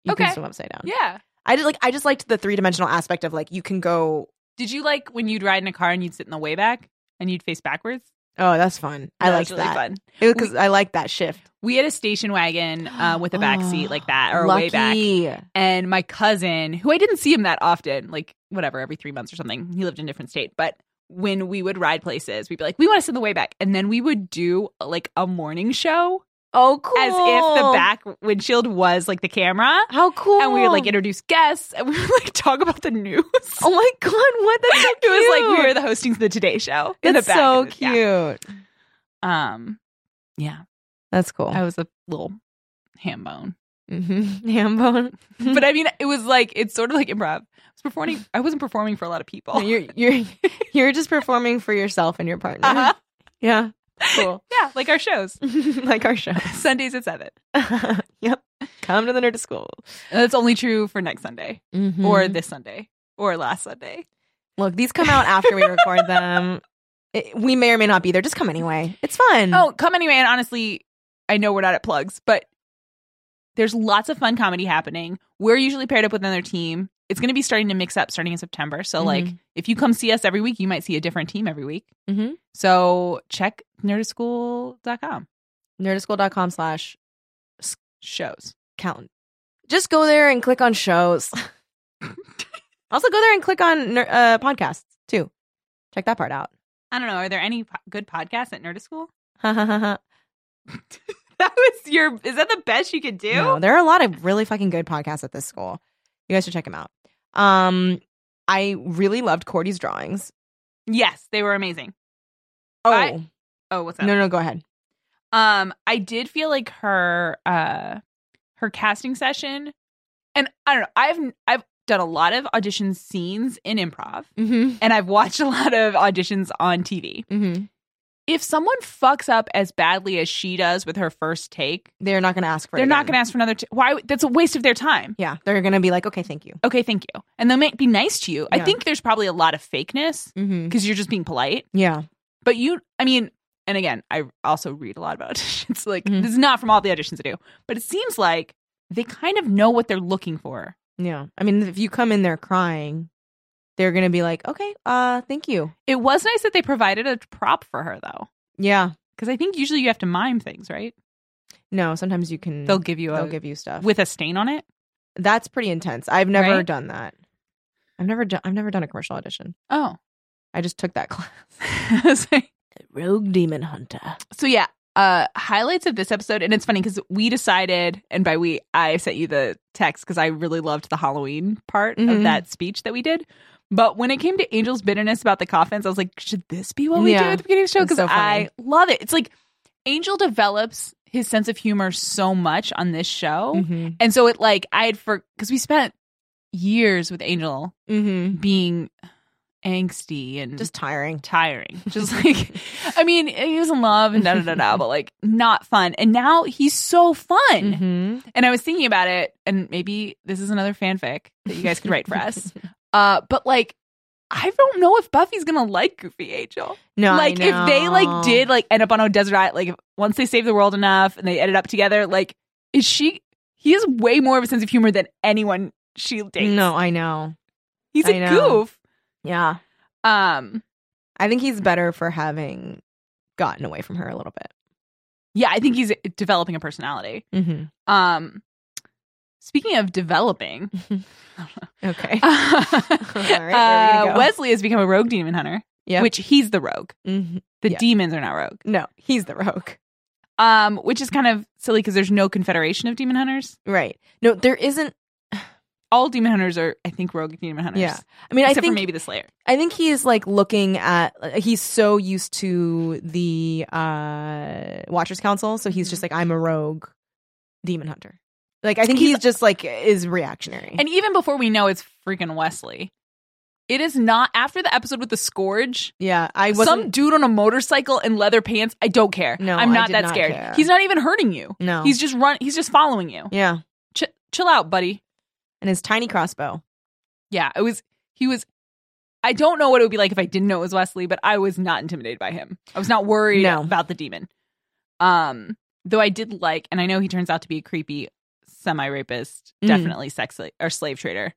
[SPEAKER 5] you
[SPEAKER 4] Okay.
[SPEAKER 5] can swim upside down.
[SPEAKER 4] yeah
[SPEAKER 5] I just like I just liked the three dimensional aspect of like you can go
[SPEAKER 4] did you like when you'd ride in a car and you'd sit in the way back and you'd face backwards
[SPEAKER 5] Oh, that's fun. I
[SPEAKER 4] That
[SPEAKER 5] like
[SPEAKER 4] was really
[SPEAKER 5] that.
[SPEAKER 4] fun.
[SPEAKER 5] It because I like that shift.
[SPEAKER 4] we had a station wagon uh, with a back
[SPEAKER 5] Oh,
[SPEAKER 4] seat like that or a way back
[SPEAKER 5] Lucky.
[SPEAKER 4] and my cousin who i didn't see him that often like whatever every three months or something he lived in a different state but when we would ride places we'd be like we want to sit in the way back and then we would do like a morning show
[SPEAKER 5] Oh, cool.
[SPEAKER 4] as if the back windshield was like the camera
[SPEAKER 5] How cool.
[SPEAKER 4] and we would like introduce guests and we would like talk about the news
[SPEAKER 5] Oh my god, what? That's so
[SPEAKER 4] it
[SPEAKER 5] cute.
[SPEAKER 4] was like we were the hostings of the today show in the
[SPEAKER 5] That's
[SPEAKER 4] back
[SPEAKER 5] so
[SPEAKER 4] of the-
[SPEAKER 5] cute.
[SPEAKER 4] yeah. um yeah
[SPEAKER 5] That's cool.
[SPEAKER 4] i was a little ham bone
[SPEAKER 5] mm-hmm. Ham bone.
[SPEAKER 4] but I mean, it was like it's sort of like improv. I was performing. I wasn't performing for a lot of people.
[SPEAKER 5] You're you're you're just performing for yourself and your partner.
[SPEAKER 4] Uh-huh.
[SPEAKER 5] Yeah. Cool.
[SPEAKER 4] Yeah, like our shows,
[SPEAKER 5] like our show.
[SPEAKER 4] Sundays at seven.
[SPEAKER 5] yep. Come to the nerd school.
[SPEAKER 4] And that's only true for next Sunday or
[SPEAKER 5] Or
[SPEAKER 4] this Sunday or last Sunday.
[SPEAKER 5] look, these come out after we record them. It- we may or may not be there. Just come anyway. It's fun.
[SPEAKER 4] Oh, come anyway. And honestly, I know we're not at plugs, but there's lots of fun comedy happening. We're usually paired up with another team. It's going to be starting to mix up starting in September. So, like, if you come see us every week, you might see a different team every week.
[SPEAKER 5] Mhm.
[SPEAKER 4] So, check nerdischool.com
[SPEAKER 5] nerdischool.com slash
[SPEAKER 4] shows.
[SPEAKER 5] count. Just go there and click on shows. also, go there and click on ner- uh, podcasts too. Check that part out.
[SPEAKER 4] I don't know. Are there any po- good podcasts at Nerdischool?
[SPEAKER 5] no,
[SPEAKER 4] That was your. Is that the best you could do?
[SPEAKER 5] there are a lot of really fucking good podcasts at this school. You guys should check them out. Um, I really loved Cordy's drawings.
[SPEAKER 4] Yes, they were amazing.
[SPEAKER 5] Oh
[SPEAKER 4] I- Oh, what's up?
[SPEAKER 5] no, no, go ahead.
[SPEAKER 4] Um, I did feel like her uh her casting session, and I don't know. I've I've done a lot of audition scenes in improv,
[SPEAKER 5] Mm-hmm.
[SPEAKER 4] and I've watched a lot of auditions on TV.
[SPEAKER 5] Mm-hmm.
[SPEAKER 4] If someone fucks up as badly as she does with her first take,
[SPEAKER 5] They're not going to ask for. it
[SPEAKER 4] they're not going
[SPEAKER 5] again.
[SPEAKER 4] to ask for another. T- why? That's a waste of their time.
[SPEAKER 5] Yeah, they're going to be like, okay, thank you.
[SPEAKER 4] Okay, thank you. And they might be nice to you. I
[SPEAKER 5] Yeah.
[SPEAKER 4] think there's probably a lot of fakeness
[SPEAKER 5] Mm-hmm.
[SPEAKER 4] because you're just being polite.
[SPEAKER 5] Yeah.
[SPEAKER 4] but you i mean and again i also read a lot about auditions like
[SPEAKER 5] Mhm.
[SPEAKER 4] this is not from all the auditions i do but it seems like they kind of know what they're looking for
[SPEAKER 5] Yeah. I mean, if you come in there crying, they're going to be like, okay, uh, thank you.
[SPEAKER 4] it was nice that they provided a prop for her though
[SPEAKER 5] Yeah.
[SPEAKER 4] because i think usually you have to mime things right
[SPEAKER 5] No, sometimes you can.
[SPEAKER 4] they'll give you a
[SPEAKER 5] they'll give you stuff.
[SPEAKER 4] with a stain on it
[SPEAKER 5] that's pretty intense. I've never
[SPEAKER 4] Right?
[SPEAKER 5] done that. I've never done. I've never done a commercial audition.
[SPEAKER 4] oh
[SPEAKER 5] I just took that class.
[SPEAKER 4] so,
[SPEAKER 5] Rogue Demon Hunter.
[SPEAKER 4] so yeah uh highlights of this episode and it's funny because we decided and by we i sent you the text because i really loved the halloween part
[SPEAKER 5] Mhm.
[SPEAKER 4] of that speech that we did but when it came to angel's bitterness about the coffins i was like should this be what we
[SPEAKER 5] Yeah.
[SPEAKER 4] do at the beginning of the show
[SPEAKER 5] It's
[SPEAKER 4] because
[SPEAKER 5] so funny.
[SPEAKER 4] i love it it's like angel develops his sense of humor so much on this show.
[SPEAKER 5] Mm-hmm.
[SPEAKER 4] And so it like I had for because we spent years with Angel Hmm.
[SPEAKER 5] Mm-hmm.
[SPEAKER 4] being angsty and
[SPEAKER 5] Just tiring.
[SPEAKER 4] tiring. Just like, I mean, he was in love and da da da da, but like not fun. And now he's so fun.
[SPEAKER 5] Mm-hmm.
[SPEAKER 4] And I was thinking about it, and maybe this is another fanfic that you guys could write for us. Uh, but like, I don't know if Buffy's gonna like Goofy Angel.
[SPEAKER 5] No, I
[SPEAKER 4] like, if they
[SPEAKER 5] know.
[SPEAKER 4] like did like end up on a desert island, like if, once they save the world enough and they ended up together, like, is she? He has way more of a sense of humor than anyone she dates.
[SPEAKER 5] No, I know.
[SPEAKER 4] he's a
[SPEAKER 5] I know.
[SPEAKER 4] goof.
[SPEAKER 5] Yeah.
[SPEAKER 4] Um,
[SPEAKER 5] I think he's better for having gotten away from her a little bit.
[SPEAKER 4] yeah, I think he's developing a personality.
[SPEAKER 5] Mm-hmm.
[SPEAKER 4] Um, speaking of developing,
[SPEAKER 5] Okay. where we
[SPEAKER 4] uh,
[SPEAKER 5] go.
[SPEAKER 4] Wesley has become a rogue demon hunter,
[SPEAKER 5] Yeah.
[SPEAKER 4] which he's the rogue.
[SPEAKER 5] Mhm.
[SPEAKER 4] The
[SPEAKER 5] Yeah.
[SPEAKER 4] demons are not rogue,
[SPEAKER 5] No, he's the rogue.
[SPEAKER 4] um, which is kind of silly because there's no confederation of demon hunters.
[SPEAKER 5] Right. No, there isn't.
[SPEAKER 4] All demon hunters are, I think, rogue demon hunters.
[SPEAKER 5] Yeah. I mean, I
[SPEAKER 4] except
[SPEAKER 5] think
[SPEAKER 4] for maybe the Slayer.
[SPEAKER 5] I think he is like looking at. uh, He's so used to the uh Watchers Council, so he's just
[SPEAKER 4] Mm-hmm.
[SPEAKER 5] like, I'm a rogue demon hunter. Like, I think he's,
[SPEAKER 4] He's-
[SPEAKER 5] just like is reactionary.
[SPEAKER 4] And even before we know it's freaking Wesley, it is not after the episode with the scourge.
[SPEAKER 5] yeah, I
[SPEAKER 4] Some
[SPEAKER 5] wasn't.
[SPEAKER 4] dude on a motorcycle in leather pants. I don't care.
[SPEAKER 5] No,
[SPEAKER 4] I'm
[SPEAKER 5] I
[SPEAKER 4] not
[SPEAKER 5] did
[SPEAKER 4] that
[SPEAKER 5] not
[SPEAKER 4] scared.
[SPEAKER 5] care.
[SPEAKER 4] He's not even hurting you.
[SPEAKER 5] no,
[SPEAKER 4] He's just run. He's just following you.
[SPEAKER 5] yeah,
[SPEAKER 4] Ch- chill out, buddy.
[SPEAKER 5] and his tiny crossbow.
[SPEAKER 4] Yeah, it was. He was. I don't know what it would be like if I didn't know it was Wesley, but I was not intimidated by him. I was not worried
[SPEAKER 5] No.
[SPEAKER 4] about the demon. Um, though I did like, and I know he turns out to be a creepy semi rapist,
[SPEAKER 5] Mhm.
[SPEAKER 4] definitely sex sla- or slave trader.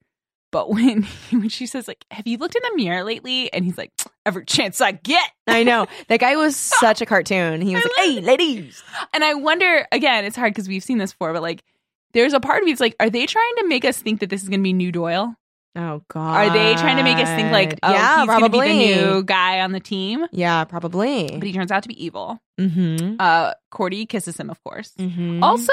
[SPEAKER 4] But when when she says like, "Have you looked in the mirror lately?" and he's like, "Every chance I get."
[SPEAKER 5] I know that guy was such a cartoon. He
[SPEAKER 4] I
[SPEAKER 5] was like, "Hey, ladies."
[SPEAKER 4] And I wonder again, it's hard because we've seen this before, but like, there's a part of me that's like, are they trying to make us think that this is going to be New Doyle?
[SPEAKER 5] Oh God,
[SPEAKER 4] Are they trying to make us think like, oh,
[SPEAKER 5] yeah,
[SPEAKER 4] he's going to
[SPEAKER 5] Uh, probably
[SPEAKER 4] be the new guy on the team?
[SPEAKER 5] yeah, probably.
[SPEAKER 4] But he turns out to be evil.
[SPEAKER 5] mm-hmm.
[SPEAKER 4] Uh, Cordy kisses him, of course.
[SPEAKER 5] mm-hmm.
[SPEAKER 4] Also,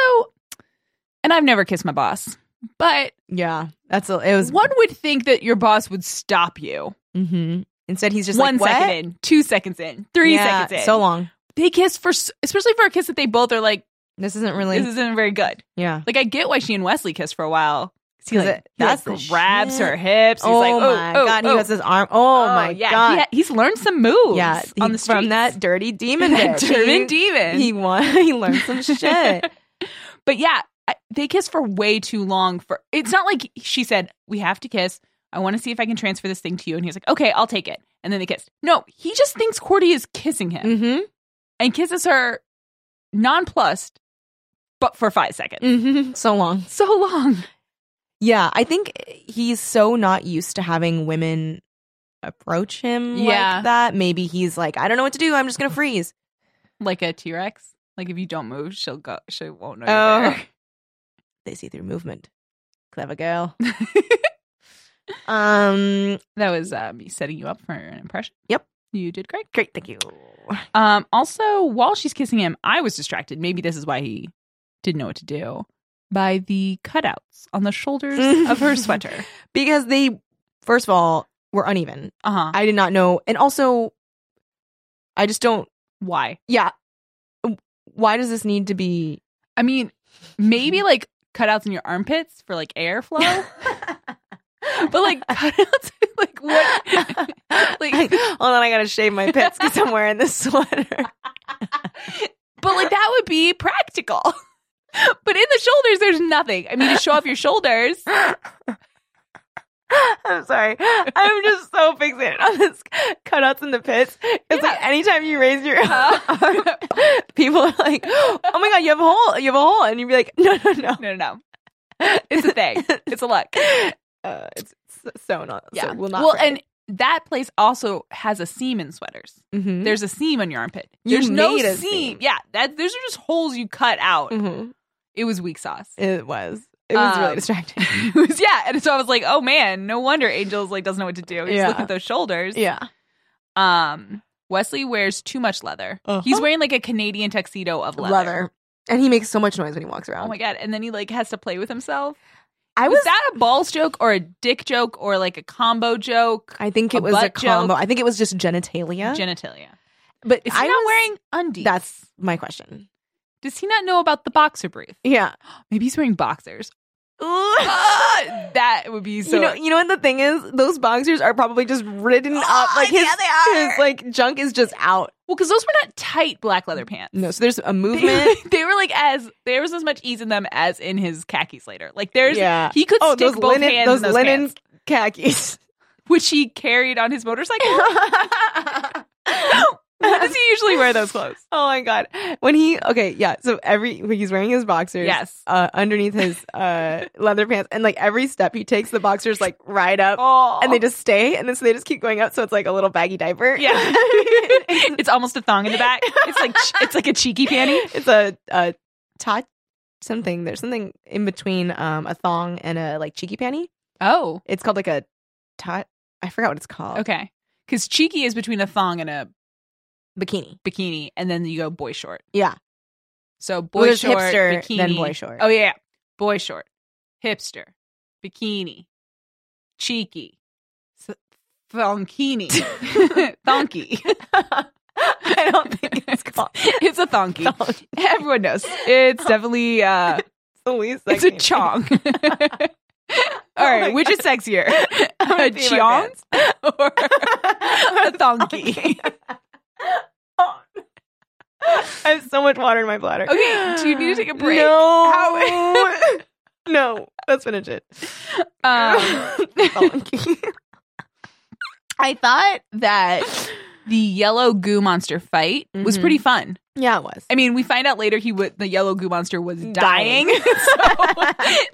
[SPEAKER 4] and I've never kissed my boss, but
[SPEAKER 5] yeah, that's a, it was
[SPEAKER 4] one would think that your boss would stop you
[SPEAKER 5] Mm-hmm. Instead, he's just
[SPEAKER 4] one
[SPEAKER 5] like,
[SPEAKER 4] second
[SPEAKER 5] what?
[SPEAKER 4] in, two seconds in, three
[SPEAKER 5] Yeah,
[SPEAKER 4] seconds in.
[SPEAKER 5] So long.
[SPEAKER 4] They kiss for, s- especially for a kiss that they both are like,
[SPEAKER 5] This isn't really.
[SPEAKER 4] this isn't very good.
[SPEAKER 5] yeah.
[SPEAKER 4] Like I get why she and Wesley kissed for a while. 'Cause He
[SPEAKER 5] 'Cause
[SPEAKER 4] like,
[SPEAKER 5] it-
[SPEAKER 4] he, like,
[SPEAKER 5] that's the
[SPEAKER 4] grabs
[SPEAKER 5] shit.
[SPEAKER 4] her hips. He's
[SPEAKER 5] oh
[SPEAKER 4] like, oh
[SPEAKER 5] my
[SPEAKER 4] oh,
[SPEAKER 5] god,
[SPEAKER 4] oh,
[SPEAKER 5] he has his arm. Oh, my
[SPEAKER 4] yeah.
[SPEAKER 5] god.
[SPEAKER 4] He- he's learned some moves.
[SPEAKER 5] yeah, he-
[SPEAKER 4] on the
[SPEAKER 5] from
[SPEAKER 4] streets.
[SPEAKER 5] that dirty demon.
[SPEAKER 4] That
[SPEAKER 5] bitch.
[SPEAKER 4] German
[SPEAKER 5] he,
[SPEAKER 4] demon.
[SPEAKER 5] He won. He learned some shit.
[SPEAKER 4] but yeah, I, they kiss for way too long. For it's not like she said we have to kiss. I want to see if I can transfer this thing to you, and he's like, okay, I'll take it. And then they kissed. No, he just thinks Cordy is kissing him
[SPEAKER 5] mm-hmm.
[SPEAKER 4] and kisses her nonplussed, but for five seconds.
[SPEAKER 5] Mm-hmm. So long.
[SPEAKER 4] So long.
[SPEAKER 5] Yeah, I think he's so not used to having women approach him
[SPEAKER 4] Yeah.
[SPEAKER 5] like that. Maybe he's like, I don't know what to do. I'm just gonna freeze.
[SPEAKER 4] Like a T Rex. Like if you don't move, she'll go. She won't know.
[SPEAKER 5] Oh.
[SPEAKER 4] You're there.
[SPEAKER 5] They see through movement. Clever girl. um.
[SPEAKER 4] That was uh, me setting you up for an impression.
[SPEAKER 5] Yep.
[SPEAKER 4] You did great.
[SPEAKER 5] Great. Thank you.
[SPEAKER 4] Um, also, while she's kissing him, I was distracted. Maybe this is why he didn't know what to do by the cutouts on the shoulders of her sweater.
[SPEAKER 5] because they first of all were uneven
[SPEAKER 4] Uh huh.
[SPEAKER 5] i did not know and also i just don't
[SPEAKER 4] Why?
[SPEAKER 5] yeah why does this need to be
[SPEAKER 4] I mean, maybe like cutouts in your armpits for like airflow, but like cutouts, like what?
[SPEAKER 5] like hold on i gotta shave my pits because i'm wearing this sweater
[SPEAKER 4] But like that would be practical. But in the shoulders, there's nothing. I mean, to show off your shoulders.
[SPEAKER 5] i'm sorry i'm just so fixated on this cutouts in the pits it's like anytime you raise your
[SPEAKER 4] Uh-huh.
[SPEAKER 5] arm people are like oh my god you have a hole you have a hole and you'd be like no no no
[SPEAKER 4] No, no, no. It's a thing. It's a look.
[SPEAKER 5] uh, it's it's so not
[SPEAKER 4] Yeah.
[SPEAKER 5] so will not
[SPEAKER 4] well,
[SPEAKER 5] work.
[SPEAKER 4] and that place also has a seam in sweaters.
[SPEAKER 5] Mhm.
[SPEAKER 4] There's a seam on your armpit.
[SPEAKER 5] You
[SPEAKER 4] There's no
[SPEAKER 5] made a
[SPEAKER 4] seam.
[SPEAKER 5] seam.
[SPEAKER 4] Yeah, that those are just holes you cut out.
[SPEAKER 5] Mhm.
[SPEAKER 4] It was weak sauce.
[SPEAKER 5] It was. It was
[SPEAKER 4] Um,
[SPEAKER 5] really distracting.
[SPEAKER 4] It was yeah, and so I was like, oh man, no wonder Angels like doesn't know what to do. Just
[SPEAKER 5] Yeah.
[SPEAKER 4] look at those shoulders.
[SPEAKER 5] yeah.
[SPEAKER 4] Um, Wesley wears too much leather.
[SPEAKER 5] Uh-huh.
[SPEAKER 4] He's wearing like a Canadian tuxedo of
[SPEAKER 5] Leather.
[SPEAKER 4] leather.
[SPEAKER 5] And he makes so much noise when he walks around.
[SPEAKER 4] Oh my god! And then he like has to play with himself.
[SPEAKER 5] I
[SPEAKER 4] was,
[SPEAKER 5] was,
[SPEAKER 4] that a balls joke or a dick joke or like a combo joke?
[SPEAKER 5] I think
[SPEAKER 4] a
[SPEAKER 5] it was a
[SPEAKER 4] butt
[SPEAKER 5] combo.
[SPEAKER 4] joke?
[SPEAKER 5] I think it was just genitalia.
[SPEAKER 4] Genitalia.
[SPEAKER 5] but
[SPEAKER 4] Is he
[SPEAKER 5] I
[SPEAKER 4] not
[SPEAKER 5] was-
[SPEAKER 4] wearing undies?
[SPEAKER 5] That's my question.
[SPEAKER 4] Does he not know about the boxer brief?
[SPEAKER 5] Yeah.
[SPEAKER 4] Maybe he's wearing boxers.
[SPEAKER 5] Ugh.
[SPEAKER 4] Ah, that would be so.
[SPEAKER 5] you know, you know what the thing is? Those boxers are probably just ridden
[SPEAKER 4] Oh,
[SPEAKER 5] up. Like his, his like junk is just out.
[SPEAKER 4] well, because those were not tight black leather pants.
[SPEAKER 5] Mm, No, so there's a
[SPEAKER 4] They,
[SPEAKER 5] movement.
[SPEAKER 4] they were like as there was as much ease in them as in his khakis later. Like there's
[SPEAKER 5] Yeah.
[SPEAKER 4] he could
[SPEAKER 5] oh,
[SPEAKER 4] stick
[SPEAKER 5] those
[SPEAKER 4] both
[SPEAKER 5] linen,
[SPEAKER 4] hands
[SPEAKER 5] those,
[SPEAKER 4] in those
[SPEAKER 5] linen
[SPEAKER 4] pants,
[SPEAKER 5] khakis.
[SPEAKER 4] which he carried on his motorcycle. Where does he usually wear those clothes?
[SPEAKER 5] Oh my god. When he okay, yeah. So every when he's wearing his boxers.
[SPEAKER 4] Yes.
[SPEAKER 5] Uh, underneath his uh, leather pants, and like every step he takes, the boxers like ride up,
[SPEAKER 4] Oh,
[SPEAKER 5] and they just stay, and then so they just keep going up. So it's like a little baggy diaper.
[SPEAKER 4] yeah. it's almost a thong in the back. It's like it's like a cheeky panty.
[SPEAKER 5] It's a a tot something. There's something in between um, a thong and a like cheeky panty.
[SPEAKER 4] Oh,
[SPEAKER 5] It's called like a tot. I forgot what it's called.
[SPEAKER 4] okay. Because cheeky is between a thong and a
[SPEAKER 5] bikini.
[SPEAKER 4] bikini, and then you go boy short.
[SPEAKER 5] Yeah.
[SPEAKER 4] So boy
[SPEAKER 5] Well, there's
[SPEAKER 4] short,
[SPEAKER 5] hipster,
[SPEAKER 4] bikini,
[SPEAKER 5] then boy short.
[SPEAKER 4] Oh yeah, yeah. boy short, hipster, bikini, cheeky, s- thonkini, thonky.
[SPEAKER 5] I don't think it's called.
[SPEAKER 4] It's a thonky.
[SPEAKER 5] Thonky.
[SPEAKER 4] Everyone knows. It's definitely uh,
[SPEAKER 5] It's the least.
[SPEAKER 4] it's
[SPEAKER 5] I
[SPEAKER 4] a
[SPEAKER 5] can-
[SPEAKER 4] chong. All
[SPEAKER 5] Oh
[SPEAKER 4] right,
[SPEAKER 5] my
[SPEAKER 4] which is sexier, a
[SPEAKER 5] gonna pee my
[SPEAKER 4] chong or a thonky?
[SPEAKER 5] I have so much water in my bladder.
[SPEAKER 4] Okay, do you need to take a break?
[SPEAKER 5] No.
[SPEAKER 4] How-
[SPEAKER 5] no. Let's finish it.
[SPEAKER 4] Um, I thought that the yellow goo monster fight was
[SPEAKER 5] Mhm.
[SPEAKER 4] pretty fun.
[SPEAKER 5] yeah, it was.
[SPEAKER 4] I mean, we find out later he w- the yellow goo monster was dying,
[SPEAKER 5] Dying.
[SPEAKER 4] so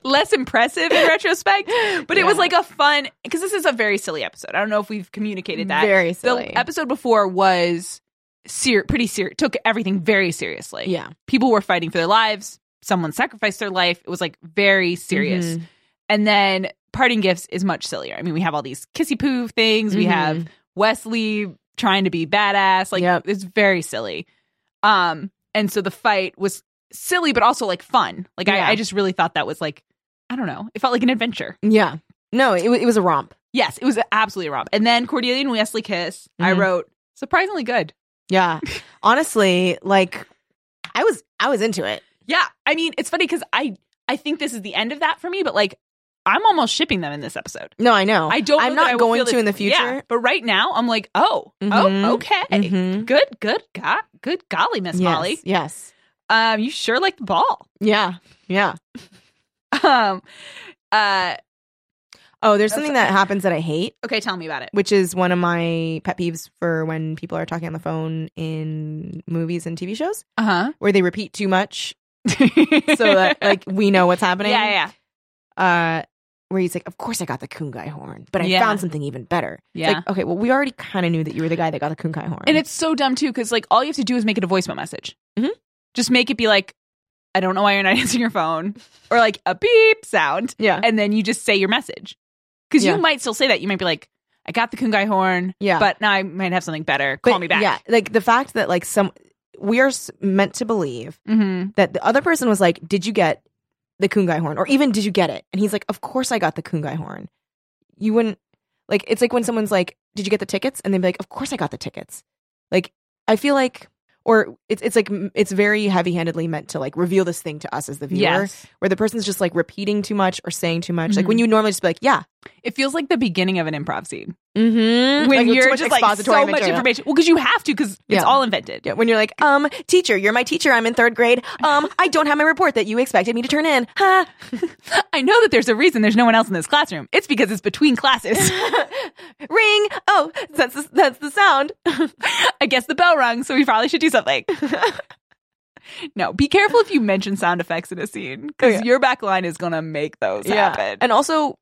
[SPEAKER 4] less impressive in retrospect. But it was
[SPEAKER 5] Yeah.
[SPEAKER 4] like a fun because this is a very silly episode. I don't know if we've communicated that.
[SPEAKER 5] Very silly.
[SPEAKER 4] The episode before was ser- pretty serious. Took everything very seriously.
[SPEAKER 5] yeah.
[SPEAKER 4] people were fighting for their lives. Someone sacrificed their life. It was like very serious.
[SPEAKER 5] Mhm.
[SPEAKER 4] And then parting gifts is much sillier. I mean, we have all these kissy poo things. We
[SPEAKER 5] Mhm.
[SPEAKER 4] have Wesley trying to be badass. Like
[SPEAKER 5] Yep.
[SPEAKER 4] it's very silly. Um, and so the fight was silly, but also like fun. Like
[SPEAKER 5] Yeah.
[SPEAKER 4] I, I just really thought that was like I don't know. It felt like an adventure.
[SPEAKER 5] Yeah. No, it, wa- it was a romp.
[SPEAKER 4] Yes, it was absolutely a romp. And then Cordelia and Wesley kiss. I
[SPEAKER 5] Mhm.
[SPEAKER 4] wrote surprisingly good.
[SPEAKER 5] Yeah. Honestly, like I was I was into it.
[SPEAKER 4] Yeah, I mean it's funny because I I think this is the end of that for me, but like I'm almost shipping them in this episode.
[SPEAKER 5] No, I know.
[SPEAKER 4] I don't. know
[SPEAKER 5] Oh, I'm
[SPEAKER 4] that
[SPEAKER 5] not
[SPEAKER 4] I will
[SPEAKER 5] going
[SPEAKER 4] feel
[SPEAKER 5] to
[SPEAKER 4] that-
[SPEAKER 5] in the future.
[SPEAKER 4] Yeah, but right now, I'm like, oh,
[SPEAKER 5] Mhm.
[SPEAKER 4] oh, okay,
[SPEAKER 5] Mhm.
[SPEAKER 4] good, good, God, good, golly, Miss
[SPEAKER 5] Yes,
[SPEAKER 4] Molly,
[SPEAKER 5] Yes.
[SPEAKER 4] um, you sure like the ball.
[SPEAKER 5] Yeah. Yeah.
[SPEAKER 4] Um, uh,
[SPEAKER 5] Oh, there's something that happens that I hate,
[SPEAKER 4] okay, tell me about it.
[SPEAKER 5] which is one of my pet peeves for when people are talking on the phone in movies and TV shows
[SPEAKER 4] Uh
[SPEAKER 5] where they repeat too much
[SPEAKER 4] huh.
[SPEAKER 5] Uh-huh. so that like we know what's
[SPEAKER 4] yeah,
[SPEAKER 5] happening.
[SPEAKER 4] yeah, yeah.
[SPEAKER 5] Uh where he's like, Of course I got the Kungai horn, but I
[SPEAKER 4] Yeah.
[SPEAKER 5] found something even better. It's
[SPEAKER 4] Yeah.
[SPEAKER 5] like, okay, well, we already kind of knew that you were the guy that got the Kungai horn.
[SPEAKER 4] and it's so dumb too because like all you have to do is make it a voicemail message.
[SPEAKER 5] Mhm.
[SPEAKER 4] Just make it be like, I don't know why you're not answering your phone, or like a beep sound,
[SPEAKER 5] yeah.
[SPEAKER 4] and then you just say your message because
[SPEAKER 5] Yeah.
[SPEAKER 4] you might still say that. You might be like, I got the kungai horn.
[SPEAKER 5] Yeah.
[SPEAKER 4] But now I might have something better. Call
[SPEAKER 5] But,
[SPEAKER 4] me back.
[SPEAKER 5] Yeah, like the fact that like some we are s- meant to believe
[SPEAKER 4] Mm-hmm.
[SPEAKER 5] that the other person was like, "Did you get the kungai horn?" or even "Did you get it?" and he's like, "Of course I got the kungai horn." You wouldn't like it's like when someone's like, "Did you get the tickets?" and they'd be like, "Of course I got the tickets." Like I feel like or it's it's like m- it's very heavy-handedly meant to like reveal this thing to us as the viewer
[SPEAKER 4] Yes.
[SPEAKER 5] where the person's just like repeating too much or saying too much like
[SPEAKER 4] Mhm.
[SPEAKER 5] when you normally just be like yeah
[SPEAKER 4] It feels like the beginning of an improv scene
[SPEAKER 5] mm-hmm
[SPEAKER 4] when you're just like so much information. Well, because you have to, because
[SPEAKER 5] Yeah.
[SPEAKER 4] it's all invented.
[SPEAKER 5] Yeah, when you're like, um, teacher, you're my teacher. I'm in third grade. Um, I don't have my report that you expected me to turn in. Ha!
[SPEAKER 4] I know that there's a reason there's no one else in this classroom. It's because it's between classes.
[SPEAKER 5] Ring. Oh, that's the, that's the sound.
[SPEAKER 4] I guess the bell rung, so we probably should do something. no, be careful if you mention sound effects in a scene because
[SPEAKER 5] Oh, yeah.
[SPEAKER 4] your back line is gonna make those happen.
[SPEAKER 5] And also,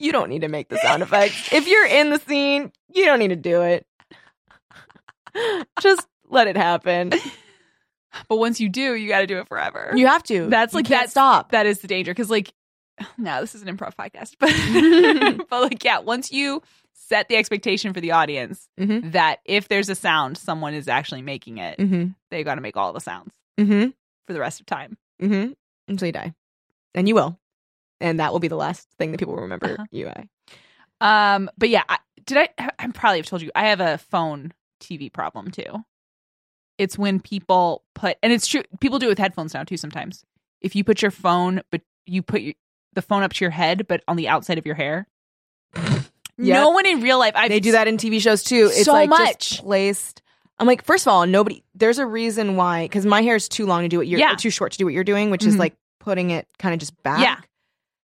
[SPEAKER 5] you don't need to make the sound effects. if you're in the scene, you don't need to do it. Just let it happen.
[SPEAKER 4] but once you do, you got to do it forever.
[SPEAKER 5] You have to.
[SPEAKER 4] That's
[SPEAKER 5] You
[SPEAKER 4] like
[SPEAKER 5] can't
[SPEAKER 4] that's-
[SPEAKER 5] stop.
[SPEAKER 4] that is the danger because like no this is an improv podcast but but like yeah once you set the expectation for the audience
[SPEAKER 5] Mhm.
[SPEAKER 4] that if there's a sound someone is actually making it
[SPEAKER 5] Mm-hmm.
[SPEAKER 4] they got to make all the sounds
[SPEAKER 5] Mm-hmm.
[SPEAKER 4] for the rest of time
[SPEAKER 5] Mm-hmm. Until you die, and you will, and that will be the last thing that people will remember
[SPEAKER 4] Uh-huh.
[SPEAKER 5] you. I.
[SPEAKER 4] um but yeah I, did i i probably have told you i have a phone tv problem too It's when people put, and it's true, people do it with headphones now too sometimes. If you put your phone, but you put your, the phone up to your head, but on the outside of your hair. No one in real life. I
[SPEAKER 5] they do that in TV shows too. It's
[SPEAKER 4] So
[SPEAKER 5] like
[SPEAKER 4] much.
[SPEAKER 5] just placed. I'm like, first of all, nobody. There's a reason why, because my hair is too long to do what you're
[SPEAKER 4] Yeah.
[SPEAKER 5] too short to do what you're doing, which
[SPEAKER 4] Mhm.
[SPEAKER 5] is like putting it kind of just back.
[SPEAKER 4] Yeah.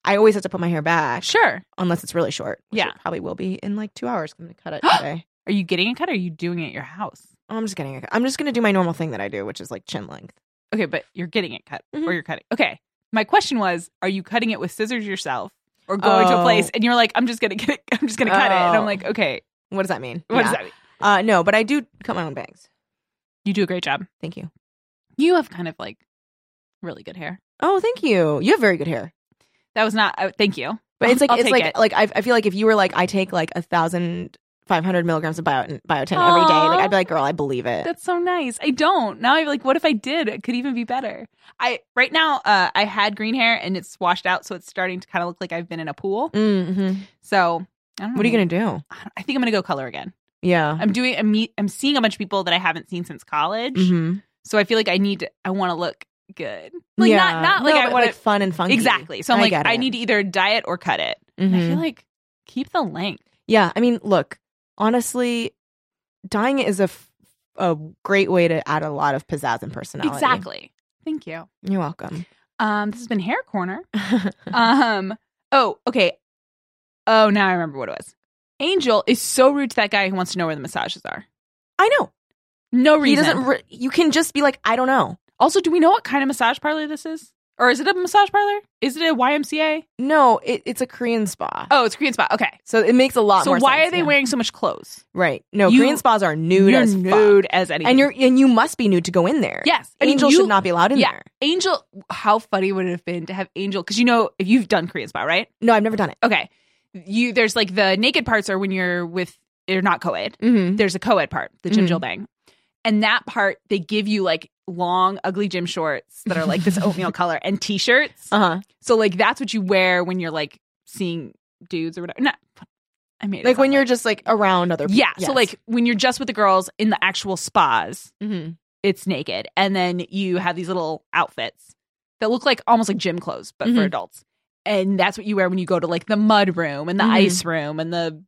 [SPEAKER 5] I always have to put my hair back,
[SPEAKER 4] Sure.
[SPEAKER 5] unless it's really short. which
[SPEAKER 4] Yeah.
[SPEAKER 5] it probably will be in like two hours. I'm gonna cut it today.
[SPEAKER 4] Are you getting a cut? Or are you doing it at your house?
[SPEAKER 5] I'm just getting. i I'm just gonna do my normal thing that I do, which is like chin length.
[SPEAKER 4] Okay, but you're getting it cut or
[SPEAKER 5] Mhm.
[SPEAKER 4] you're cutting. Okay. My question was, are you cutting it with scissors yourself or going to a
[SPEAKER 5] Oh.
[SPEAKER 4] place and you're like, I'm just going to get it, I'm just going to cut it. And I'm
[SPEAKER 5] Oh.
[SPEAKER 4] like, okay,
[SPEAKER 5] What does that mean?
[SPEAKER 4] what does
[SPEAKER 5] Yeah.
[SPEAKER 4] that mean?
[SPEAKER 5] Uh, no, but I do cut my own bangs.
[SPEAKER 4] You do a great job.
[SPEAKER 5] Thank you.
[SPEAKER 4] You have kind of like really good hair.
[SPEAKER 5] Oh, thank you. You have very good hair.
[SPEAKER 4] That was not, uh, thank you.
[SPEAKER 5] But it's like
[SPEAKER 4] I'll
[SPEAKER 5] it's
[SPEAKER 4] take
[SPEAKER 5] like
[SPEAKER 4] it.
[SPEAKER 5] like I, I feel like if you were like I take like a thousand five hundred milligrams of biotin, biotin every day,
[SPEAKER 4] Aw.
[SPEAKER 5] like I'd be like, girl, I believe it.
[SPEAKER 4] That's so nice. I don't. Now I'm like, what if I did? It could even be better. I, right now, uh, I had green hair and it's washed out. So it's starting to kind of look like I've been in a pool.
[SPEAKER 5] hmm
[SPEAKER 4] So I don't know.
[SPEAKER 5] What are you gonna do?
[SPEAKER 4] to I think I'm going to go color again.
[SPEAKER 5] Yeah.
[SPEAKER 4] I'm doing, I'm, meet, I'm seeing a bunch of people that I haven't seen since college.
[SPEAKER 5] hmm
[SPEAKER 4] So I feel like I need to, I want to look good. Like not not like I want
[SPEAKER 5] like fun and
[SPEAKER 4] to
[SPEAKER 5] funky.
[SPEAKER 4] exactly. So I'm
[SPEAKER 5] I
[SPEAKER 4] like
[SPEAKER 5] get
[SPEAKER 4] I Mm-hmm.
[SPEAKER 5] it.
[SPEAKER 4] need to either diet or cut it. And I feel
[SPEAKER 5] Mhm.
[SPEAKER 4] like keep the length.
[SPEAKER 5] Yeah. I mean, look, honestly, dying is a f- a great way to add a lot of pizzazz and personality.
[SPEAKER 4] Exactly. Thank you.
[SPEAKER 5] You're welcome.
[SPEAKER 4] Um this has been hair corner. um oh, okay. Oh, now I remember what it was. Angel is so rude to that guy who wants to know where the massages are.
[SPEAKER 5] I know.
[SPEAKER 4] No reason.
[SPEAKER 5] He doesn't. Re- you can just be like, I don't know.
[SPEAKER 4] also, do we know what kind of massage parlor this is? Or is it a massage parlor? Is it a YMCA?
[SPEAKER 5] No, it, it's a Korean spa.
[SPEAKER 4] Oh, it's a Korean spa. Okay.
[SPEAKER 5] So it makes a lot
[SPEAKER 4] So
[SPEAKER 5] more.
[SPEAKER 4] why
[SPEAKER 5] sense,
[SPEAKER 4] are they
[SPEAKER 5] yeah.
[SPEAKER 4] wearing so much clothes?
[SPEAKER 5] Right. No,
[SPEAKER 4] You-
[SPEAKER 5] Korean spas are nude
[SPEAKER 4] You're
[SPEAKER 5] as fuck.
[SPEAKER 4] nude as anything.
[SPEAKER 5] And you're and you must be nude to go in there.
[SPEAKER 4] Yes. I mean,
[SPEAKER 5] Angel
[SPEAKER 4] you-
[SPEAKER 5] should not be allowed in
[SPEAKER 4] yeah.
[SPEAKER 5] there.
[SPEAKER 4] Angel, how funny would it have been to have Angel? Because you know, if you've done Korean spa, right?
[SPEAKER 5] No, I've never done it.
[SPEAKER 4] Okay, you there's like the naked parts are when you're with you're not co-ed.
[SPEAKER 5] Mm-hmm.
[SPEAKER 4] There's a co-ed part, the Jim
[SPEAKER 5] Mhm.
[SPEAKER 4] Jill Bang, and that part they give you like long ugly gym shorts that are like this oatmeal color and t-shirts.
[SPEAKER 5] Uh huh.
[SPEAKER 4] So like that's what you wear when you're like seeing dudes or whatever. Not, I mean, it
[SPEAKER 5] Like when
[SPEAKER 4] sound
[SPEAKER 5] you're just like around other people.
[SPEAKER 4] yeah. So like when you're just with the girls in the actual spas,
[SPEAKER 5] hmm
[SPEAKER 4] it's naked and then you have these little outfits that look like almost like gym clothes but for
[SPEAKER 5] Mhm.
[SPEAKER 4] adults and that's what you wear when you go to like the mud room and the
[SPEAKER 5] Mhm.
[SPEAKER 4] ice room and the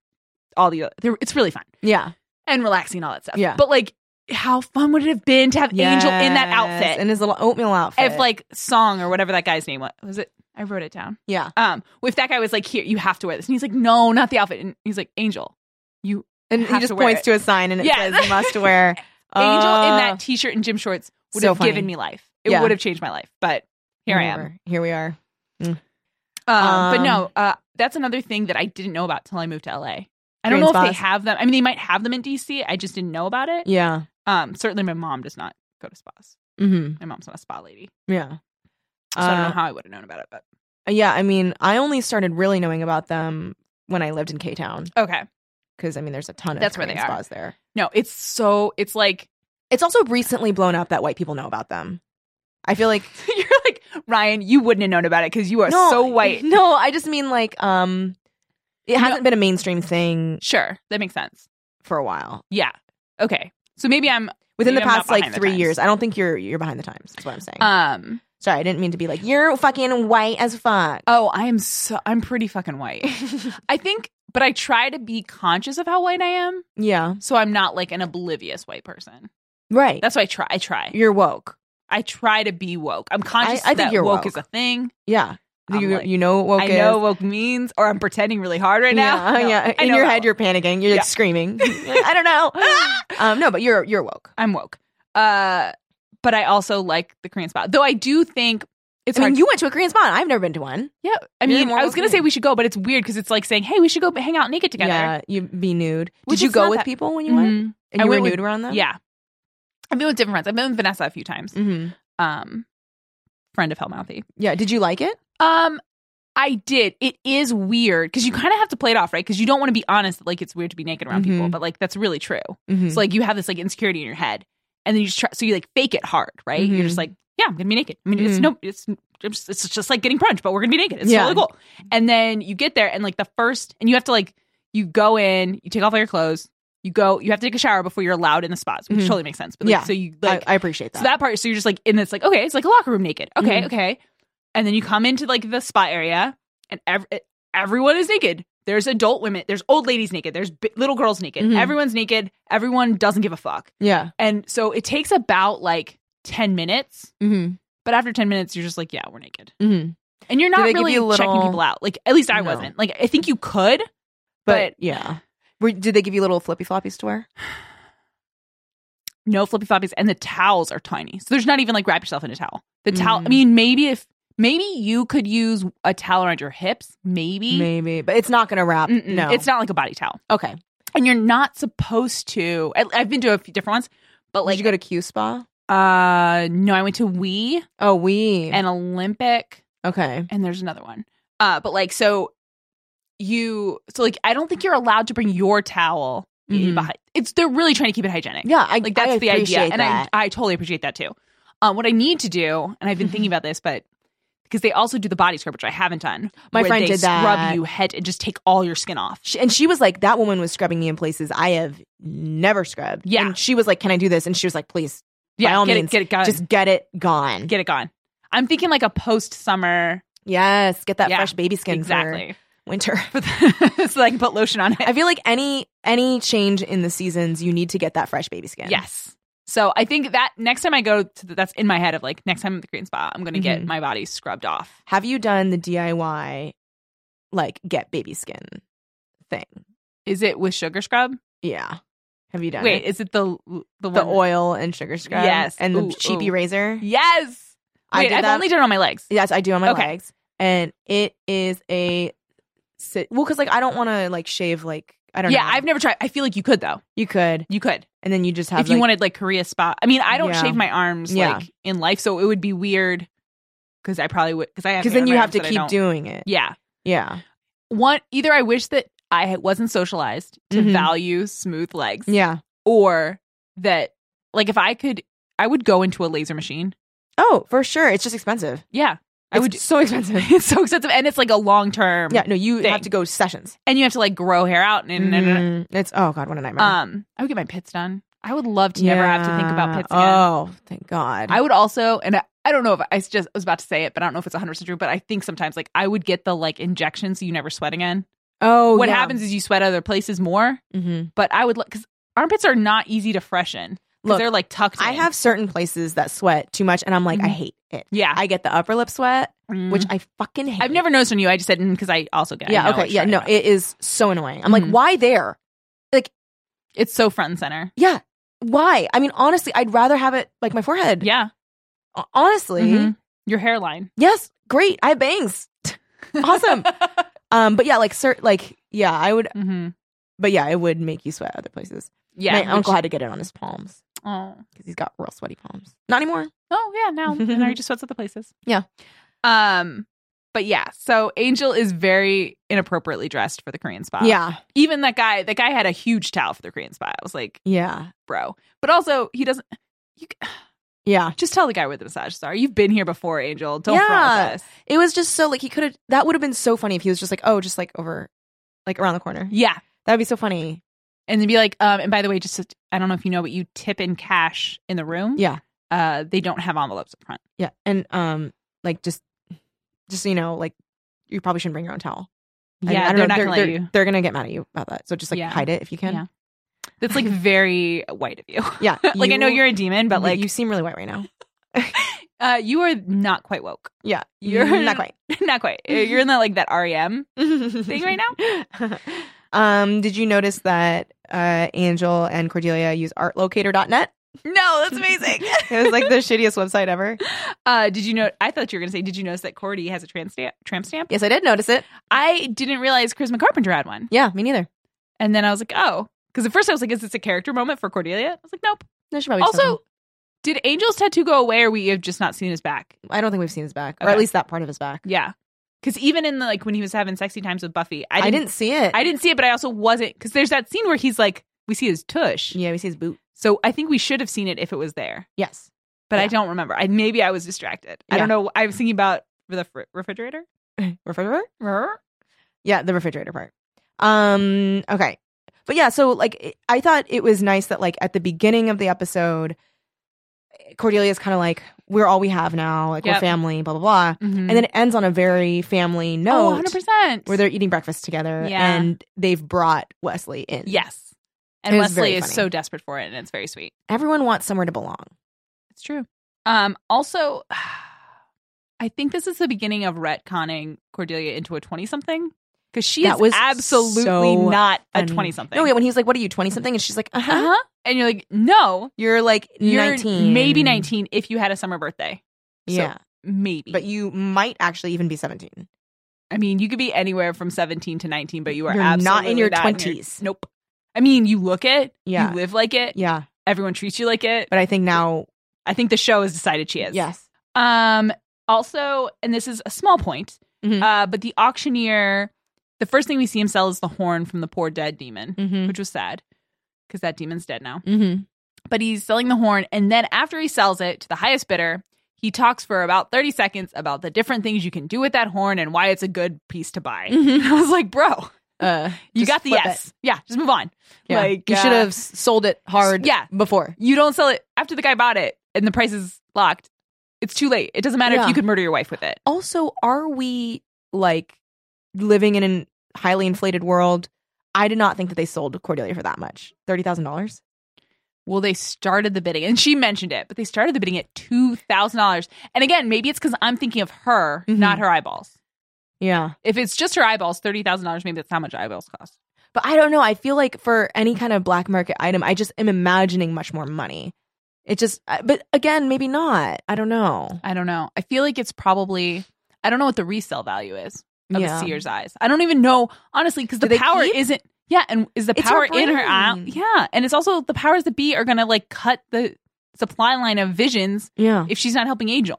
[SPEAKER 4] all the they're- it's really fun
[SPEAKER 5] Yeah.
[SPEAKER 4] and relaxing and all that stuff
[SPEAKER 5] Yeah.
[SPEAKER 4] but like how fun would it have been to have angel in that outfit
[SPEAKER 5] And his little oatmeal outfit.
[SPEAKER 4] if like song or whatever that guy's name was was it i wrote it down
[SPEAKER 5] Yeah.
[SPEAKER 4] um if that guy was like here you have to wear this and he's like no not the outfit and he's like angel you
[SPEAKER 5] And
[SPEAKER 4] have
[SPEAKER 5] he just
[SPEAKER 4] to wear
[SPEAKER 5] points
[SPEAKER 4] it.
[SPEAKER 5] to a sign and it
[SPEAKER 4] Yeah.
[SPEAKER 5] says must wear.
[SPEAKER 4] angel in
[SPEAKER 5] Uh,
[SPEAKER 4] that t-shirt and gym shorts would
[SPEAKER 5] so
[SPEAKER 4] have given
[SPEAKER 5] funny.
[SPEAKER 4] me life it
[SPEAKER 5] Yeah.
[SPEAKER 4] would have changed my life but here i am
[SPEAKER 5] Uh, whatever. Here we are.
[SPEAKER 4] Um, but
[SPEAKER 5] Um,
[SPEAKER 4] no, uh, that's another thing that I didn't know about till I moved to LA. I don't
[SPEAKER 5] Korean
[SPEAKER 4] know if they
[SPEAKER 5] spas?
[SPEAKER 4] have them. I mean, they might have them in DC. I just didn't know about it.
[SPEAKER 5] Yeah.
[SPEAKER 4] Um, certainly, my mom does not go to spas.
[SPEAKER 5] hmm
[SPEAKER 4] My mom's not a spa lady,
[SPEAKER 5] Yeah.
[SPEAKER 4] so I don't
[SPEAKER 5] Uh,
[SPEAKER 4] know how I would have known about it. But
[SPEAKER 5] yeah. I mean, I only started really knowing about them when I lived in K Town
[SPEAKER 4] okay,
[SPEAKER 5] because I mean, there's a ton of
[SPEAKER 4] That's where they
[SPEAKER 5] Korean
[SPEAKER 4] are.
[SPEAKER 5] spas there.
[SPEAKER 4] no, it's so it's like
[SPEAKER 5] It's also recently blown up that white people know about them. I feel like
[SPEAKER 4] you're like Ryan. You wouldn't have known about it because you are so white.
[SPEAKER 5] No, mm-hmm. I just mean like um it hasn't been a mainstream thing
[SPEAKER 4] Sure, that makes sense.
[SPEAKER 5] for a while.
[SPEAKER 4] Yeah. Okay. So maybe I'm
[SPEAKER 5] Within
[SPEAKER 4] Maybe
[SPEAKER 5] the
[SPEAKER 4] I'm
[SPEAKER 5] past
[SPEAKER 4] not behind
[SPEAKER 5] like
[SPEAKER 4] the
[SPEAKER 5] 3
[SPEAKER 4] times.
[SPEAKER 5] years. I don't think you're you're behind the times. That's what I'm saying.
[SPEAKER 4] um.
[SPEAKER 5] Sorry, I didn't mean to be like you're fucking white as fuck.
[SPEAKER 4] Oh, I am so I'm pretty fucking white. I think, but I try to be conscious of how white I am.
[SPEAKER 5] yeah.
[SPEAKER 4] so I'm not like an oblivious white person.
[SPEAKER 5] Right.
[SPEAKER 4] That's why I try. I try.
[SPEAKER 5] you're woke.
[SPEAKER 4] I try to be woke. I'm conscious
[SPEAKER 5] I think
[SPEAKER 4] that
[SPEAKER 5] you're
[SPEAKER 4] woke,
[SPEAKER 5] woke.
[SPEAKER 4] is a thing.
[SPEAKER 5] Yeah.
[SPEAKER 4] I'm
[SPEAKER 5] You,
[SPEAKER 4] like-
[SPEAKER 5] you know what woke
[SPEAKER 4] I
[SPEAKER 5] is.
[SPEAKER 4] know woke means, or I'm pretending really hard right now.
[SPEAKER 5] Yeah,
[SPEAKER 4] No,
[SPEAKER 5] yeah.
[SPEAKER 4] I
[SPEAKER 5] In
[SPEAKER 4] know
[SPEAKER 5] your
[SPEAKER 4] that
[SPEAKER 5] head,
[SPEAKER 4] woke.
[SPEAKER 5] you're panicking. You're
[SPEAKER 4] Yeah.
[SPEAKER 5] like screaming. I don't know. um, no, but you're you're woke.
[SPEAKER 4] I'm woke. Uh, but I also like the Korean spot, though. I do think it's
[SPEAKER 5] I mean,
[SPEAKER 4] hard-
[SPEAKER 5] you went to a Korean spa. and I've never been to one.
[SPEAKER 4] Yeah, I
[SPEAKER 5] you're
[SPEAKER 4] mean,
[SPEAKER 5] more
[SPEAKER 4] I was
[SPEAKER 5] woke
[SPEAKER 4] gonna
[SPEAKER 5] than
[SPEAKER 4] say
[SPEAKER 5] me.
[SPEAKER 4] we should go, but it's weird because it's like saying, "Hey, we should go hang out naked together."
[SPEAKER 5] Yeah, you'd be nude.
[SPEAKER 4] Which
[SPEAKER 5] Did you
[SPEAKER 4] is
[SPEAKER 5] go
[SPEAKER 4] not
[SPEAKER 5] with
[SPEAKER 4] that-
[SPEAKER 5] people when you Mm-hmm. went?
[SPEAKER 4] Mhm.
[SPEAKER 5] And
[SPEAKER 4] I
[SPEAKER 5] you were
[SPEAKER 4] went with-
[SPEAKER 5] nude around them.
[SPEAKER 4] Yeah, I've been with different friends. I've been with Vanessa a few times.
[SPEAKER 5] hmm
[SPEAKER 4] Um, friend of Hellmouthy.
[SPEAKER 5] Yeah. Did you like it?
[SPEAKER 4] Um, I did. It is weird because you
[SPEAKER 5] Mm.
[SPEAKER 4] kind of have to play it off, right? Because you don't want to be honest that like it's weird to be naked around people,
[SPEAKER 5] Mhm.
[SPEAKER 4] but like that's really true.
[SPEAKER 5] Mm-hmm.
[SPEAKER 4] So like you have this like insecurity in your head, and then you just try. So you like fake it hard, right? You're just
[SPEAKER 5] Mhm.
[SPEAKER 4] like, yeah, I'm gonna be naked. I mean, it's
[SPEAKER 5] Mhm.
[SPEAKER 4] no, it's. It's just, it's just like getting punched, but we're gonna be naked. It's
[SPEAKER 5] Yeah.
[SPEAKER 4] totally cool. And then you get there, and like the first, and you have to like you go in, you take off all your clothes, You go, you have to take a shower before you're allowed in the spots, which
[SPEAKER 5] Mhm.
[SPEAKER 4] totally makes sense. But like,
[SPEAKER 5] Yeah.
[SPEAKER 4] so you like
[SPEAKER 5] I, I appreciate that.
[SPEAKER 4] so that part, so you're just like in this, like, okay, it's like a locker room naked. Okay,
[SPEAKER 5] Mhm.
[SPEAKER 4] okay. And then you come into like the spa area and ev- e-, everyone is naked. There's adult women, there's old ladies naked, there's bi- little girls naked.
[SPEAKER 5] Mhm.
[SPEAKER 4] Everyone's naked. Everyone doesn't give a fuck.
[SPEAKER 5] yeah.
[SPEAKER 4] And so it takes about like 10 minutes.
[SPEAKER 5] Mm-hmm.
[SPEAKER 4] But after 10 minutes, you're just like, yeah, we're naked.
[SPEAKER 5] Mm-hmm.
[SPEAKER 4] And you're not
[SPEAKER 5] they give
[SPEAKER 4] really
[SPEAKER 5] you a
[SPEAKER 4] checking
[SPEAKER 5] little-
[SPEAKER 4] people out. Like, at least I
[SPEAKER 5] No.
[SPEAKER 4] wasn't. Like, I think you could, but,
[SPEAKER 5] But, yeah. Were, did they give you little flippy floppies to wear?
[SPEAKER 4] no flippy floppies. And the towels are tiny. So there's not even like wrap yourself in a towel. The towel, I
[SPEAKER 5] Mm.
[SPEAKER 4] mean, maybe if, maybe you could use a towel around your hips. Maybe.
[SPEAKER 5] Maybe, but it's not going to wrap.
[SPEAKER 4] Mm-mm.
[SPEAKER 5] No,
[SPEAKER 4] It's not like a body towel.
[SPEAKER 5] Okay.
[SPEAKER 4] And you're not supposed to. I, I've been to a few different ones, but
[SPEAKER 5] Like,
[SPEAKER 4] like,
[SPEAKER 5] did you go to Q Spa?
[SPEAKER 4] uh, no, I went to Wii
[SPEAKER 5] Oh, we.
[SPEAKER 4] and Olympic.
[SPEAKER 5] okay.
[SPEAKER 4] and there's another one. Uh, but like so you so like I don't think you're allowed to bring your towel in
[SPEAKER 5] Mhm.
[SPEAKER 4] behind. It's they're really trying to keep it hygienic.
[SPEAKER 5] Yeah, I
[SPEAKER 4] Like that's
[SPEAKER 5] I
[SPEAKER 4] the idea.
[SPEAKER 5] appreciate
[SPEAKER 4] And I
[SPEAKER 5] that.
[SPEAKER 4] I totally appreciate that too. Um, what I need to do, and I've been thinking about this, but because they also do the body scrub, which I haven't done.
[SPEAKER 5] My
[SPEAKER 4] where
[SPEAKER 5] friend
[SPEAKER 4] they
[SPEAKER 5] did
[SPEAKER 4] scrub
[SPEAKER 5] that.
[SPEAKER 4] you head and just take all your skin off.
[SPEAKER 5] She- and she was like, that woman was scrubbing me in places I have never scrubbed.
[SPEAKER 4] Yeah.
[SPEAKER 5] And she was like, can I do this? And she was like, please,
[SPEAKER 4] Yeah,
[SPEAKER 5] all
[SPEAKER 4] get it,
[SPEAKER 5] means,
[SPEAKER 4] get it gone.
[SPEAKER 5] just get it gone.
[SPEAKER 4] get it gone. I'm thinking like a post summer
[SPEAKER 5] yes, get that
[SPEAKER 4] Yeah,
[SPEAKER 5] fresh baby skin
[SPEAKER 4] exactly.
[SPEAKER 5] for winter.
[SPEAKER 4] For the, so I can put lotion on it.
[SPEAKER 5] I feel like any any change in the seasons, you need to get that fresh baby skin.
[SPEAKER 4] Yes. So I think that next time I go to the, that's in my head of like next time I'm at the Korean spa, I'm going to get
[SPEAKER 5] Mhm.
[SPEAKER 4] my body scrubbed off.
[SPEAKER 5] Have you done the DIY, like get baby skin thing?
[SPEAKER 4] Is it with sugar scrub?
[SPEAKER 5] Yeah. Have you done
[SPEAKER 4] Wait,
[SPEAKER 5] it?
[SPEAKER 4] is it the the,
[SPEAKER 5] the
[SPEAKER 4] one-
[SPEAKER 5] oil and sugar scrub?
[SPEAKER 4] Yes.
[SPEAKER 5] And the
[SPEAKER 4] Ooh,
[SPEAKER 5] cheapy
[SPEAKER 4] ooh.
[SPEAKER 5] razor?
[SPEAKER 4] Yes.
[SPEAKER 5] I
[SPEAKER 4] Wait,
[SPEAKER 5] did
[SPEAKER 4] I've
[SPEAKER 5] that.
[SPEAKER 4] only done it on my legs.
[SPEAKER 5] Yes, I do on my
[SPEAKER 4] Okay.
[SPEAKER 5] legs, and it is a si- well because like I don't want to like shave like I don't
[SPEAKER 4] Yeah,
[SPEAKER 5] know.
[SPEAKER 4] I've never tried. I feel like you could though.
[SPEAKER 5] you could
[SPEAKER 4] You could
[SPEAKER 5] and then you just have
[SPEAKER 4] if you
[SPEAKER 5] like-
[SPEAKER 4] wanted like Korea spa. I mean, I don't
[SPEAKER 5] Yeah.
[SPEAKER 4] shave my arms
[SPEAKER 5] Yeah.
[SPEAKER 4] like in life, so it would be weird because I probably would because I have
[SPEAKER 5] because
[SPEAKER 4] hair
[SPEAKER 5] then
[SPEAKER 4] on
[SPEAKER 5] you
[SPEAKER 4] my
[SPEAKER 5] have
[SPEAKER 4] arms
[SPEAKER 5] to
[SPEAKER 4] that I
[SPEAKER 5] keep
[SPEAKER 4] don't-
[SPEAKER 5] doing it.
[SPEAKER 4] Yeah.
[SPEAKER 5] Yeah,
[SPEAKER 4] One either I wish that I wasn't socialized to
[SPEAKER 5] Mhm.
[SPEAKER 4] value smooth legs.
[SPEAKER 5] yeah.
[SPEAKER 4] or that like if I could I would go into a laser machine.
[SPEAKER 5] Oh, for sure. It's just expensive.
[SPEAKER 4] Yeah. I
[SPEAKER 5] It's
[SPEAKER 4] would
[SPEAKER 5] so expensive.
[SPEAKER 4] it's so expensive and it's like a long term.
[SPEAKER 5] Yeah, no, you
[SPEAKER 4] Thing.
[SPEAKER 5] have to go sessions.
[SPEAKER 4] And you have to like grow hair out and, and- and-
[SPEAKER 5] Mhm. It's oh god, what a nightmare.
[SPEAKER 4] um I would get my pits done. I would love to never have to think about
[SPEAKER 5] Yeah.
[SPEAKER 4] pits again.
[SPEAKER 5] Oh, thank God.
[SPEAKER 4] I would also and I, I don't know if I s- just was about to say it, but I don't know if it's 100% true, but I think sometimes like I would get the like injection so you never sweat again.
[SPEAKER 5] oh,
[SPEAKER 4] what
[SPEAKER 5] yeah.
[SPEAKER 4] happens is you sweat other places more,
[SPEAKER 5] hmm
[SPEAKER 4] but I would cuz armpits are not easy to freshen. Look,
[SPEAKER 5] Look,
[SPEAKER 4] they're like tucked
[SPEAKER 5] I
[SPEAKER 4] in.
[SPEAKER 5] have certain places that sweat too much, and I'm like, I
[SPEAKER 4] Mhm.
[SPEAKER 5] hate it.
[SPEAKER 4] yeah.
[SPEAKER 5] I get the upper lip sweat,
[SPEAKER 4] Mm.
[SPEAKER 5] which I fucking hate.
[SPEAKER 4] I've never noticed on you. I just said because I also get. it. I
[SPEAKER 5] yeah
[SPEAKER 4] know
[SPEAKER 5] okay
[SPEAKER 4] what
[SPEAKER 5] yeah
[SPEAKER 4] you're
[SPEAKER 5] no
[SPEAKER 4] talking about.
[SPEAKER 5] it is so annoying i'm
[SPEAKER 4] Mhm.
[SPEAKER 5] like why there
[SPEAKER 4] it's so front and center.
[SPEAKER 5] yeah why i mean honestly i'd rather have it like my forehead
[SPEAKER 4] Yeah,
[SPEAKER 5] O- honestly
[SPEAKER 4] Mhm. your hairline.
[SPEAKER 5] yes great i have bangs Awesome. um but yeah like cert like yeah i would
[SPEAKER 4] hmm
[SPEAKER 5] but yeah it would make you sweat other places
[SPEAKER 4] Yeah,
[SPEAKER 5] my
[SPEAKER 4] which-
[SPEAKER 5] uncle had to get it on his palms
[SPEAKER 4] Oh,
[SPEAKER 5] because he's got real sweaty palms not anymore
[SPEAKER 4] oh yeah. Now, now he just sweats other places.
[SPEAKER 5] Yeah.
[SPEAKER 4] Um, but yeah. So Angel is very inappropriately dressed for the Korean spa.
[SPEAKER 5] yeah
[SPEAKER 4] Even that guy. That guy had a huge towel for the Korean spa. I was like,
[SPEAKER 5] yeah
[SPEAKER 4] bro. But also, he doesn't.
[SPEAKER 5] yeah
[SPEAKER 4] Just tell the guy where the massages are. You've been here before, Angel. Don't front
[SPEAKER 5] Yeah.
[SPEAKER 4] with us.
[SPEAKER 5] it was just so like he could have that would have been so funny if he was just like oh just like over like around the corner
[SPEAKER 4] Yeah.
[SPEAKER 5] that would be so funny
[SPEAKER 4] and then be like, um, and by the way, just I don't know if you know, but you tip in cash in the room.
[SPEAKER 5] Yeah.
[SPEAKER 4] Uh, they don't have envelopes up front.
[SPEAKER 5] yeah and um like just just so you know like you probably shouldn't bring your own towel I-
[SPEAKER 4] Yeah,
[SPEAKER 5] I
[SPEAKER 4] they're
[SPEAKER 5] don't know,
[SPEAKER 4] not
[SPEAKER 5] they're,
[SPEAKER 4] gonna let
[SPEAKER 5] they're-
[SPEAKER 4] you.
[SPEAKER 5] They're gonna get mad at you about that. So just like
[SPEAKER 4] Yeah.
[SPEAKER 5] hide it if you
[SPEAKER 4] Yeah.
[SPEAKER 5] can.
[SPEAKER 4] That's like very white of you.
[SPEAKER 5] Yeah,
[SPEAKER 4] like I know
[SPEAKER 5] you-
[SPEAKER 4] you're a demon, but like
[SPEAKER 5] you seem really white right now.
[SPEAKER 4] uh, you are not quite woke.
[SPEAKER 5] Yeah,
[SPEAKER 4] You're-
[SPEAKER 5] not quite
[SPEAKER 4] not quite. Uh,
[SPEAKER 5] Mm-hmm.
[SPEAKER 4] You're in that like that E REM.
[SPEAKER 5] thing
[SPEAKER 4] right
[SPEAKER 5] now. um, did you notice that uh, Angel and Cordelia use ArtLocator.net?
[SPEAKER 4] No, that's amazing.
[SPEAKER 5] It was like the shittiest website ever.
[SPEAKER 4] uh, did you know? I thought you were gonna say, did you notice that Cordy has a tramp stamp? Tramp stamp.
[SPEAKER 5] Yes, I did notice it.
[SPEAKER 4] I didn't realize Charisma Carpenter had one,
[SPEAKER 5] Yeah, me neither.
[SPEAKER 4] and then I was like, oh, because at first I was like, is this a character moment for Cordelia? I was like, nope.
[SPEAKER 5] No, she probably just
[SPEAKER 4] Also,
[SPEAKER 5] doesn't.
[SPEAKER 4] did Angel's tattoo go away, or we have just not seen his back?
[SPEAKER 5] I don't think we've seen his back, or
[SPEAKER 4] Okay.
[SPEAKER 5] at least that part of his back.
[SPEAKER 4] Yeah, because even in the like when he was having sexy times with Buffy, I
[SPEAKER 5] I
[SPEAKER 4] didn't,
[SPEAKER 5] didn't, see it.
[SPEAKER 4] I didn't see it, but I also wasn't because there's that scene where he's like, we see his tush.
[SPEAKER 5] yeah, we see his boot.
[SPEAKER 4] So I think we should have seen it if it was there,
[SPEAKER 5] Yes.
[SPEAKER 4] but I
[SPEAKER 5] Yeah.
[SPEAKER 4] don't remember. I maybe I was distracted. I don't
[SPEAKER 5] Yeah.
[SPEAKER 4] know. I was thinking about the fr- refrigerator.
[SPEAKER 5] Refrigerator?
[SPEAKER 4] Rrr.
[SPEAKER 5] Yeah, the refrigerator part. Um, okay. But yeah, so like it- I thought it was nice that like at the beginning of the episode, Cordelia's kind of like, "We're all we have now. Like we're
[SPEAKER 4] Yep.
[SPEAKER 5] family." Blah blah blah.
[SPEAKER 4] Mm-hmm.
[SPEAKER 5] And then it ends on a very family
[SPEAKER 4] no,
[SPEAKER 5] note
[SPEAKER 4] 100%.
[SPEAKER 5] where they're eating breakfast together
[SPEAKER 4] Yeah.
[SPEAKER 5] and they've brought Wesley in.
[SPEAKER 4] yes. And
[SPEAKER 5] It was very
[SPEAKER 4] Leslie is
[SPEAKER 5] funny.
[SPEAKER 4] so desperate for it, and it's very sweet.
[SPEAKER 5] Everyone wants somewhere to belong.
[SPEAKER 4] It's true. Um, also, I think this is the beginning of retconning Cordelia into a 20 something because she
[SPEAKER 5] That
[SPEAKER 4] is
[SPEAKER 5] was
[SPEAKER 4] absolutely
[SPEAKER 5] so
[SPEAKER 4] not a
[SPEAKER 5] funny.
[SPEAKER 4] 20 something.
[SPEAKER 5] No, yeah, when he's like, "What are you, 20 something?" and she's like, "Uh-huh."
[SPEAKER 4] uh huh. And you're like, no,
[SPEAKER 5] You're like
[SPEAKER 4] you're
[SPEAKER 5] 19.
[SPEAKER 4] maybe 19 if you had a summer birthday. So,
[SPEAKER 5] Yeah.
[SPEAKER 4] Maybe.
[SPEAKER 5] but you might actually even be 17.
[SPEAKER 4] I mean, you could be anywhere from 17 to 19, but you are
[SPEAKER 5] You're not in
[SPEAKER 4] absolutely
[SPEAKER 5] your
[SPEAKER 4] not in
[SPEAKER 5] 20s.
[SPEAKER 4] nope. I mean, you look it,
[SPEAKER 5] Yeah.
[SPEAKER 4] you live like it,
[SPEAKER 5] Yeah.
[SPEAKER 4] everyone treats you like it.
[SPEAKER 5] But I think now,
[SPEAKER 4] I think the show has decided she is.
[SPEAKER 5] yes.
[SPEAKER 4] Um, also, and this is a small point,
[SPEAKER 5] Mhm.
[SPEAKER 4] uh, but the auctioneer, the first thing we see him sell is the horn from the poor dead demon,
[SPEAKER 5] Mm-hmm.
[SPEAKER 4] which was sad because that demon's dead now.
[SPEAKER 5] Mm-hmm.
[SPEAKER 4] But he's selling the horn, and then after he sells it to the highest bidder, he talks for about 30 seconds about the different things you can do with that horn and why it's a good piece to buy.
[SPEAKER 5] Mhm.
[SPEAKER 4] I was like, bro,
[SPEAKER 5] Uh,
[SPEAKER 4] you
[SPEAKER 5] just
[SPEAKER 4] got the
[SPEAKER 5] flip
[SPEAKER 4] yes.
[SPEAKER 5] it.
[SPEAKER 4] Yeah, just move on.
[SPEAKER 5] Yeah.
[SPEAKER 4] Like
[SPEAKER 5] you
[SPEAKER 4] uh,
[SPEAKER 5] should have s- sold it hard
[SPEAKER 4] Yeah.
[SPEAKER 5] before.
[SPEAKER 4] You don't sell it after the guy bought it and the price is locked. It's too late. It doesn't matter
[SPEAKER 5] Yeah.
[SPEAKER 4] if you could murder your wife with it.
[SPEAKER 5] Also, are we like living in a highly inflated world? I did not think that they sold Cordelia for that much. $30,000?
[SPEAKER 4] Well, they started the bidding, and she mentioned it, but they started the bidding at two thousand dollars. And again, maybe it's because I'm thinking of her,
[SPEAKER 5] Mhm.
[SPEAKER 4] not her eyeballs.
[SPEAKER 5] Yeah.
[SPEAKER 4] If it's just her eyeballs, thirty thousand dollars, maybe that's how much eyeballs cost.
[SPEAKER 5] But I don't know. I feel like for any kind of black market item, I just am imagining much more money. It just, I- but again, maybe not. I don't know.
[SPEAKER 4] I don't know. I feel like it's probably I don't know what the resale value is of
[SPEAKER 5] Yeah.
[SPEAKER 4] the seer's eyes. I don't even know honestly because
[SPEAKER 5] Do
[SPEAKER 4] the
[SPEAKER 5] they
[SPEAKER 4] power
[SPEAKER 5] keep?
[SPEAKER 4] isn't. Yeah, and is the
[SPEAKER 5] It's her
[SPEAKER 4] power in her eye?
[SPEAKER 5] brain.
[SPEAKER 4] Yeah, and it's also the powers that be are gonna like cut the supply line of visions
[SPEAKER 5] Yeah.
[SPEAKER 4] if she's not helping Angel.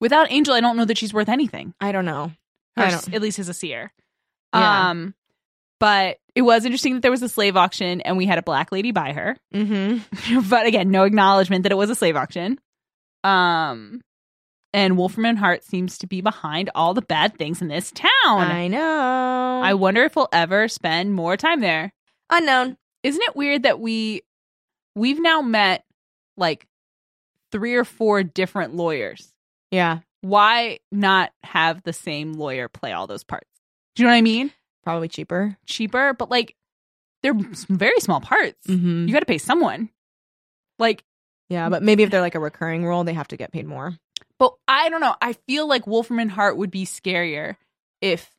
[SPEAKER 4] Without Angel, I don't know that she's worth anything.
[SPEAKER 5] I don't know.
[SPEAKER 4] Or
[SPEAKER 5] I
[SPEAKER 4] s- at least as a seer.
[SPEAKER 5] Yeah.
[SPEAKER 4] Um, but it was interesting that there was a slave auction and we had a black lady buy her.
[SPEAKER 5] Mm-hmm.
[SPEAKER 4] but again, no acknowledgement that it was a slave auction. Um, and Wolfram and Hart seems to be behind all the bad things in this town. I,
[SPEAKER 5] I know.
[SPEAKER 4] wonder if we'll ever spend more time there.
[SPEAKER 5] unknown.
[SPEAKER 4] Isn't it weird that we we've now met like three or four different lawyers?
[SPEAKER 5] Yeah,
[SPEAKER 4] Why not have the same lawyer play all those parts? Do you know what I mean?
[SPEAKER 5] probably cheaper.
[SPEAKER 4] Cheaper, but like they're s- very small parts.
[SPEAKER 5] Mm-hmm.
[SPEAKER 4] You got to pay someone. Like
[SPEAKER 5] Yeah, but maybe if they're like a recurring role, they have to get paid more.
[SPEAKER 4] But I don't know. I feel like Wolfram and Hart would be scarier if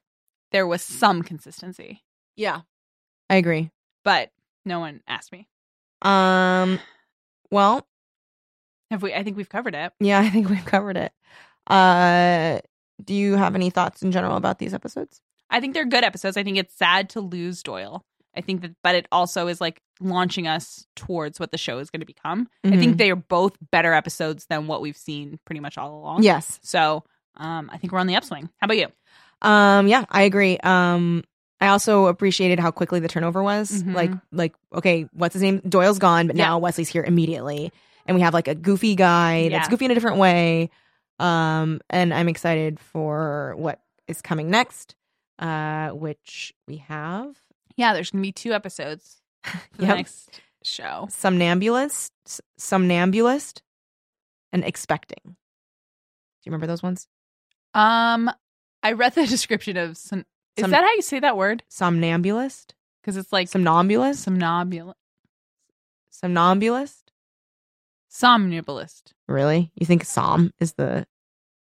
[SPEAKER 4] there was some consistency.
[SPEAKER 5] Yeah, I agree.
[SPEAKER 4] But no one asked me.
[SPEAKER 5] Um, well,
[SPEAKER 4] Have we? I think we've covered it.
[SPEAKER 5] yeah, I think we've covered it. Uh, do you have any thoughts in general about these episodes?
[SPEAKER 4] I think they're good episodes. I think it's sad to lose Doyle. I think that, but it also is like launching us towards what the show is going to become. I
[SPEAKER 5] Mm-hmm.
[SPEAKER 4] think they are both better episodes than what we've seen pretty much all along.
[SPEAKER 5] yes.
[SPEAKER 4] So um, I think we're on the upswing. How about you?
[SPEAKER 5] Um, yeah, I agree. Um, I also appreciated how quickly the turnover was.
[SPEAKER 4] Mhm.
[SPEAKER 5] Like, like okay, what's his name? Doyle's gone, but
[SPEAKER 4] Yeah.
[SPEAKER 5] now Wesley's here immediately, and we have like a goofy guy that's
[SPEAKER 4] Yeah.
[SPEAKER 5] goofy in a different way. Um, and I'm excited for what is coming next, uh, which we have
[SPEAKER 4] Yeah, there's going to be two episodes for the
[SPEAKER 5] Yep.
[SPEAKER 4] next show.
[SPEAKER 5] somnambulist, S- somnambulist, and expecting. Do you remember those ones?
[SPEAKER 4] Um, I read the description of some. Is
[SPEAKER 5] Some-
[SPEAKER 4] that how you say that word?
[SPEAKER 5] Somnambulist,
[SPEAKER 4] Because it's like
[SPEAKER 5] somnambulist,
[SPEAKER 4] somnambulist,
[SPEAKER 5] somnambulist.
[SPEAKER 4] somnambulist.
[SPEAKER 5] Really? You think som is the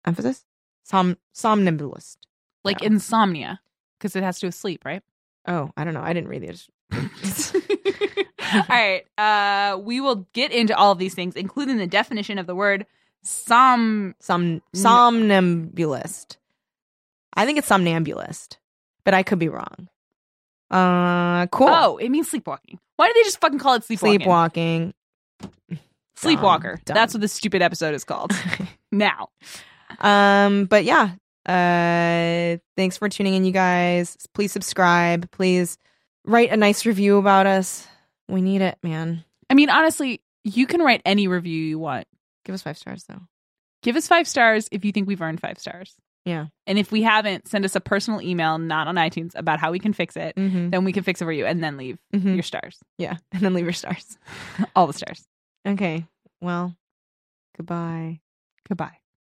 [SPEAKER 5] emphasis? Som somnambulist.
[SPEAKER 4] like
[SPEAKER 5] Yeah.
[SPEAKER 4] insomnia, because it has to do with sleep, right?
[SPEAKER 5] Oh, I don't know. I didn't read these.
[SPEAKER 4] all right. Uh, we will get into all of these things, including the definition of the word som.
[SPEAKER 5] Som somnambulist. I think it's somnambulist, but I could be wrong. Uh, cool.
[SPEAKER 4] Oh, it means sleepwalking. Why do they just fucking call it sleepwalking?
[SPEAKER 5] sleepwalking.
[SPEAKER 4] Sleepwalker.
[SPEAKER 5] Dumb, dumb.
[SPEAKER 4] That's what this stupid episode is called. now,
[SPEAKER 5] Um, but yeah. Uh, thanks for tuning in, you guys. Please subscribe. Please write a nice review about us. We need it, man.
[SPEAKER 4] I mean, honestly, you can write any review you want.
[SPEAKER 5] Give us five stars though.
[SPEAKER 4] Give us five stars if you think we've earned five stars.
[SPEAKER 5] Yeah.
[SPEAKER 4] And if we haven't, send us a personal email, not on iTunes, about how we can fix it.
[SPEAKER 5] Mm-hmm.
[SPEAKER 4] Then we can fix it for you and then leave
[SPEAKER 5] Mm-hmm.
[SPEAKER 4] your stars,
[SPEAKER 5] Yeah. And then leave your stars.
[SPEAKER 4] all the stars.
[SPEAKER 5] Okay. Well, goodbye.
[SPEAKER 4] Goodbye.